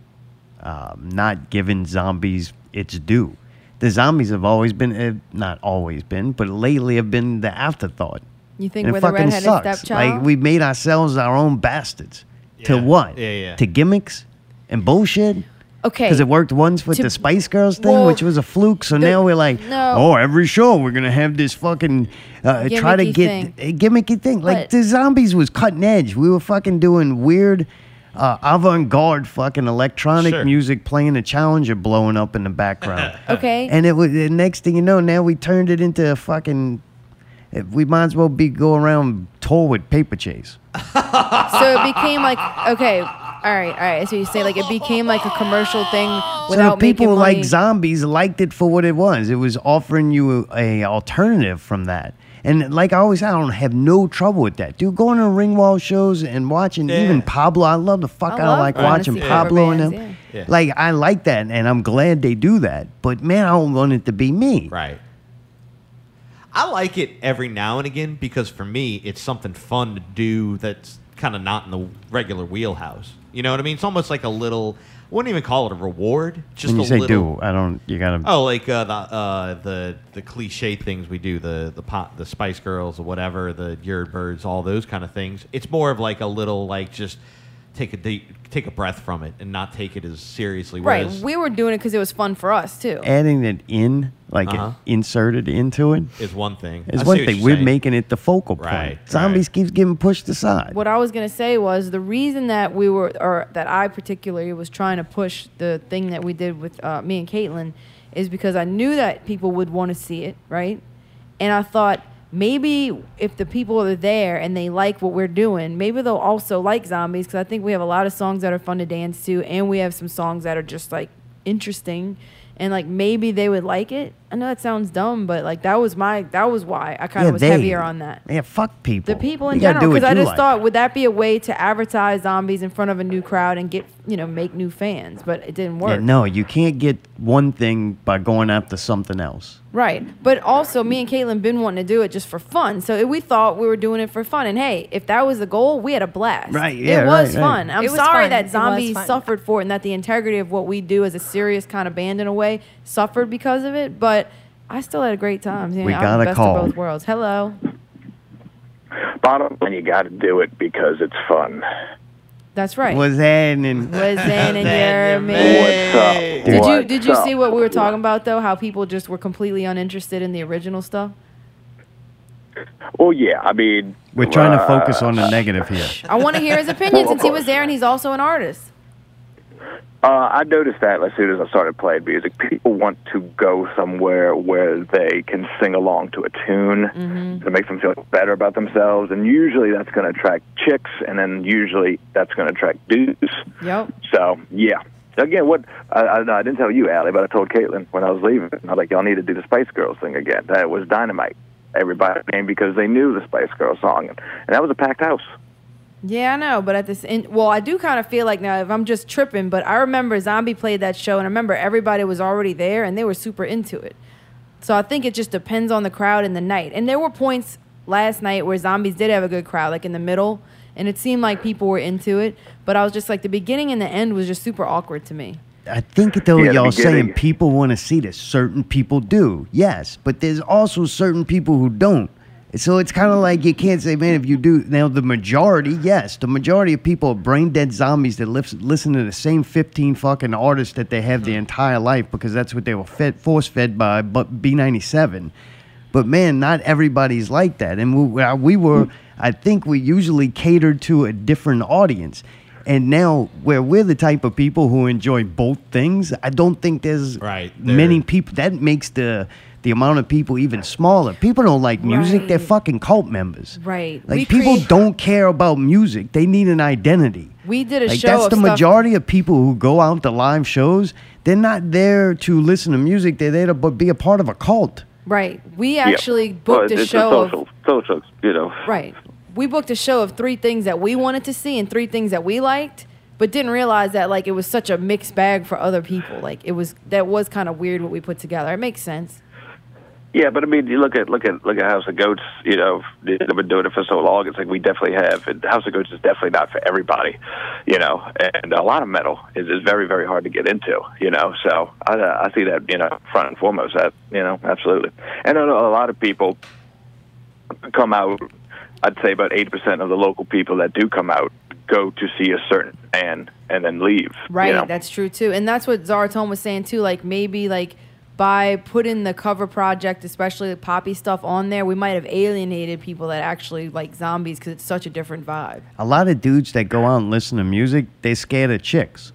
um, not giving zombies its due. The zombies have always been, uh, not always been, but lately have been the afterthought.
you think
And
we're
it
the
fucking
redheaded
sucks.
stepchild?
Like we made ourselves our own bastards. To
Yeah.
what?
Yeah, yeah.
To gimmicks and bullshit.
okay,
Because it worked once with
To-
the Spice Girls thing,
well,
which was a fluke. So now we're like,
no.
oh, every show we're gonna have this fucking uh, try to
Gimmicky
get
thing.
a gimmicky thing. Like
But-
the zombies was cutting edge. We were fucking doing weird. Uh, avant-garde fucking electronic
Sure.
music playing a challenger blowing up in the background
(laughs) Okay.
and it was the next thing you know now we turned it into a fucking we might as well be go around tour with paper chase
so it became like okay, all right, all right. So you say like it became like a commercial thing without
so people
making money.
like zombies liked it for what it was. It was offering you a, a alternative from that. And like I always, say, I don't have no trouble with that. Dude, going to Ringwall shows and watching
Yeah.
even Pablo, I love the fuck
I
out of
love
like
going to
watching
see cover
Pablo and
bands,
them.
yeah. Yeah.
Like I like that, and I'm glad they do that. But man, I don't want it to be me.
Right. I like it every now and again because for me, it's something fun to do that's kind of not in the regular wheelhouse. You know what I mean? It's almost like a little. I wouldn't even call it a reward. Just
when you
a
say
little,
do, I don't. You gotta.
Oh, like uh, the uh, the the cliche things we do the the pot the Spice Girls or whatever the Yardbirds all those kind of things. It's more of like a little like just take a deep, take a breath from it and not take it as seriously.
Right.
Whereas
We were doing it because it was fun for us too.
Adding it in, like
Uh-huh.
inserted into it,
is one thing. I
is
see
one
what
thing.
you're
We're
saying.
making it the focal point.
Right,
Zombies keeps getting pushed aside.
What I was gonna say was the reason that we were, or that I particularly was trying to push the thing that we did with uh, me and Caitlin, is because I knew that people would want to see it, right? And I thought maybe if the people are there and they like what we're doing, maybe they'll also like zombies because I think we have a lot of songs that are fun to dance to, and we have some songs that are just like interesting. And like maybe they would like it. I know that sounds dumb, but like that was my that was why I kind of was
they-
heavier on that.
Yeah, fuck people.
The people in
You gotta
general,
do
because
what
I
you
just
like.
thought, would that be a way to advertise zombies in front of a new crowd and get you know make new fans? But it didn't
Yeah,
work.
no, you can't get one thing by going after something else.
Right, but also me and Caitlin been wanting to do it just for fun, so it- we thought we were doing it for fun. And hey, if that was the goal, we had a blast.
Right, yeah,
it was
right, right.
fun. I'm
It was
sorry
fun. It
that
was
zombies
fun.
suffered for it, and that the integrity of what we do as a serious kind of band in a way suffered because of it. But I still had a great time. You
We
know, I'm
got a
best
call.
Of both worlds. Hello,
Bottom line, you got to do it because it's fun.
that's right.
Was happening? (laughs)
Was in and Jeremy.
What's up?
Did you
What's
did you
up?
see what we were talking about though? How people just were completely uninterested in the original stuff.
Well, yeah. I mean,
We're trying to
uh,
focus on the negative here.
I want to hear his opinion since he was there and he's also an artist.
Uh, I noticed that as soon as I started playing music, people want to go somewhere where they can sing along to a tune.
Mm-hmm.
It makes them feel better about themselves, and usually that's going to attract chicks, and then usually that's going to attract dudes.
Yep.
So yeah. Again, what I, I, no, I didn't tell you, Allie, but I told Caitlin when I was leaving. I was like, "Y'all need to do the Spice Girls thing again." That was dynamite. Everybody came because they knew the Spice Girls song, and that was a packed house.
Yeah, I know, but at this end, well, I do kind of feel like now if I'm just tripping, but I remember Zombie played that show and I remember everybody was already there and they were super into it. So I think it just depends on the crowd and the night. And there were points last night where Zombies did have a good crowd, like in the middle, and it seemed like people were into it, but I was just like the beginning and the end was just super awkward to me.
I think though
Yeah, the
y'all
beginning.
saying people want to see this. Certain people do, yes, but there's also certain people who don't. So it's kind of like you can't say, man, if you do now, the majority, yes, the majority of people are brain dead zombies that lives, listen to the same fifteen fucking artists that they have
Hmm.
their entire life because that's what they were fed, force fed by, but B ninety seven. But man, not everybody's like that. And we, uh, we were, I think we usually catered to a different audience. And now, where we're the type of people who enjoy both things, I don't think there's right, many people. That makes the the amount of people even smaller. People don't like music; they're fucking cult members.
Right.
Like people don't care about music; they need an identity.
We did a
like
show
that's
of
the
stuff-
majority of people who go out to live shows. They're not there to listen to music; they're there to bu- be a part of a cult.
Right. We actually booked
Well,
a
it's
show of
social, social, you know.
Right. We booked a show of three things that we wanted to see and three things that we liked, but didn't realize that like it was such a mixed bag for other people. Like it was that was kind of weird what we put together. It makes sense.
Yeah, but I mean, you look at look at look at House of Goats. You know, they've been doing it for so long. It's like we definitely have. And House of Goats is definitely not for everybody. You know, and a lot of metal is, is very very hard to get into. You know, so I I see that you know front and foremost. That you know absolutely. And I know a lot of people come out. I'd say about eighty percent of the local people that do come out go to see a certain band and then leave. you
Right,
know?
that's true too. And that's what Zaratone was saying too. Like maybe like by putting the cover project, especially the poppy stuff on there, we might have alienated people that actually like zombies because it's such a different vibe.
a lot of dudes that go out and listen to music, they scared of chicks.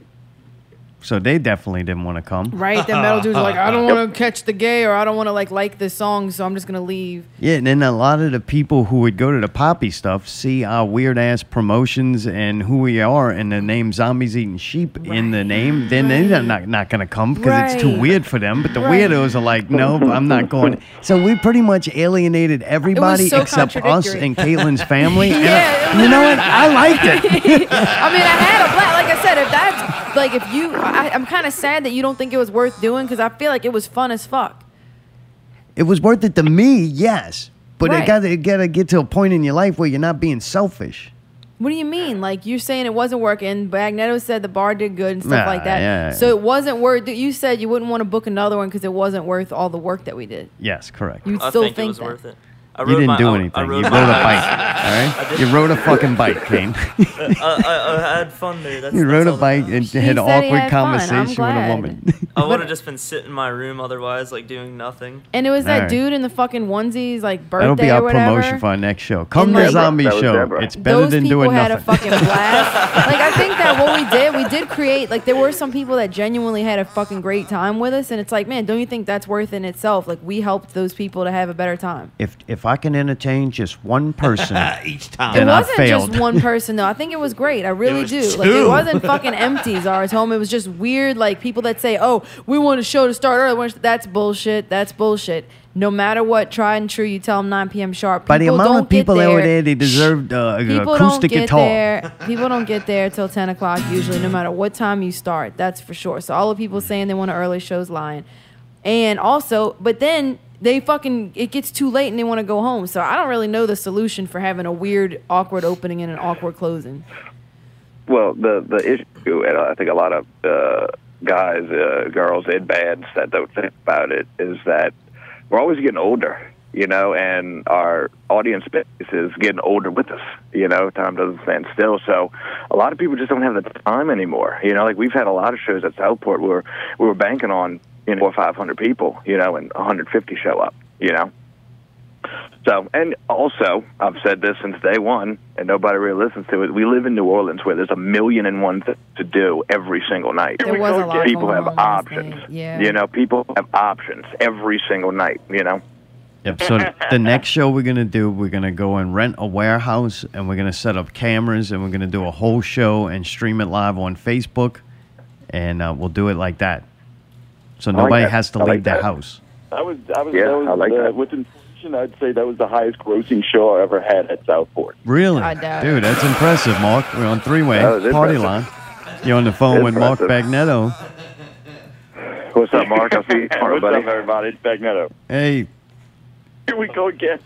So they definitely didn't want to come.
Right? The metal dudes are
(laughs)
like, I don't want to catch the gay or I don't want to like like this song, so I'm just gonna leave.
Yeah, and then a lot of the people who would go to the poppy stuff see our weird ass promotions and who we are and the name Zombies Eating Sheep in the name, then they're not, not going to come because it's too
Right.
weird for them. But the
Right.
weirdos are like, no, I'm not going. So we pretty much alienated everybody
so
except us
contradictory.
and Caitlin's
(laughs)
family. And,
Yeah,
you know what? I liked it.
I mean, I had a blast. Like I said, if that's like if you, I, I'm kind of sad that you don't think it was worth doing because I feel like it was fun as fuck.
It was worth it to me, yes. But
Right.
it got to got to get to a point in your life where you're not being selfish.
What do you mean? Like you're saying it wasn't working. Magneto said the bar did good and stuff
Nah,
like that.
yeah.
So it wasn't worth. You said you wouldn't want to book another one because it wasn't worth all the work that we did.
Yes, correct.
You
I
still
think,
think
it was
that.
worth it. I
you
rode
didn't
my-
do
I- I
anything.
rode
you
my
rode a bike.
bike.
(laughs)
All
I
right.
did.
You rode a fucking bike, Kane. (laughs)
I, I, I had fun there. That's,
you
that's
rode a
all that
bike
matters.
and had awkward conversation with a woman. (laughs)
I would have just been sitting in my room otherwise, like doing nothing.
And it was that
Alright.
dude in the fucking onesies, like birthday
That'll be our
or whatever.
promotion for our next show. Come
like-
to Zombie
That was
Show.
Deborah.
It's better
Those
than
people
doing
had
nothing.
a fucking
(laughs)
blast. like I think that what we did, we did create. Like there were some people that genuinely had a fucking great time with us, and it's like, man, don't you think that's worth in itself? Like we helped those people to have a better time.
if if I can entertain just one person
(laughs)
each
time,
It
then I
wasn't
failed. (laughs)
just one person though. I think it was great. I really
was
do. Like it
two. (laughs)
wasn't fucking empties our home. It was just weird. Like people that say, "Oh, we want a show to start early." we want a sh-" That's bullshit. That's bullshit. No matter what, try and true. You tell them 9 p.m. sharp.
By the
People
amount of
don't get
people that were
there.
there, they deserved uh, an
People don't
acoustic
get
guitar.
there. People don't get there till 10 o'clock usually, no matter what time you start. That's for sure. So all the people saying they want an early show's lying, and also, but then they fucking it gets too late and they want to go home. So I don't really know the solution for having a weird, awkward opening and an awkward closing.
Well, the the issue, and I think a lot of uh, guys, uh, girls, and bands that don't think about it is that we're always getting older, you know, and our audience base is getting older with us. You know, time doesn't stand still, so a lot of people just don't have the time anymore. You know, like we've had a lot of shows at Southport where we were banking on you know, four or five hundred people, you know, and 150 show up, you know. So, and also, I've said this since day one, and nobody really listens to it. We live in New Orleans where there's a million and one things to do every single night.
There was a lot
People
going
have
on
options.
Yeah.
You know, people have options every single night, you know?
Yep. So the next show we're gonna do, we're gonna go and rent a warehouse, and we're gonna set up cameras, and we're gonna do a whole show and stream it live on Facebook, and uh, we'll do it like that. So
I like
nobody
that.
has to
I like
leave their
that.
house.
I was, I was,
Yeah,
that was
I like
the,
that.
With inflation, I'd say that was the highest grossing show I ever had at Southport.
Really,
I doubt it.
dude, that's impressive, Mark. We're on three way
That was
party
impressive.
line. You're on the phone with Mark Bagnetto.
What's up, Mark? I'll
(laughs)
see you tomorrow,
What's
buddy.
up, everybody? It's Bagnetto.
Hey,
Here we go again.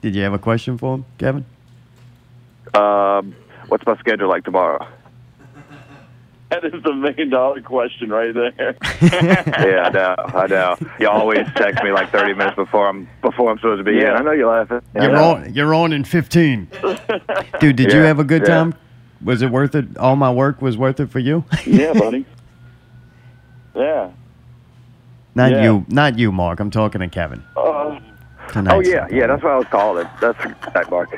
did you have a question for him, Kevin?
Um, what's my schedule like tomorrow?
That is the million dollar question right there.
(laughs)
(laughs)
yeah, I know. I know. You always text me like 30 minutes before I'm before I'm supposed to be in. I know you're laughing. I
You're
know.
on. You're on
(laughs)
in fifteen. Dude, did you
Yeah,
have a good
yeah.
time? Was it worth it? All my work was worth it for you? (laughs)
yeah, (laughs) buddy. Yeah.
Not
Yeah.
you, not you, Mark. I'm talking to Kevin
Uh,
tonight.
oh yeah, yeah. That's what I was calling. That's that Mark.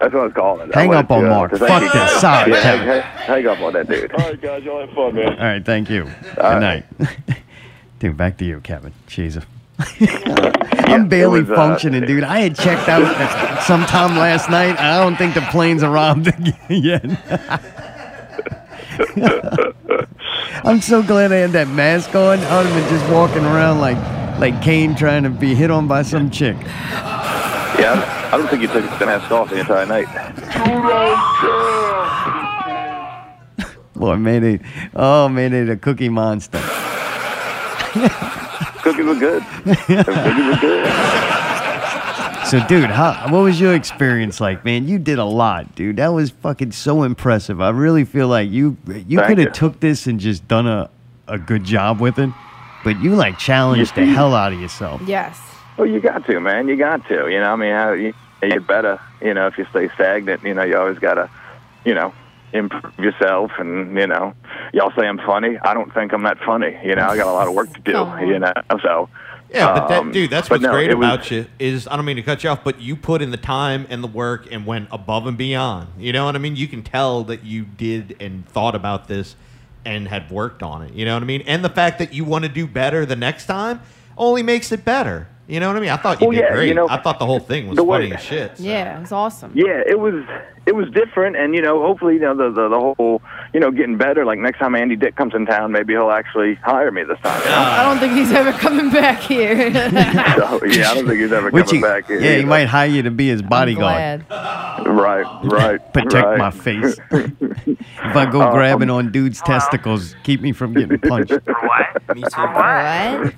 That's what I was calling. I
Hang
wanted
up on
to, uh,
Mark.
to thank
Fuck
you.
this. Sorry,
Yeah,
Kevin.
hang, hang up on that dude.
all right, guys, y'all have fun, man.
All right, thank you. Good night, (laughs) dude. Back to you, Kevin. Jesus. I'm barely
was, uh,
functioning, dude. I had
(laughs)
checked out sometime last night. I don't think the planes (laughs) arrived yet. I'm so glad I had that mask on. I would have been just walking around like, like Kane trying to be hit on by some chick.
Yeah, I don't think you took the mask off the entire night.
Boy, made it. Oh, made it a cookie monster.
Cookies were
(laughs)
good. Cookies were good.
So, dude, how, what was your experience like, man? You did a lot, dude. That was fucking so impressive. I really feel like you you
Thank
could
you.
have took this and just done a, a good job with it, but you like challenged the hell out of yourself.
Yes.
Well, you got to, man. You got to. You know, I mean, how you, you get better. You know, if you stay stagnant, you know, you always gotta, you know, improve yourself. And you know, y'all say I'm funny. I don't think I'm that funny. You know, I got a lot of work to do. You know, so.
Yeah, but
um,
that dude, that's
but
what's
no,
great
it was-
about you is I don't mean to cut you off, but you put in the time and the work and went above and beyond. You know what I mean? You can tell that you did and thought about this and had worked on it. You know what I mean? And the fact that you want to do better the next time only makes it better. You know what I mean? I thought you
Well,
did
yeah, you
great.
know,
I thought the whole thing was
the
funny
way-
as shit.
Yeah, it's awesome.
Yeah, it was it was different, and you know, hopefully, you know, the the, the whole you know getting better. Like next time Andy Dick comes in town, maybe he'll actually hire me this time. you
Ah.
know?
I don't think he's ever coming
(laughs)
back here.
(laughs) So, yeah, I don't think he's ever (laughs)
Which
coming
you-
back here.
yeah, he
either.
might hire you to be his bodyguard.
Glad.
Right, right.
Protect
right.
my face.
(laughs)
if I go
Um,
grabbing on dudes' testicles, keep me from getting punched.
Me too.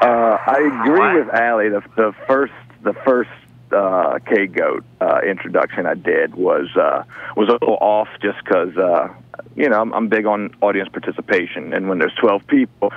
Uh, I agree with Allie. The, the first, the first uh, K Goat uh, introduction I did was uh, was a little off, just because uh, you know I'm, I'm big on audience participation, and when there's 12 people,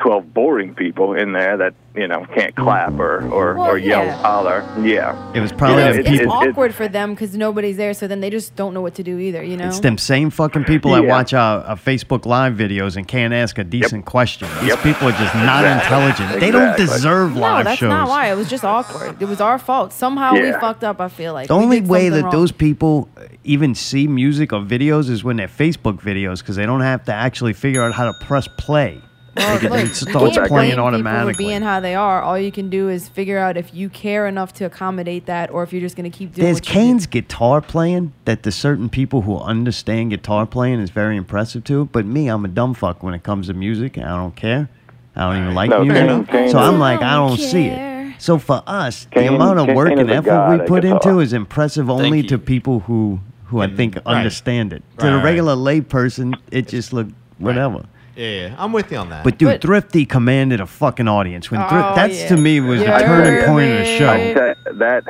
twelve boring people in there that you know can't clap or or,
Well,
or yell
yeah.
holler. Yeah,
it was probably
you know,
the
it-
It's
it- it-
awkward for them because nobody's there, so then they just don't know what to do either. You know,
It's them same fucking people that watch our, our Facebook Live videos and can't ask a decent question. These people are just not intelligent. They don't
Exactly.
deserve
No,
live
that's
shows.
not why. It was just awkward. It was our fault. Somehow we
Yeah.
fucked up. I feel like
The
We
only
did
way
something
that
wrong.
those people even see music or videos is when they're Facebook videos because they don't have to actually figure out how to press play. They get-
Look,
it
you
starts
can't blame
playing
people
automatically.
For being how they are, all you can do is figure out if you care enough to accommodate that, or if you're just going to keep doing.
There's
What you
Kane's guitar playing that the certain people who understand guitar playing is very impressive to. But me, I'm a dumb fuck when it comes to music. and I don't care. I don't even like
No,
music.
Kane- Kane
so I'm
is-
like, I don't see it. So for us,
Kane-
the amount of
Kane
work
is
and
a
effort
god
we
at
put into
guitar.
is impressive only to people who who I think understand it. To
Right,
the
right.
regular layperson, it just looked whatever.
Yeah, I'm with you on that.
But dude, Thrifty commanded a fucking audience. When Thrif-
Oh,
that's
yeah.
to me was
Yeah.
the turning point of the show.
I tell- that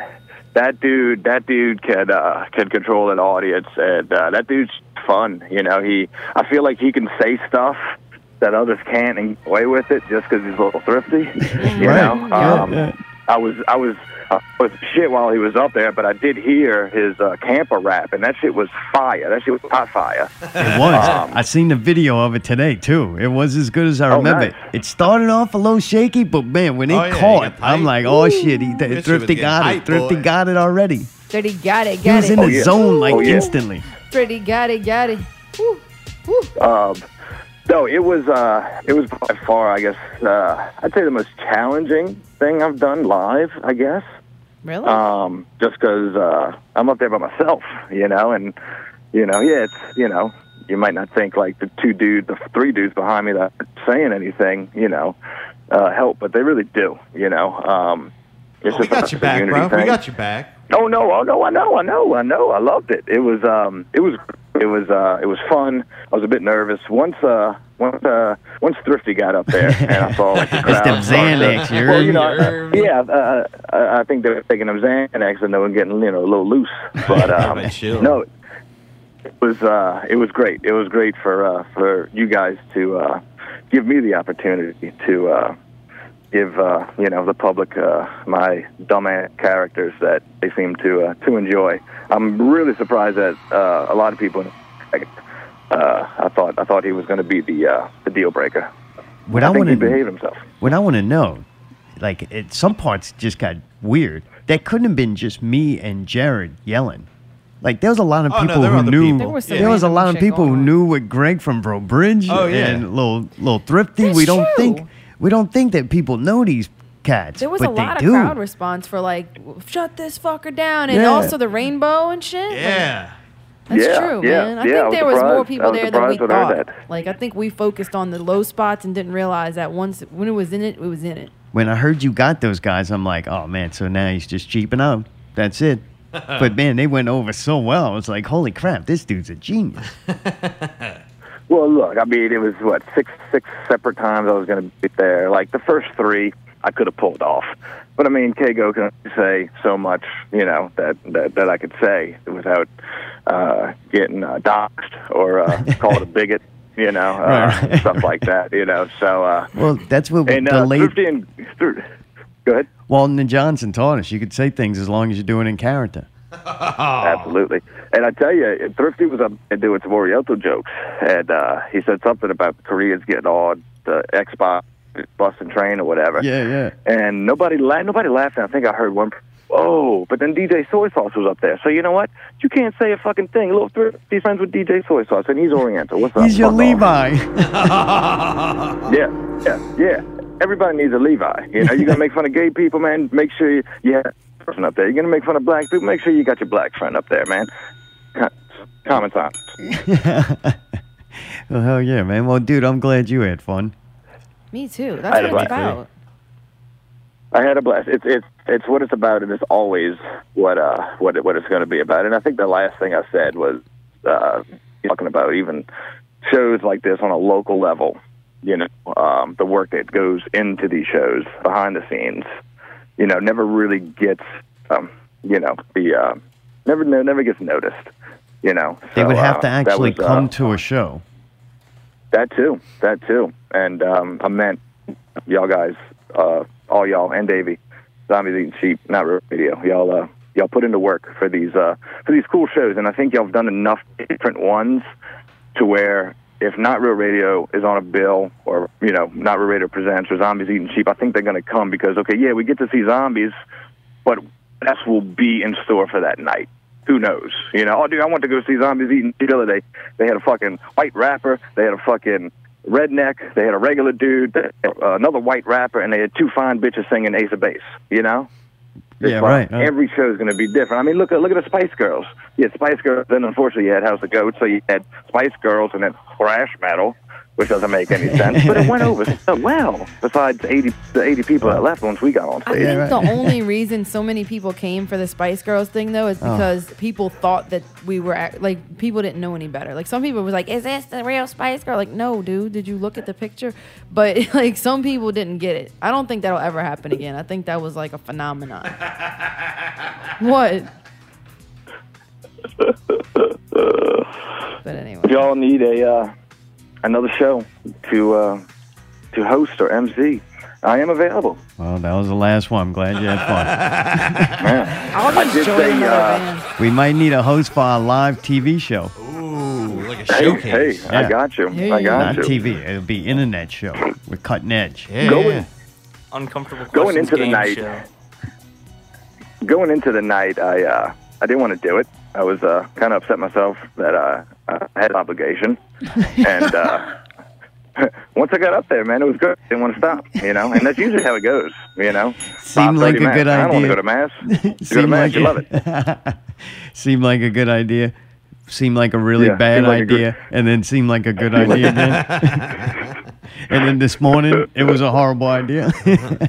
that dude, that dude can uh, can control an audience, and uh, that dude's fun. You know, he I feel like he can say stuff that others can't and get away with it just because he's a little thrifty. (laughs) You know, um, I was I was I was shit while he was up there, but I did hear his uh, camper rap, and that shit was fire. That shit was hot fire.
It was.
Um,
I seen the video of it today too. It was as good as I
Oh,
remember.
nice.
It started off a little shaky, but man, when it
Oh, yeah, he
caught,
got
I'm
hyped.
like, oh shit, he,
Richie was
Thrifty
getting
got it.
hyped,
Thrifty
boy.
got it already.
Dirty got it,
He
got
was
it. Oh,
in the zone like instantly.
Dirty got it, got it. Woo, woo.
Um, no, it was uh, it was by far, I guess, uh, I'd say the most challenging thing I've done live. I guess.
Really?
Um, just 'cause uh, I'm up there by myself, you know, and you know, yeah, it's you know, you might not think like the two dudes, the three dudes behind me that aren't saying anything, you know, uh, help, but they really do, you know. Um, it's
Oh, we got
just
you
a
back,
unity
bro. We
thing.
got you back.
Oh no! Oh no! I know! I know! I know! I loved it. It was um, it was it was uh, it was fun. I was a bit nervous once uh, once uh, once Thrifty got up there and I saw
(laughs)
like the crowd.
them Xanax, you're-
well, you know, uh, yeah, uh, I I think they were taking them Xanax and they were getting you know a little loose, but um, no, it was uh, it was great. It was great for uh, for you guys to uh, give me the opportunity to. Uh, give uh, you know the public uh, my dumbass characters that they seem to uh, to enjoy. I'm really surprised that uh, a lot of people. Uh, I thought I thought he was going to be the uh, the deal breaker.
What
I,
I,
think
want
he
to
behaved himself.
What I want to know, like, it, some parts just got weird. That couldn't have been just me and Jared yelling. Like there was a lot of
Oh, no,
people
there were
who
other
knew.
people. There was some
There was a
random
lot of
shit
people who knew what Greg from Bro Bridge
Oh, yeah.
and little little thrifty.
That's
we don't
true.
think we don't think that people know these cats,
There was
but
a lot
they
of
do.
crowd response for like, shut this fucker down, and
Yeah.
also the rainbow and shit. Like, That's
yeah,
true,
yeah,
man. I
yeah,
think
was
there was more
surprised.
people
I was
there than we
surprised when I heard
thought.
that.
Like I think we focused on the low spots and didn't realize that once when it was in it, it was in it.
when I heard you got those guys, I'm like, oh man, so now he's just cheaping out.
(laughs)
That's it. but man, they went over so well. I was like, holy crap, this dude's a genius.
Well, look, I mean, it was what six six separate times I was going to be there. Like the first three, I could have pulled off, but I mean, Kago can only say so much, you know, that that, that I could say without uh, getting uh, doxxed or
(laughs)
uh, called a bigot, you know, uh,
Right, right,
stuff like that, you know. So, uh,
Well, that's what
and
the
uh,
late
Thrifty and Thr- go ahead.
Walton and Johnson taught us. You could say things as long as you're doing it in character. Oh.
Absolutely. And I tell you, Thrifty was up and doing some Oriental jokes, and uh, he said something about the Koreans getting on the Xbox bus and train or whatever.
Yeah, yeah.
And nobody la- nobody laughed. And I think I heard one. Oh, but then DJ Soy Sauce was up there. So you know what? You can't say a fucking thing. Little Thrifty's friends with DJ Soy Sauce, and he's Oriental. What's up?
He's your
Fuck off.
Levi. (laughs)
Yeah, yeah, yeah. Everybody needs a Levi. You know, you're gonna make fun of gay people, man. Make sure you, you have a person up there. You're gonna make fun of black people. Make sure you got your black friend up there, man. Co- Common sense.
well, hell yeah, man. Well, dude, I'm glad you had fun.
Me too.
I
That's
had a
what it's
blast.
about.
I had a blast. It's it's it's what it's about, and it's always what uh what it, what it's going to be about. And I think the last thing I said was uh, talking about even shows like this on a local level. You know, um, the work that goes into these shows behind the scenes. You know, never really gets um, you know the uh, never no, never gets noticed. You know,
They
So,
would have
uh,
to
that
actually
was, uh,
come to a show.
that too. That too. And um, I meant y'all guys, uh, all y'all, and Davey, zombies eating sheep, not real radio. Y'all, uh, y'all put into work for these uh, for these cool shows, and I think y'all have done enough different ones to where if not real radio is on a bill, or you know, not real radio presents or zombies eating sheep, I think they're going to come because okay, yeah, we get to see zombies, but what else will be in store for that night? Who knows? You know, oh dude, I went to go see zombies eating sheep the other day. They had a fucking white rapper, they had a fucking redneck, they had a regular dude, they had, uh, another white rapper, and they had two fine bitches singing Ace of Base. You know.
Yeah,
It's like
right. Uh,
Every show is going to be different. I mean, look at look at the Spice Girls. Yeah, Spice Girls. Then unfortunately, you had House of Goats, so you had Spice Girls and then thrash metal, which doesn't make any sense. but it went
(laughs)
over so well. Besides eighty the eighty people that left once we got on
I
stage.
think the only reason so many people came for the Spice Girls thing though is
Oh.
because people thought that we were act- like people didn't know any better. Like some people was like, "Is this the real Spice Girl?" Like, no, dude, did you look at the picture? But (laughs) like some people didn't get it. I don't think that'll ever happen again. I think that was like a phenomenon.
(laughs)
what? but anyway,
y'all need a uh, another show to uh, to host or MC. I am available.
Well, that was the last one. I'm glad you had
(laughs)
fun.
Man.
I'll
I did say, uh,
we might need a host for our live TV show.
Ooh, like a
hey, hey, I got you. I got
Not
you.
TV. It'll be internet show. We're cutting edge.
Going
Uncomfortable.
going
Questions
into the
game
night,
show.
going into the night, I uh, I didn't want to do it. I was uh, kind of upset myself that uh, I had an
(laughs)
obligation, and uh, (laughs) once I got up there, man, it was good. Didn't want to stop, you know. And that's usually how it goes, you know.
(laughs)
Five
Seemed like
thirty
a
mass.
good
I don't want to
idea.
go to
(laughs)
mass. You go to
Seemed
mass,
like
you love
it.
it.
Seemed like a good idea. Seemed like a really
Yeah,
bad
seemed like a good-
idea, and then seemed like a good idea
(laughs)
again. and then this morning, it was a horrible idea. (laughs)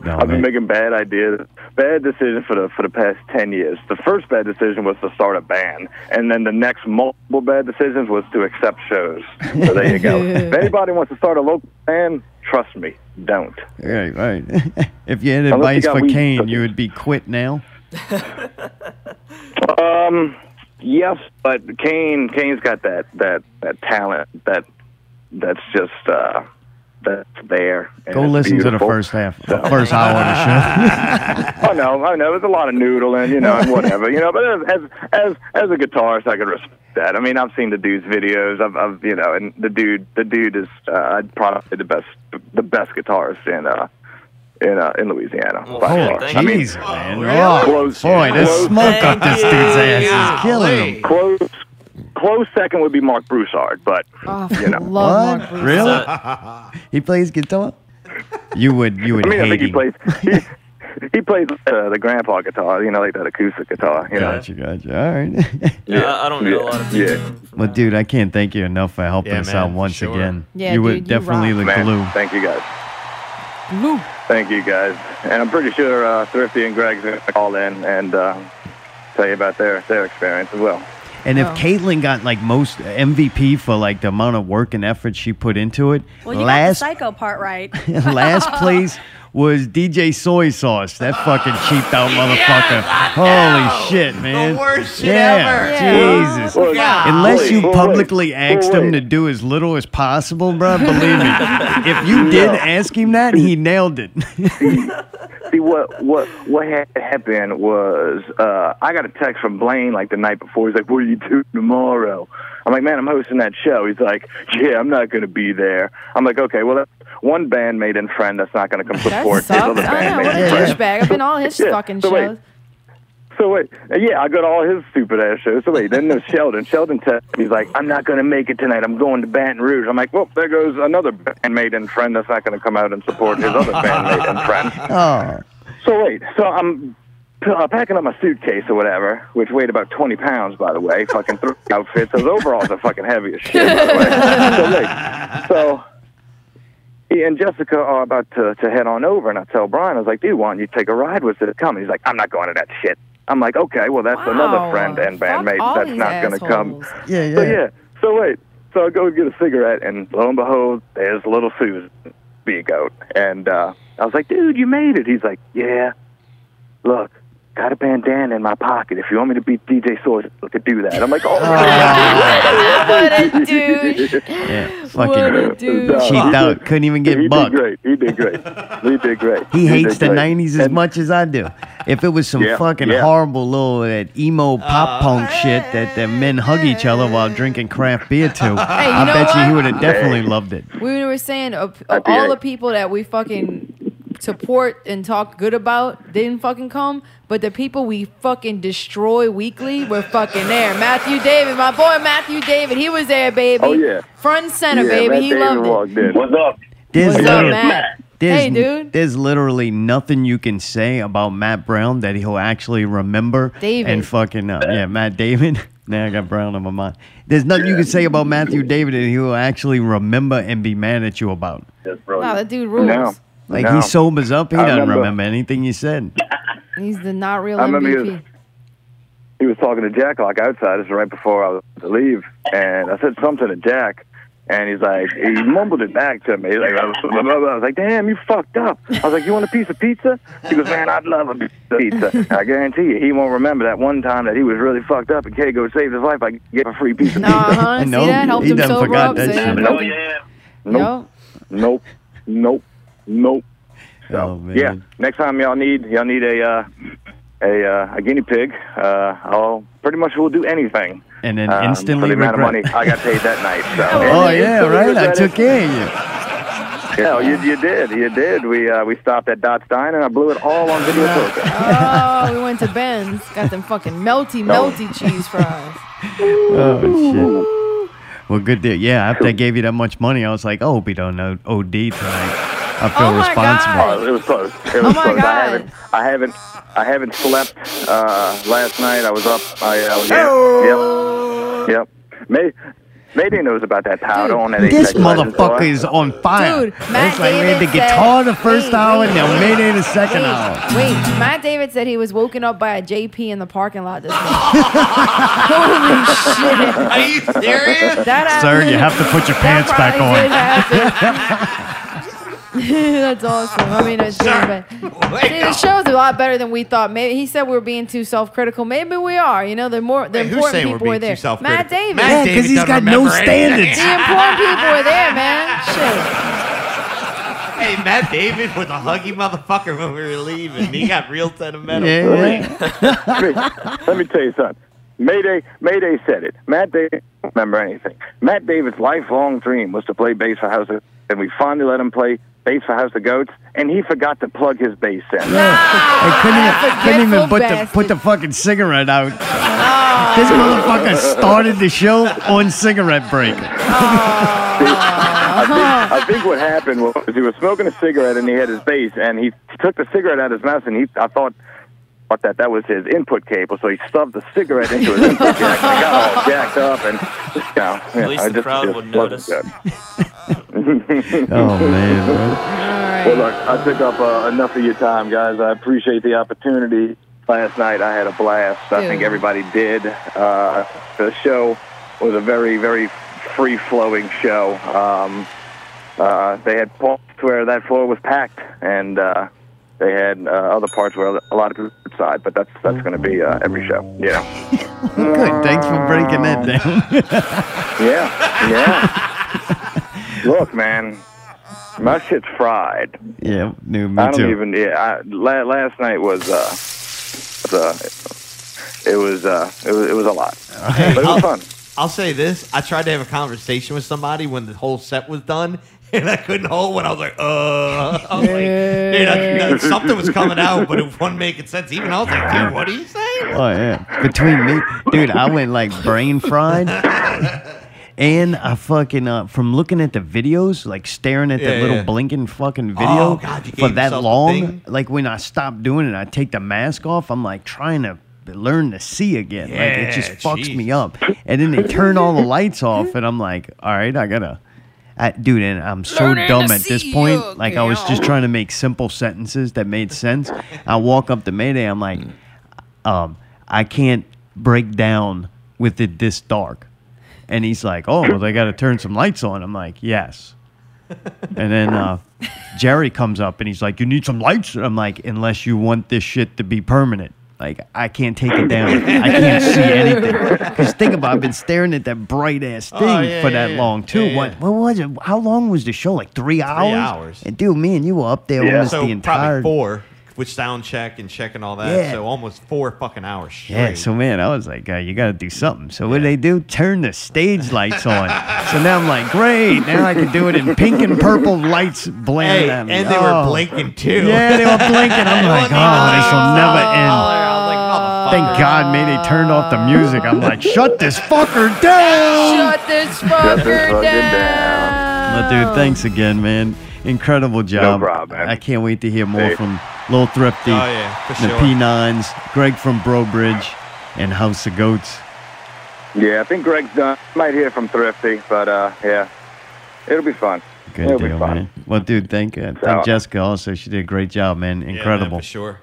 I've been making bad ideas, bad decisions for the for the past ten years. The first bad decision was to start a band, and then the next multiple bad decisions was to accept shows. So there you
(laughs)
go. if anybody wants to start a local band, trust me, don't.
right, right. (laughs) if you had
Unless you
advice
got
for
weed
Kane, you would be
(laughs)
quit now.
Um, yes, but Kane Kane's got that that that talent that that's just uh that's there. and
Go
it's
listen to the
beautiful. (laughs)
first half, first hour of the show.
I know, I know. There's a lot of noodling, you know, and whatever, you know. But as as as, as a guitarist, I can respect that. I mean, I've seen the dude's videos. I've, I've you know, and the dude, the dude is uh, probably the best, the best guitarist in uh in uh, in Louisiana. by (laughs) far.
Holy
I mean,
Jesus, man. Oh, boy, this
close-
smoke up this dude's ass is killing him.
Close, close second would be Mark Broussard, but
Oh,
you know,
What? Really? he plays guitar? You would, you would
I mean, I think
hate
he
him.
plays. He, he plays uh, the grandpa guitar, you know, like that acoustic guitar. You know,
Gotcha, gotcha. All right. (laughs)
Yeah, I- I don't know a lot of people.
Yeah.
Well, dude, I can't thank you enough for helping
Yeah,
us
man,
out once
sure.
again.
Yeah,
you were
dude, you
definitely the
Man,
glue.
Thank you guys. Thank you guys. And I'm pretty sure uh, Thrifty and Greg's going to call in and uh, tell you about their, their experience as well.
And if
Oh.
Caitlyn got like most MVP for like the amount of work and effort she put into it,
Well, you
last
got the psycho part right.
(laughs) last place was DJ Soy Sauce. That fucking
(laughs)
cheaped out motherfucker. Holy shit, man.
worst shit
yeah,
ever. Yeah.
Jesus.
Well, yeah.
Unless
Wait,
you
well, wait.
publicly
Well,
asked him to do as little as possible, bro,
(laughs)
believe me. if you did ask him that, he nailed it. (laughs)
See what what what had happened was uh, I got a text from Blaine like the night before. He's like, "What are you doing tomorrow?" I'm like, "Man, I'm hosting that show." He's like, "Yeah, I'm not going to be there." I'm like, "Okay, well, that's one bandmate and friend that's not going to come support his other bandmate
what a
and friend."
douchebag! I've been all his fucking
so wait.
shows.
So wait, yeah, I go to all his stupid ass shows. So wait, then there's Sheldon. Sheldon texts me, he's like, "I'm not going to make it tonight. I'm going to Baton Rouge." I'm like, "Well, there goes another bandmate and friend that's not going to come out and support his other bandmate and friend."
Oh.
So wait, so I'm p- uh, packing up my suitcase or whatever, which weighed about twenty pounds, by the way. Fucking three (laughs) outfits. Those overalls are fucking heavy as shit. By the way. So wait, so. He and Jessica are about to, to head on over, and I tell Brian, I was like, dude, why don't you take a ride with us? Come. He's like, I'm not going to that shit. I'm like, okay, well, that's another friend and bandmate
all
that's
these
not going to come.
Yeah, yeah.
So yeah. So wait. So I go get a cigarette, and lo and behold, there's little Susan, be a goat. And uh, I was like, dude, you made it. He's like, yeah. Look, got a bandana in my pocket. If you want me to beat DJ Swords, I could do that. I'm like, oh,
Ah.
(laughs)
what a douche.
Yeah,
What a
fucking
douche.
cheaped out. Couldn't even
he
get
did
bucked.
great. He did great. He did great.
He hates
did
the
great.
'90s as much as I do. If it was some
Yeah,
fucking
yeah.
horrible little that emo
Uh,
pop punk shit that the men hug each other while drinking craft beer to, I
know
bet you he
what?
would have definitely loved it.
We were saying uh,
I'd be
all
right.
the people that we fucking support and talk good about didn't fucking come, but the people we fucking destroy weekly were fucking there. Matthew David, my boy Matthew David, he was there, baby.
Oh, yeah.
Front and center,
Yeah,
baby.
Matt
he
Damon
loved it.
walked in. What's up?
There's,
What's up,
literally-
Matt?
there's,
Hey, dude.
there's literally nothing you can say about Matt Brown that he'll actually remember
David.
and fucking uh, yeah, Matt David. (laughs) now I got Brown on my mind. There's nothing you can say about Matthew David that he'll actually remember and be mad at you about.
Wow, that dude rules.
No.
Like
No.
he sobers up, he
I
doesn't
remember-
remember anything you said.
He's the not real
I remember he was-
MVP.
He was talking to Jack like outside. This is right before I was to leave, and I said something to Jack, and he's like, he mumbled it back to me. He's Like, I was, blah, blah, blah. I was like, damn, you fucked up. I was like, you want a piece of pizza? He goes, man, I'd love a piece of pizza. I guarantee you, he won't remember that one time that he was really fucked up and Kago saved his life. I gave him a free piece of pizza.
Uh-huh, see that? Helped him sober up. so he
Nope.
fucking-
Nope. Nope. Nope. Nope. So,
Oh,
yeah. Next time y'all need y'all need a uh, a uh, a guinea pig, uh, I'll pretty much will do anything.
And then
Um,
instantly
for the amount of
regret.
money I got paid that night. So.
(laughs) Oh yeah, right. I took care of you.
Yeah, you, you did. You did. We uh, we stopped at Dot's Dine and I blew it all on video. poker.
Oh, we went to Ben's. Got them fucking
(laughs)
melty,
No.
melty cheese fries.
Oh shit. Well, good deal. Yeah, after I gave you that much money, I was like, "Oh, we don't know OD tonight." I feel
Oh my
responsible.
God. Oh, it was close. It was close. I haven't, I haven't, I haven't slept. Uh, last night I was up. I, I was, yep, yep, yep. May, Mayday knows about that powder on that.
This
Apex Legends
motherfucker
bar.
is on fire.
Dude, Matt
it's like we had the
David
guitar
said-
the first
Wait,
hour,
wait,
and now
wait.
Mayday the second
wait,
hour.
Wait, Matt David said he was woken up by a JP in the parking lot this morning. Holy shit.
Are you serious?
That
Sir, you have to put your pants back
probably did
on.
(laughs) That's awesome. I mean,
(laughs)
it's
Sir,
good, but see, the show's a lot better than we thought. Maybe he said we were being too self-critical. Maybe we are. You know, the more the
who's
important
saying we're
people were
being too
there. Matt
self-critical?
David.
Matt Yeah, 'cause David he's doesn't got no remember anything. standards.
The important people were there, man. Shit.
(laughs) Hey, Matt David was a huggy motherfucker when we were leaving. He got real sentimental.
Let me- Let me tell you something. Mayday, Mayday said it. Matt David don't remember anything. Matt David's lifelong dream was to play bass for House of, and we finally let him play bass for House of Goats, and he forgot to plug his bass in.
I couldn't even, couldn't even put the,
bastard.
put the fucking cigarette
Oh.
out. This motherfucker started the show on cigarette break.
I, think, I think what happened was he was smoking a cigarette and he had his bass and he took the cigarette out of his mouth and he I thought thought that that was his input cable so he stubbed the cigarette into his input cable and got all jacked up and you know, yeah,
At least
I
the
just,
crowd
just
would notice.
wasn't good.
Oh man, bro.
Well, look, I took up uh, enough of your time, guys. I appreciate the opportunity. Last night I had a blast. I think
Dude.
everybody did. Uh, the show was a very, very free flowing show. Um, uh, they had parts where that floor was packed, and uh, they had uh, other parts where a lot of people were outside. But that's that's going to be uh, every show. Yeah.
Good. Thanks for breaking that down.
Yeah. Yeah. Look, man, my shit's fried.
yeah, new me
I don't
too.
even. Yeah, I, la- last night was. Uh, was, uh, it was. Uh, it was. It was a
(laughs)
lot.
Hey,
But it
I'll,
was fun.
I'll say this: I tried to have a conversation with somebody when the whole set was done, (laughs) and I couldn't hold one. I was like, "Uh," (laughs) I was like, dude, I- I- something was coming out, but it
(laughs)
wasn't making sense. Even I was like, "Dude, what are you saying?"
Oh yeah. Between me, dude, I went like brain fried. And I fucking uh, from looking at the videos, like staring at that
Yeah,
little
yeah.
blinking fucking video
Oh, God, you
for
gave
that
yourself the
long.
thing?
Like when I stop doing it, I take the mask off. I'm like trying to learn to see again. like it just
Yeah,
fucks me up. And then they turn all the lights off, and I'm like, all right, I gotta. I, dude, and I'm so
Learning to
dumb at this
see
point.
you
Like I was just
again.
trying to make simple sentences that made sense. I walk up to Mayday. I'm like, um, I can't break down with it this dark. And he's like, oh, well, they got to turn some lights on. I'm like, yes. And then uh, Jerry comes up and he's like, you need some lights? I'm like, unless you want this shit to be permanent. Like I can't take it down. I can't see anything. Because think about, it, I've been staring at that bright ass thing
Oh, yeah,
for that
yeah,
long too.
yeah,
What what was it? How long was the show? Like three hours.
hours.
And dude, me and you were up there almost
so
the entire
probably four with sound check and checking all that.
Yeah.
So almost four fucking hours straight.
Yeah, so man, I was like, uh, you got to do something. So what do they do? Turn the stage lights on. so now I'm like, great, now I can do it in pink and purple lights blaring
Hey,
at me.
and they
Oh.
were blinking too. (laughs)
Yeah, they were blinking. I'm like, oh, this will never end.
I'm
Thank God, man, they turned off the music. I'm like, shut this fucker down.
Shut this fucker down.
But dude, thanks again, man. Incredible job. I can't wait to hear more
Hey.
from Lil Thrifty,
Oh, yeah, for
the
sure.
P9s, Greg from Brobridge, and House of Goats.
Yeah, I think Greg's done. Might hear from Thrifty, but uh, yeah, it'll be fun.
Good
it'll
deal,
be fun.
man. Well, dude, thank uh,
So-
thank Jessica also. She did a great job, man. Incredible.
for sure.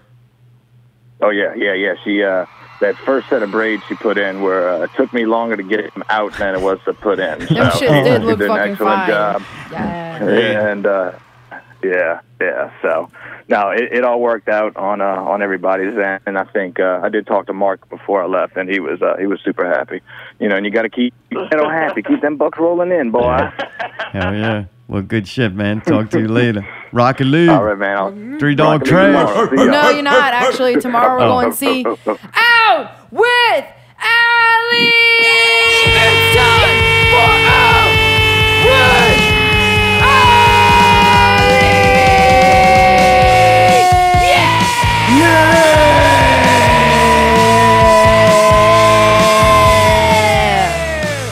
Oh yeah, yeah, yeah. She uh, that first set of braids she put in were uh, it took me longer to get them out than it was to put in. So
shits did
she
look
did an
fucking
excellent
fine.
job.
Yeah.
And uh, yeah, yeah. So no, it, it all worked out on uh, on everybody's end, and I think uh, I did talk to Mark before I left, and he was uh, he was super happy. You know, and you got to keep you know happy, keep them bucks rolling in, boy.
Hell yeah. Well, good shit, man. Talk to you later. Rock and lead. All
right, man. I'll-
Three dog
Rock and lead
trash.
(laughs)
tomorrow. See ya.
No, you're not. Actually, tomorrow we're
Oh.
going to see (laughs) Out with Ali. It's time for Out with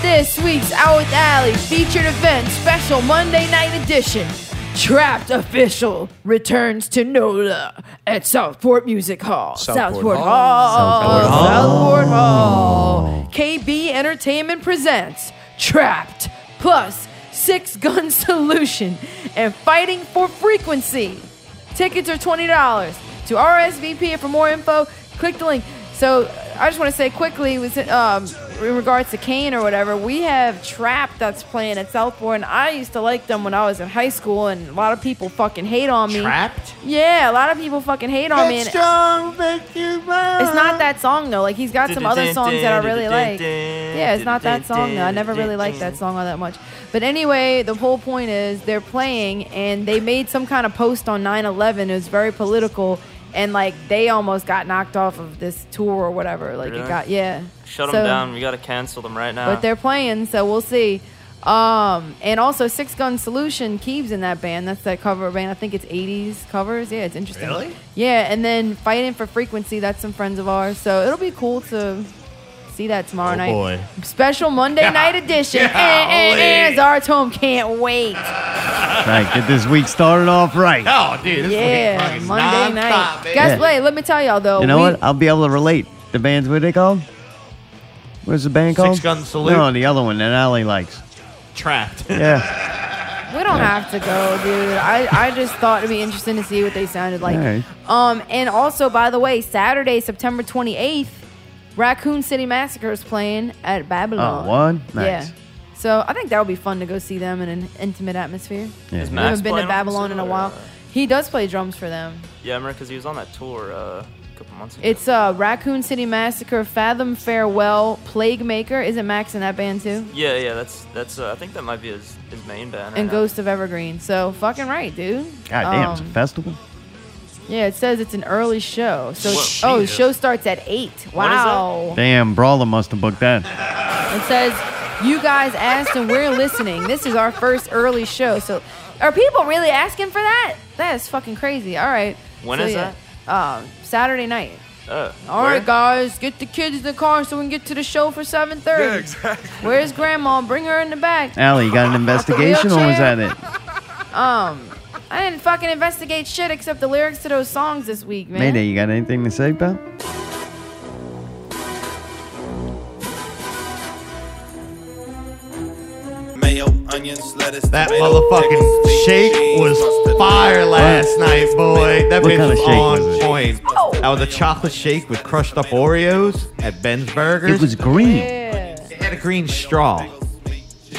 This week's Out with Alley featured event special Monday night edition. Trapped Official returns to NOLA at Southport Music Hall.
Southport Hall.
Hall.
Southport Hall.
Southport Hall. KB Entertainment presents Trapped plus Six Gun (laughs) Solution and Fighting for Frequency. Tickets are $20. To RSVP and for more info, click the link. So I just want to say quickly, was um, in regards to Kane or whatever, we have Trap that's playing at Southport, and I used to like them when I was in high school, and a lot of people fucking hate on me.
Trapped?
Yeah, a lot of people fucking hate on me. and-
strong, make you
it's not that song though. Like he's got some other songs that I really like. Yeah, it's not that song though. I never really liked that song all that much. But anyway, the whole point is they're playing and they made some kind of post on 9/11. It was very political and like they almost got knocked off of this tour or whatever. Like
Really?
it got yeah.
Shut
So-
them down. We gotta cancel them right now.
Ah.
But they're playing, so we'll see. Um, and also Six Gun Solution, Keebs in that band. That's that cover band. I think it's 80s covers. Yeah, it's interesting.
Really?
Yeah, and then Fighting for Frequency. That's some friends of ours. So it'll be cool to see that
Oh,
tomorrow night.
Oh, boy.
Special Monday
(laughs)
night edition. Eh, eh, eh, Zartom can't
(laughs)
wait.
Right, get this week started off right.
Oh, dude. This
yeah,
fucking
Monday night.
nonstop, baby.
Yeah.
Guess what? Let me tell y'all though.
you know
we-
what? I'll be able to relate. The band's what they called? Where's the band
Six
called?
Gun Salute.
No, the other one that
(laughs)
Allie likes.
Trapped.
Yeah.
We don't have to go, dude. I, I just thought it'd be interesting to see what they sounded like.
All right.
Um, and also, by the way, Saturday, September 28th, Raccoon City Massacre is playing at Babylon.
Oh, what? Nice.
Yeah. So I think that would be fun to go see them in an intimate atmosphere.
Yeah. Is
We
Max
haven't been
playing
to
on
Babylon
this
in a
or-
while. He does play drums for them.
yeah, I remember because he was on that tour uh, a couple months ago.
It's uh, Raccoon City Massacre, Fathom Farewell, Plague Maker. Isn't Max in that band too?
yeah, yeah. That's that's. Uh, I think that might be his, his main band.
And
right now.
Ghost of Evergreen. So fucking right, dude.
God damn,
Um,
it's a festival?
Yeah, it says it's an early show. So
Shit.
oh, show starts at eight. Wow.
Damn, Brawler must have booked that.
It says you guys asked and we're listening. This is our first early show. So are people really asking for that? That is fucking crazy. All right.
When
When
is
is that? Um, Saturday night.
Oh,
All right,
where?
guys, get the kids in the car so we can get to the show for seven thirty.
Yeah,
exactly. Where's Grandma? Bring her in the back.
Allie, you got an investigation or was
Wheelchair.
that it?
Um, I didn't fucking investigate shit except the lyrics to those songs this week, man.
Mayday, you got anything to say, pal?
Mayo, onions, lettuce.
That motherfucking shake was fire last night, boy. That
What
bitch
kind of
was
shake
on
was it?
point. That was a chocolate shake with crushed up Oreos at Ben's Burgers.
It was green.
It had a green straw.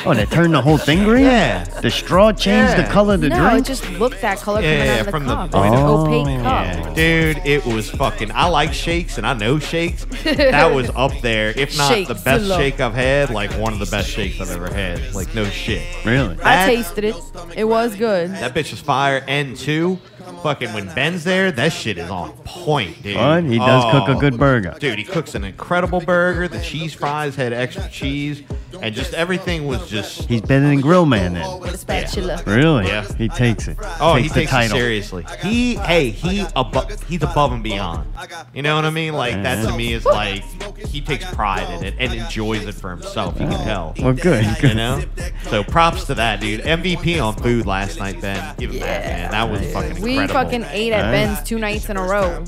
Oh, they turned the whole thing green?
Yeah.
The straw changed the
Yeah.
color of the
no,
drink?
it just looked that color
Yeah,
coming
from the
out of the cup. It's an
Oh.
opaque cup.
Dude, it was fucking. I like shakes and I know shakes. That was up there, if not the
(laughs) Shakes
best
love.
shake I've had, like one of the best shakes I've ever had. Like, no shit.
Really?
I
That,
tasted it. It was good.
that bitch is fire. And two, fucking when Ben's there, that shit is on point, dude.
Fun. He does cook a
Oh.
good burger.
Dude, he cooks an incredible burger. The cheese fries had extra cheese, and just everything was just.
He's better than Grill Man then.
With a spatula.
Really?
Yeah.
He takes it.
Oh,
takes
he takes
the title.
it seriously. He, hey, he above, he's above and beyond. You know what I mean? Like that to me is like he takes pride in it and enjoys it for himself. You can tell.
Well, good, (laughs)
You
good.
know. So props to that dude. MVP on food last night, Ben. Give him that, man. That was fucking
We
incredible.
fucking ate at Ben's two nights in a row.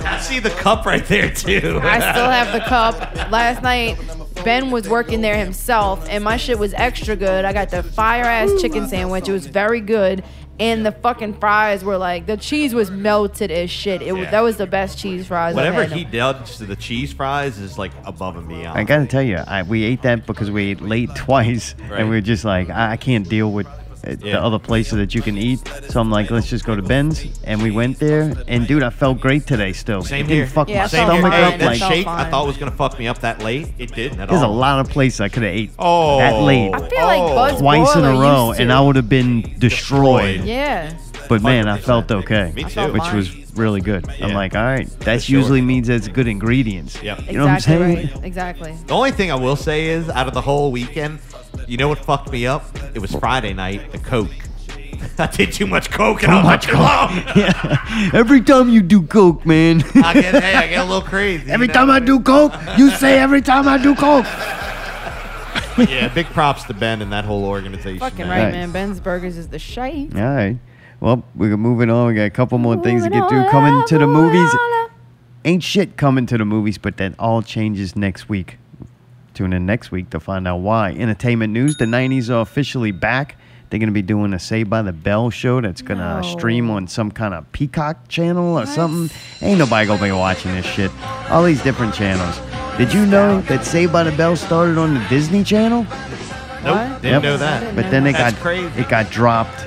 I see the cup right there too.
(laughs) I still have the cup. Last night, Ben was working there himself, and my shit was extra good. I got the fire ass chicken sandwich. It was very good. And the fucking fries were like the cheese was melted as shit. It was,
Yeah.
that was the best cheese fries. I've
(laughs) Whatever
had.
he does to the cheese fries is like above and beyond.
I gotta tell you, I, we ate that because we ate late (laughs) twice,
Right.
and we were just like, I, I can't deal with uh, the
Yeah.
other places that you can eat. So I'm like, let's just go to Ben's, and we went there, and dude, I felt great today. Still,
Same
it didn't
here.
fuck my
Same
stomach
here. Hey,
up
that
like.
shake I thought was gonna fuck me up that late. It didn't at
There's a
all.
lot of places I could have ate
Oh.
that late
I
feel like Bud's
twice in a
Broiler
row,
used
and
to.
I would have been destroyed.
Yeah.
But man, I felt okay,
Me too.
which was really good. I'm
Yeah.
like, all right, that
sure.
usually means it's good ingredients.
Yep.
You know what I'm
Exactly
saying?
right. Exactly.
The only thing I will say is, out of the whole weekend, you know what fucked me up? It was Friday night, the Coke. (laughs) I did too much Coke and I was much too long.
(laughs) yeah. Every time you do coke, man.
I get, hey, I get a little crazy.
(laughs) every time I do coke, you say every time I
(laughs)
do coke.
yeah, big props to Ben and that whole organization.
Fucking
man.
right,
Nice.
man. Ben's Burgers is the shite.
All right. Well, we're moving on. We got a couple more things to get through. Coming to the movies. Ain't shit coming to the movies, but that all changes next week. Tune in next week to find out why. Entertainment news the 90s are officially back. They're going to be doing a Say by the Bell show that's going
No.
to stream on some kind of Peacock channel or something. Ain't nobody going to be watching this shit. All these different channels. Did you know that Say by the Bell started on the Disney Channel?
Nope, didn't know that.
But then it
That's
got
crazy.
it got dropped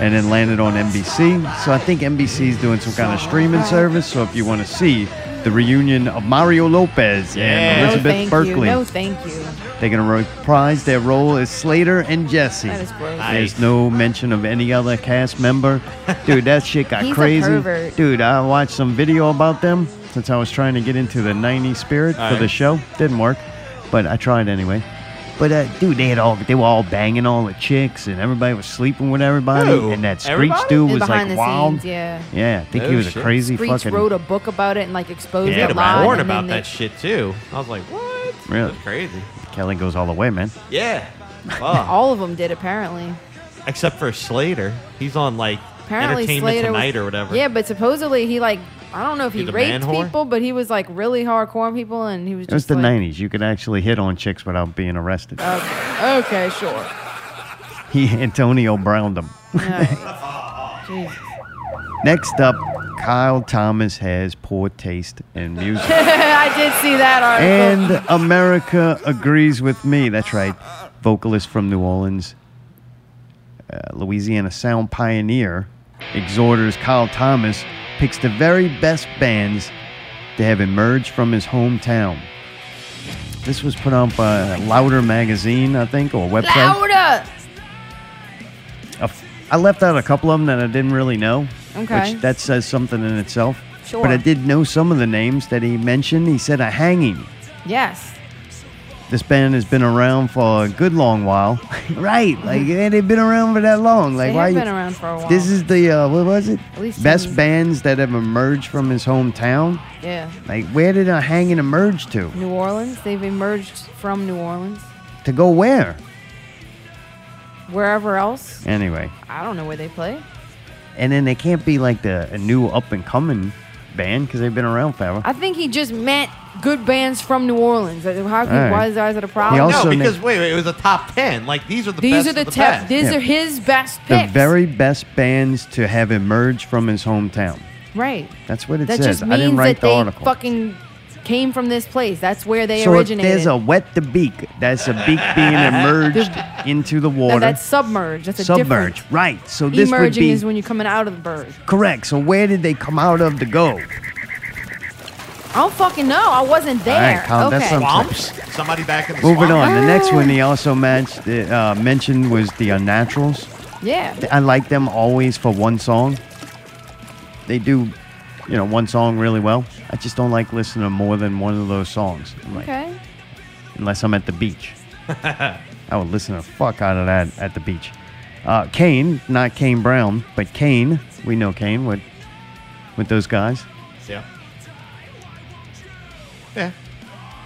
and then landed on NBC. So I think NBC is doing some kind of streaming service. So if you want to see the reunion of Mario Lopez and
No,
Elizabeth
Oh, thank you.
Berkley,
No, thank you.
they're going to reprise their role as Slater and Jesse.
That is gross.
There's no mention of any other cast member. Dude, that shit got
He's a
crazy.
pervert.
Dude, I watched some video about them since I was trying to get into the 90s spirit
All
for the
right.
show. Didn't work, but I tried anyway. But uh, dude, they had all they were all banging all the chicks, and everybody was sleeping with everybody.
Who?
And that Screech
Everybody?
dude
And
was like
behind the
wild.
scenes, yeah.
yeah, I think he
Oh,
was a
shit.
crazy
Screech
fucking.
wrote a book about it and like exposed
Yeah,
it
I'm
live.
warned
and then
about
they-
that shit too. I was like, what?
Really?
That's crazy.
Kelly goes all the way, man.
Yeah. Fuck.
All of them did apparently.
(laughs) Except for Slater, he's on like
Apparently
Entertainment
Slater
Tonight
was,
or whatever.
Yeah, but supposedly he like I don't know if he
He's a man
raped
whore?
people, but he was like really hardcore on people, and he was
It was
just
the
like,
90s. You could actually hit on chicks without being arrested.
Okay, okay, sure. (laughs)
He Antonio Browned them. Next up, Kyle Thomas has poor taste in music.
I did see that article.
And America agrees with me. That's right. Vocalist from New Orleans, uh, Louisiana sound pioneer, exhorters Kyle Thomas picks the very best bands to have emerged from his hometown. This was put out by Louder Magazine, I think, or website.
Louder.
A f- I left out a couple of them that I didn't really know.
Okay.
Which that says something in itself.
Sure.
But I did know some of the names that he mentioned. He said a hanging.
Yes.
This band has been around for a good long while. (laughs) right. Like yeah, they've been around for that long. Like
They
why
have
you-
been around for a while.
This is the uh, what was it?
At least
Best
ten-
bands that have emerged from his hometown.
Yeah.
Like where did a hanging emerge to?
New Orleans. They've emerged from New Orleans.
To go where?
Wherever else.
Anyway.
I don't know where they play.
And then they can't be like the a new up and coming band because they've been around forever.
I think he just meant good bands from New Orleans. Like, How could,
All right.
Why is that is that a problem?
He also
no,
named-
because wait, wait, it was a top ten. Like these are the
these
best
are the,
of the
tep-
best.
These
Yeah.
are his best
the
picks.
very best bands to have emerged from his hometown.
right.
That's what it
that
says.
just means
I didn't write
that
the
they
article.
fucking came from this place. That's where they
so if
originated.
there's a wet the beak, that's a
(laughs)
beak being emerged into the
No,
water.
that's submerge. That's a
submerge,
different.
right? So this
Emerging
would be
is when you're coming out of the bird.
correct. So where did they come out of to go?
I don't fucking know. I wasn't there.
All right, Colin,
okay.
that's something.
Swamps? Somebody back in the
Moving
swamp?
on. The next one he also matched, uh, mentioned was the Unnaturals.
Yeah.
I like them always for one song. They do, you know, one song really well. I just don't like listening to more than one of those songs. I'm like,
Okay.
unless I'm at the
(laughs)
beach. I would listen to the fuck out of that at the beach. Uh, Kane, not Kane Brown, but Kane. We know Kane with with those guys.
Yeah. Yeah.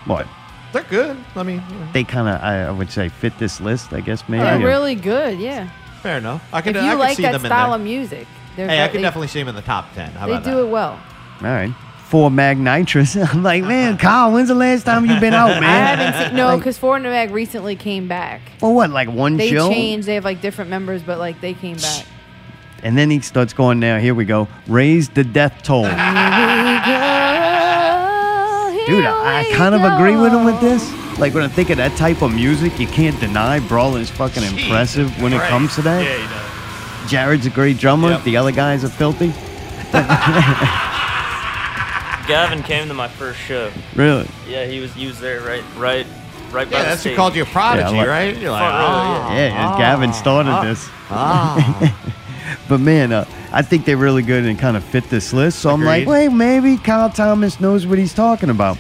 What?
They're good. I mean,
They kind of, I, I would say, fit this list. I guess maybe.
They're
or-
Oh, really good. Yeah.
fair enough. I
If
could,
you
I could
like
see
that
them
style
in
of music,
there.
they're
Hey, I
very-
could definitely see them in the top 10. How
they,
about
do it well.
All right. Four Mag Nitrous. (laughs) I'm like,
(laughs)
man, Kyle, when's the last time you've been out, man?
I haven't seen no, because Four in the Bag recently came back.
Well, what, like one
they
show?
changed. They have like different members, but like they came back.
And then he starts going, now, here we go. Raise the death toll. Dude, I, I kind of agree with him with this. Like, when I think of that type of music, you can't deny Brawl is fucking impressive when it comes to that. Jared's a great drummer. The other guys are filthy.
Gavin came to my first show.
Really?
Yeah, he was he was there right right right by
Yeah,
the
that's who
stage.
called you a prodigy,
Yeah, like-
right? You're like,
Fuck, really,
ah,
yeah,
ah,
Gavin started
ah,
this.
ah.
(laughs) but man, uh, I think they're really good and kind of fit this list. So I'm like,
Agreed.
wait, maybe Kyle Thomas knows what he's talking about.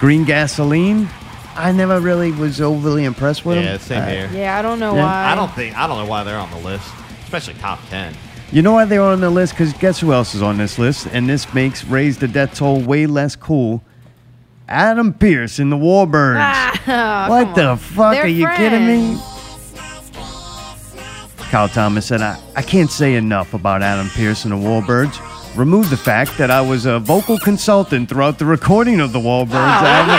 Green Gasoline, I never really was overly impressed with him.
"Oh." Yeah, same
Uh,
here.
Yeah, I don't know
Yeah.
why. (laughs)
I don't think I don't know why they're on the list, especially top ten.
You know why they're on the list? Because guess who else is on this list? And this makes Raise the Death Toll way less cool. Adam Pierce in the Warburns.
Ah, (laughs)
what
come
the
on.
fuck?
They're
Are you kidding me?
friends.
Kyle Thomas said, I, I can't say enough about Adam Pierce and the Wallbirds. Remove the fact that I was a vocal consultant throughout the recording of the Wallbirds album (laughs)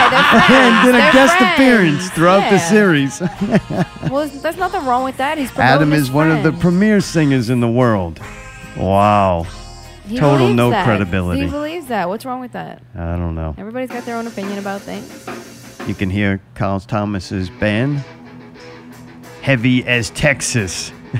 and did a
Oh, They're
guest
friends.
appearance throughout the
Yeah.
series.
Well, there's nothing wrong with that. He's promoting
Adam
his
is one of the
friend.
premier singers in the world. Wow.
He
Total
believes
no
that.
credibility.
He believes that. What's wrong with that?
I don't know.
Everybody's got their own opinion about things.
You can hear Kyle Thomas's band, Heavy as
(laughs)
Texas. (laughs)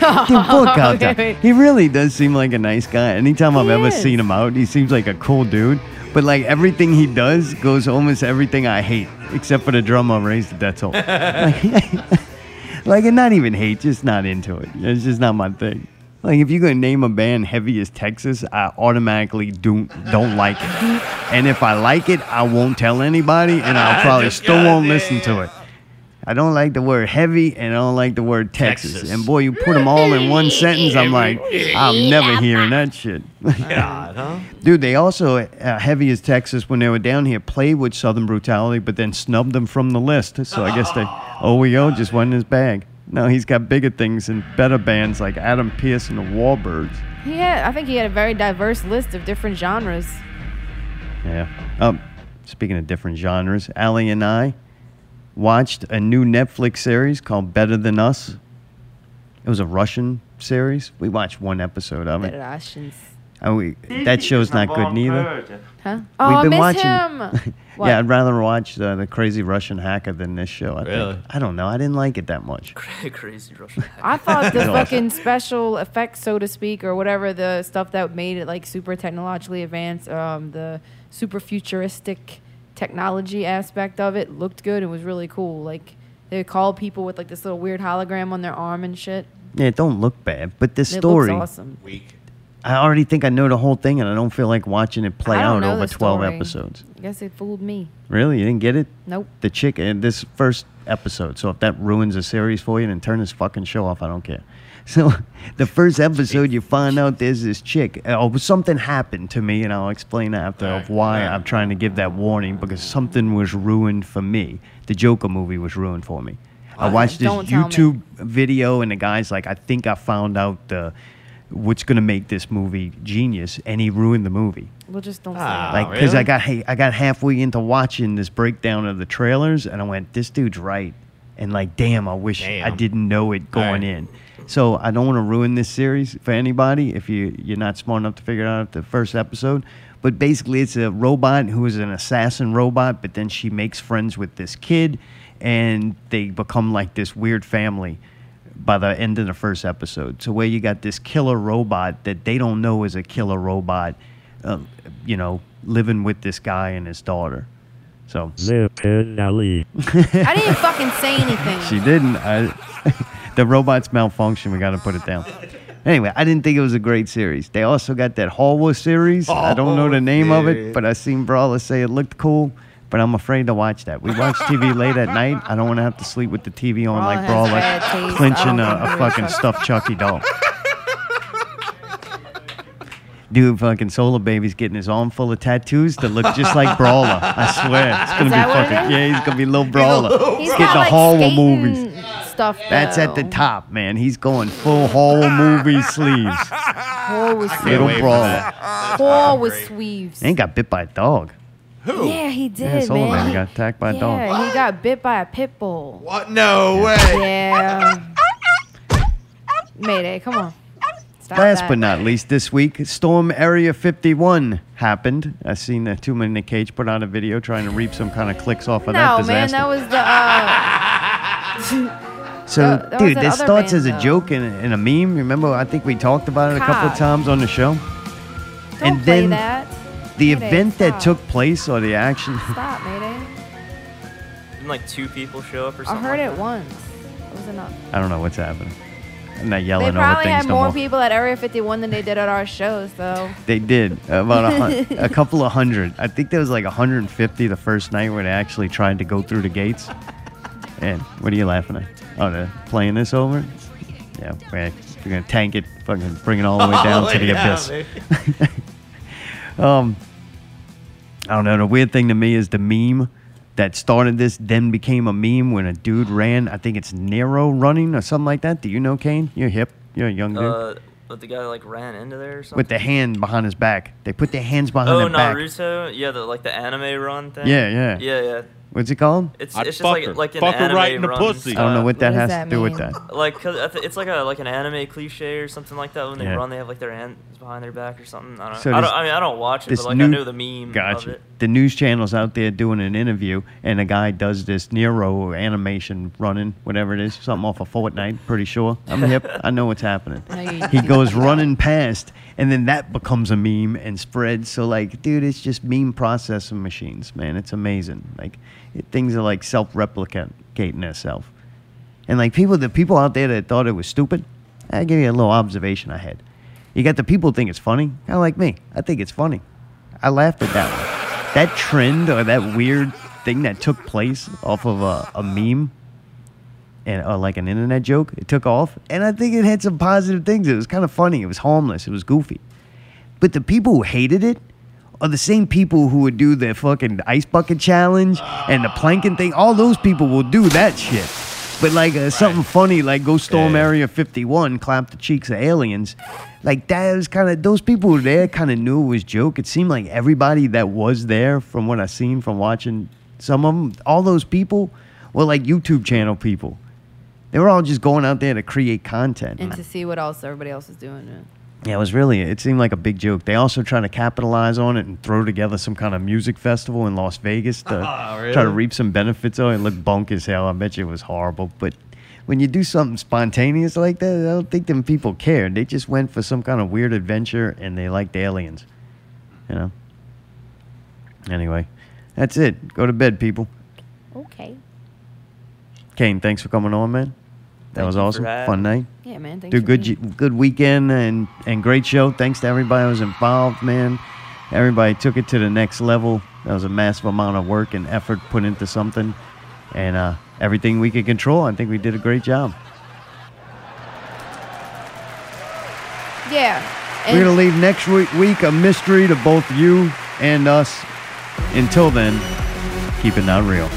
the book out there.
Okay, wait.
He really does seem like a nice guy. Anytime I've
He
ever
is.
seen him out, he seems like a cool dude. But like everything he does goes almost everything I hate, except for the drum on Raised the Death Toll. like, like, and not even hate, just not into it. It's just not my thing. Like if you're gonna name a band Heavy as Texas, I automatically do don't like it. And if I like it, I won't tell anybody, and I probably
Just
still
got
won't
it, yeah,
listen to it. I don't like the word heavy and I don't like the word Texas.
Texas.
And boy, you put them all in one sentence. I'm
(laughs)
like, I'm never hearing that shit. (laughs)
God, huh?
Dude, they also, uh, heavy as Texas, when they were down here, played with Southern Brutality, but then snubbed them from the list. So I guess they, OEO just went in his bag. No, he's got bigger things and better bands like Adam Pierce and the Warbirds.
He had, I think he had a very diverse list of different genres.
Yeah. Um, speaking of different genres, Allie and I watched a new Netflix series called Better Than Us. It was a Russian series. We watched one episode of
The
it.
Russians.
And we, that show's not good neither.
Huh? Oh, I miss
(laughs)
(laughs)
him. What?
yeah, I'd rather watch uh, the Crazy Russian Hacker than this show. I
Really?
think. I don't know. I didn't like it that
(laughs)
much.
Crazy Russian.
I
(laughs)
thought the
It's awesome.
fucking special effects, so to speak, or whatever the stuff that made it like super technologically advanced, um, the super futuristic technology aspect of it looked good and was really cool. Like they called people with like this little weird hologram on their arm and shit.
Yeah, it don't look bad, but the
It looks
story.
awesome.
I already think I know the whole thing, and I don't feel like watching it play
I don't
out
know
over
the
12
story.
episodes.
I guess it fooled me.
Really? You didn't get it?
Nope.
The chick in this first episode. So if that ruins a series for you, then turn this fucking show off. I don't care. (laughs) So the first episode, you find out there's this chick. Oh, something happened to me, and I'll explain after of why I'm trying to give that warning because something was ruined for me. The Joker movie was ruined for me. I
Wow.
watched this
Don't tell me.
YouTube video, and the guy's like, "I think I found out the what's gonna make this movie genius," and he ruined the movie
Well, just don't
like 'cause
say it.
like because I got hey, I got halfway into watching this breakdown of the trailers and I went this dude's right and like, damn, I wish I
Damn.
didn't know it going in. So I don't want to ruin this series for anybody if you you're not smart enough to figure it out at the first episode. But basically, it's a robot who is an assassin robot, but then she makes friends with this kid, and they become like this weird family by the end of the first episode. So where you got this killer robot that they don't know is a killer robot, uh, you know, living with this guy and his daughter. So live Ali.
I didn't fucking
(laughs)
say anything.
She didn't. I, (laughs) the robots malfunction. We got to put it down. Anyway, I didn't think it was a great series. They also got that Hallwell series. I don't know the name of it, but I seen Brawler say it looked cool. But I'm afraid to watch that. We watch TV late at night. I don't want to have to sleep with the TV on like
Brawler
Brawler
has bad taste. I
clinching
don't
a,
think
a
we would
fucking
trust-
stuffed Chucky doll. Dude, fucking Solar Baby's getting his arm full of tattoos that look just like Brawler. I swear. It's gonna
Is
be
that what it
fucking
is?
Yeah, he's gonna be little Brawler.
He's
He's
got,
getting the
like,
Hallwell
skating
movies.
Stuff.
That's at the top, man. He's going full hall
(laughs)
movie sleeves.
Paul was
They don't
sweet.
brawl. That's
Paul was sweet.
And got bit by a dog.
Yeah, he did,
Yeah, Solar
man.
Man
He-
got attacked by a
yeah,
dog.
he got bit by a pit bull.
What? No way.
Yeah. Mayday, come on. Stop
Last
that.
but not least, this week, Storm Area 51 happened. I seen that two men in a cage put out a video trying to reap some kind of clicks off of that
no, man,
disaster.
that was the. Uh,
So,
That- that was
dude,
that
this
other
starts
band,
as a
though.
joke and, and a meme. Remember, I think we talked about it a couple
Cobb.
of times on the show.
don't
and
play
then
that.
the
Mayday,
event that
stop.
took place or the action. (laughs)
Stop, Mayday.
Didn't like two people show up or
I
something?
heard it once. It was enough.
I don't know what's happening. I'm not
They
yelling over
probably
things
had
no
more
more.
people at Area 51 than they did at our show, so.
They did about a, hun- (laughs) a couple of hundred. I think there was like 150 the first night where they actually tried to go through the gates. And what are you laughing at? Oh, they're playing this over? Yeah, we're, we're gonna tank it, fucking bring it all the way
(laughs) All
down
the
to the
way down,
abyss. um, I don't know. The weird thing to me is the meme that started this then became a meme when a dude ran. I think it's Nero running or something like that. Do you know Kane? You're hip. You're a young dude
Uh, but the guy like ran into there or something.
with the hand behind his back. They put their hands behind
Oh,
their back.
Naruto. Yeah, the like the anime run thing.
Yeah, yeah.
Yeah, yeah.
What's it called?
It's, it's just like like an anime run
I don't know
Uh,
what that
style.
has to do with that.
Like, 'cause I thi- it's like a like an anime cliche or something like that. When they
Yeah.
run, they have like their hands behind their back or something. I don't.
So
I,
this-
don't I mean, I don't watch it,
this
but like I
new-
know the meme
Gotcha.
of it.
The news channel's out there doing an interview, and a guy does this Nero animation running, whatever it is, something off of Fortnite, pretty sure. I'm hip. I know what's happening.
No, you-
He goes running past, and then that becomes a meme and spreads. So, like, dude, it's just meme processing machines, man. It's amazing. Like, it, things are like self replicating themselves. And like people, the people out there that thought it was stupid, I give you a little observation I had. You got the people who think it's funny, kind of like me. I think it's funny. I laughed at that one. That trend or that weird thing that took place off of a, a meme and or like an internet joke, it took off, and I think it had some positive things. It was kind of funny. It was harmless. It was goofy. But the people who hated it are the same people who would do the fucking ice bucket challenge and the planking thing. All those people will do that shit. But like uh, something funny, like go storm Area 51, clap the cheeks of aliens. Like that was kind of those people who were there kind of knew it was joke. It seemed like everybody that was there, from what I seen from watching some of them, all those people were like YouTube channel people. They were all just going out there to create content.
And to see what else everybody else is doing. yeah.
Yeah, it was really, it seemed like a big joke. They also try to capitalize on it and throw together some kind of music festival in Las Vegas
(laughs)
to
Oh,
try to
really?
reap some benefits on it. It looked bunk as hell. I bet you it was horrible. But when you do something spontaneous like that, I don't think them people cared. They just went for some kind of weird adventure and they liked aliens. You know? Anyway, that's it. Go to bed, people.
Okay.
Kane, thanks for coming on, man. That was
you for
awesome.
having
Fun
me.
night.
Yeah, man, thanks
Dude,
for
good
being
ju- good weekend and and great show. Thanks to everybody who was involved, man. Everybody took it to the next level. That was a massive amount of work and effort put into something, and uh, everything we could control. I think we did a great job.
Yeah.
We're
and-
gonna leave next week, week a mystery to both you and us. Until then, keep it not real.